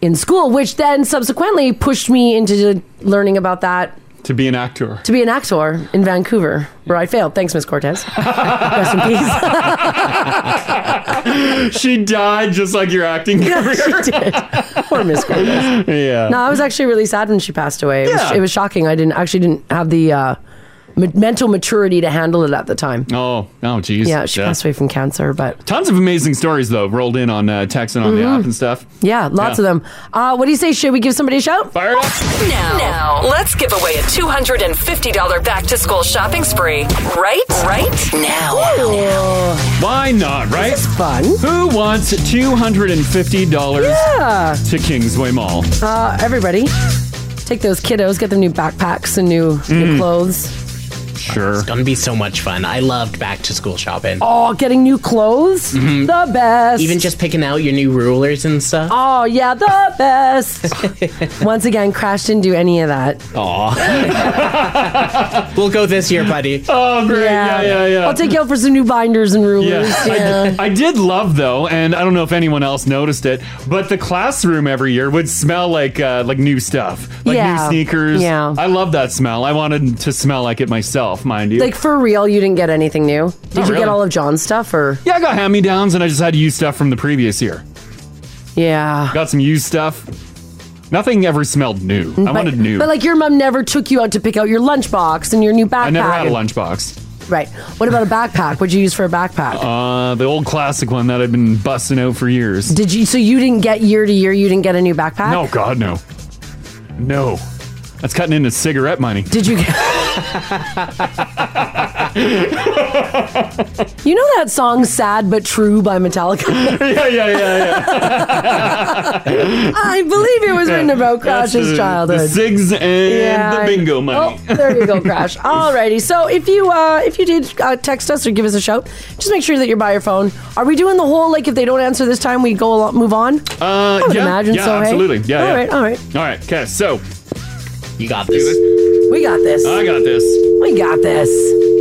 C: in school, which then subsequently pushed me into learning about that
B: To be an actor.
C: to be an actor in Vancouver, where I failed. Thanks, Miss Cortez. Rest in peace.
B: she died just like your acting
C: Yeah,
B: career.
C: she did. Poor Miss Cortez.
B: Yeah.
C: No, I was actually really sad when she passed away. It, was,
B: Yeah.
C: it was shocking. I didn't actually didn't have the uh, ma- mental maturity to handle it at the time.
B: Oh, oh, geez.
C: Yeah, she passed away from cancer, but
B: Tons of amazing stories though rolled in on uh, text and on the
C: Mhm.
B: app and stuff.
C: yeah, lots of
B: Yeah.
C: them. Uh, what do you say? Should we give somebody a shout?
B: Fire up.
A: Now, now, let's give away a $250 back to school shopping spree. Right? Right? Now.
B: Why not, right?
C: fun.
B: Who wants $250
C: Yeah.
B: to Kingsway Mall?
C: Uh, everybody, take those kiddos, get them new backpacks and new,
B: Mm-hmm.
C: new clothes.
B: Sure.
D: It's gonna be so much fun. I loved back to school shopping.
C: Oh, getting new clothes,
B: Mm-hmm.
D: Mhm.
C: the best.
D: Even just picking out your new rulers and stuff.
C: Oh yeah, the best. Once again, Crash didn't do any of that.
D: Aw. we'll go this year, buddy.
B: Oh, great.
C: I'll take you out for some new binders and rulers. Yeah.
B: I, I did love though, and I don't know if anyone else noticed it, but the classroom every year would smell like uh, like new stuff, like
C: Yeah.
B: new sneakers.
C: Yeah.
B: I love that smell. I wanted to smell like it myself, mind you.
C: Like for real, you didn't get anything new. Did
B: Not
C: you
B: really.
C: get all of John's stuff or?
B: yeah, I got hand me downs, and I just had to use stuff from the previous year.
C: Yeah,
B: got some used stuff. Nothing ever smelled new. I
C: But-
B: wanted new.
C: But like your mom never took you out to pick out your lunchbox and your new backpack.
B: I never had a
C: and-
B: lunchbox.
C: Right. What about a backpack? What'd you use for a backpack?
B: Uh, the old classic one that I've been busting out for years.
C: Did you? So you didn't get year to year. You didn't get a new backpack.
B: No, God, no. No. That's cutting into cigarette money.
C: Did you get? You know that song "Sad but True" by Metallica.
B: yeah, yeah, yeah,
C: yeah. I believe it was written about Crash's childhood.
B: The cigs and
C: Yeah,
B: the
C: I-
B: bingo money.
C: Oh, there you go, Crash. Alrighty, so if you uh, if you did uh, text us or give us a shout, just make sure that you're by your phone. Are we doing the whole like if they don't answer this time, we go along, move on?
B: Uh,
C: Oh, I would
B: yeah,
C: imagine
B: yeah,
C: so. hey?
B: absolutely. Yeah,
C: All
B: yeah.
C: right, all right.
B: All right, okay, so.
D: You got this.
C: We got this.
B: I got this.
C: We got this.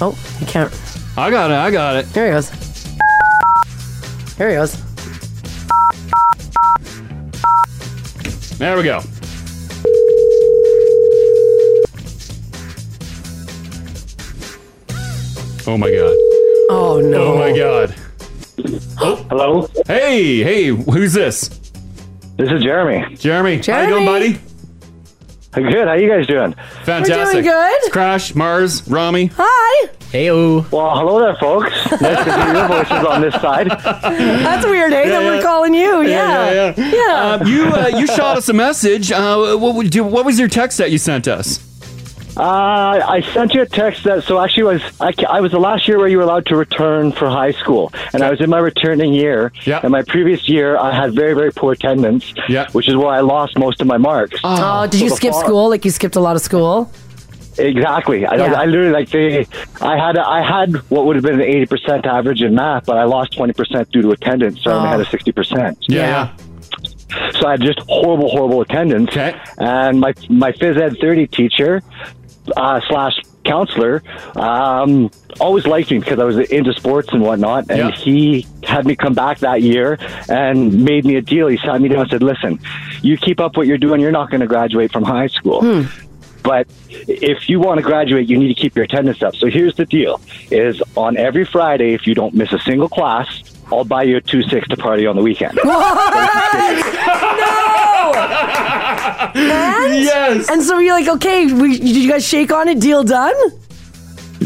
C: Oh, you can't.
B: I got it, I got it.
C: Here he goes. Here he goes.
B: There we go. Oh my god.
C: Oh no.
B: Oh my god.
H: Hello.
B: Hey, hey, who's this?
H: This is Jeremy.
B: Jeremy, how you doing, buddy?
H: Good. How you guys doing?
B: Fantastic.
H: We're doing good.
B: It's Crash, Mars, Rami.
C: Hi.
D: Hey, Well,
H: hello there, folks. Nice to hear your voices on this side.
C: That's weird, eh?
H: Yeah,
C: that
H: yeah.
C: we're calling you. Yeah.
H: Yeah, yeah, yeah.
B: Uh, you uh, you shot us a message. Uh, what, would you- what was your text that you sent us?
H: Uh, I sent you a text that so actually was I, ca- I was the last year where you were allowed to return for high school, and I was in my returning year. Yeah. And my previous year, I had very very poor attendance. Yeah. Which is why I lost most of my marks.
C: Oh, did
H: So
C: you
H: the
C: skip
H: fall-
C: school? Like you skipped a lot of school?
H: Exactly. I,
C: Yeah.
H: I literally like they. I had a, I had what would have been an eighty percent average in math, but I lost twenty percent due to attendance, so I only
W: Oh.
H: had a sixty percent.
B: Yeah.
H: So I had just horrible, horrible attendance. And my my phys ed thirty teacher uh, slash counselor um, always liked me because I was into sports and whatnot, and he had me come back that year and made me a deal. He sat me down and said, "Listen, you keep up what you're doing, you're not going to graduate from high school." But if you want to graduate, you need to keep your attendance up. So here's the deal: is on every Friday, if you don't miss a single class, I'll buy you a two six to party on the weekend.
C: Yes. And so you're like, okay, we, did you guys shake on it? Deal done?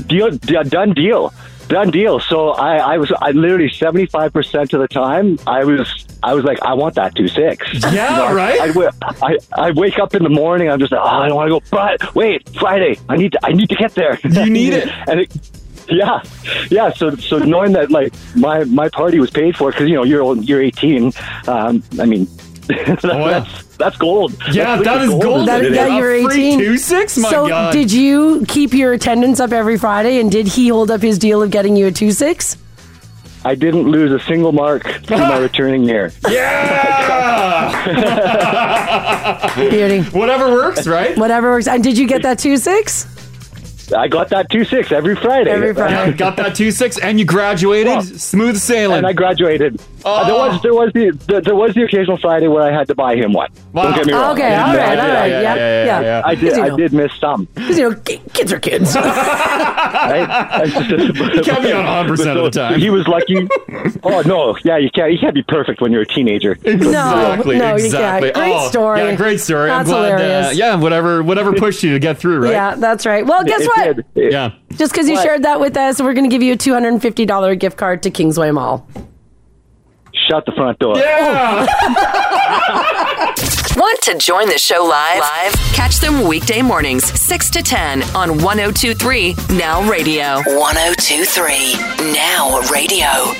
H: deal, d- done deal, done deal. So I, I was, I literally seventy five percent of the time, I was, I was like, I want that two six.
B: Yeah, right?
H: I, wa- I, I wake up in the morning, I'm just like, oh, I don't want to go, but wait, Friday, I need, to, I need to get there. You
B: need it,
H: and it. Yeah, yeah. So, so knowing that, like, my my party was paid for because you know you're old, you're 18. Um, I mean, that's, that's gold.
B: Oh, Yeah,
H: That's
B: that
H: liquid
B: is gold.
C: That,
H: in it.
C: that you're 18.
B: Two six, my
C: so
B: God.
C: did you keep your attendance up every Friday, and did he hold up his deal of getting you a two six?
H: I didn't lose a single mark in my returning year.
C: Beauty.
B: Whatever works, right?
C: Whatever works. And did you get that two six?
H: I got that two six every Friday.
C: Every Friday.
B: Yeah, got that two six, and you graduated. Smooth sailing.
H: And I graduated. Uh,
B: Oh.
H: there was there was the, the there was the occasional Friday where I had to buy him one. Don't get me wrong.
C: Okay, all right, all right, yeah, yeah, yeah.
H: I did
C: You
H: I
C: know.
H: did miss some.
C: 'Cause, you know, ki- kids are kids.
H: you
B: can't be on 100% of the time.
H: He was lucky. oh no, yeah, you can't. You can't be perfect when you're a teenager.
B: Exactly.
C: no, you
B: exactly.
C: can't. Great
B: Oh,
C: story.
B: Yeah, great story. I'm
C: That's
B: glad. Uh,
C: hilarious.
B: yeah, whatever, whatever pushed you to get through, right?
C: Yeah, that's right. Well, guess what?
B: Yeah.
C: Just because you shared that with us, we're going to give you a two hundred and fifty dollar gift card to Kingsway Mall.
H: Shut the front door.
A: Want to join the show live? Live? Catch them weekday mornings, 6 to 10 on 1023 Now Radio. 1023 Now Radio.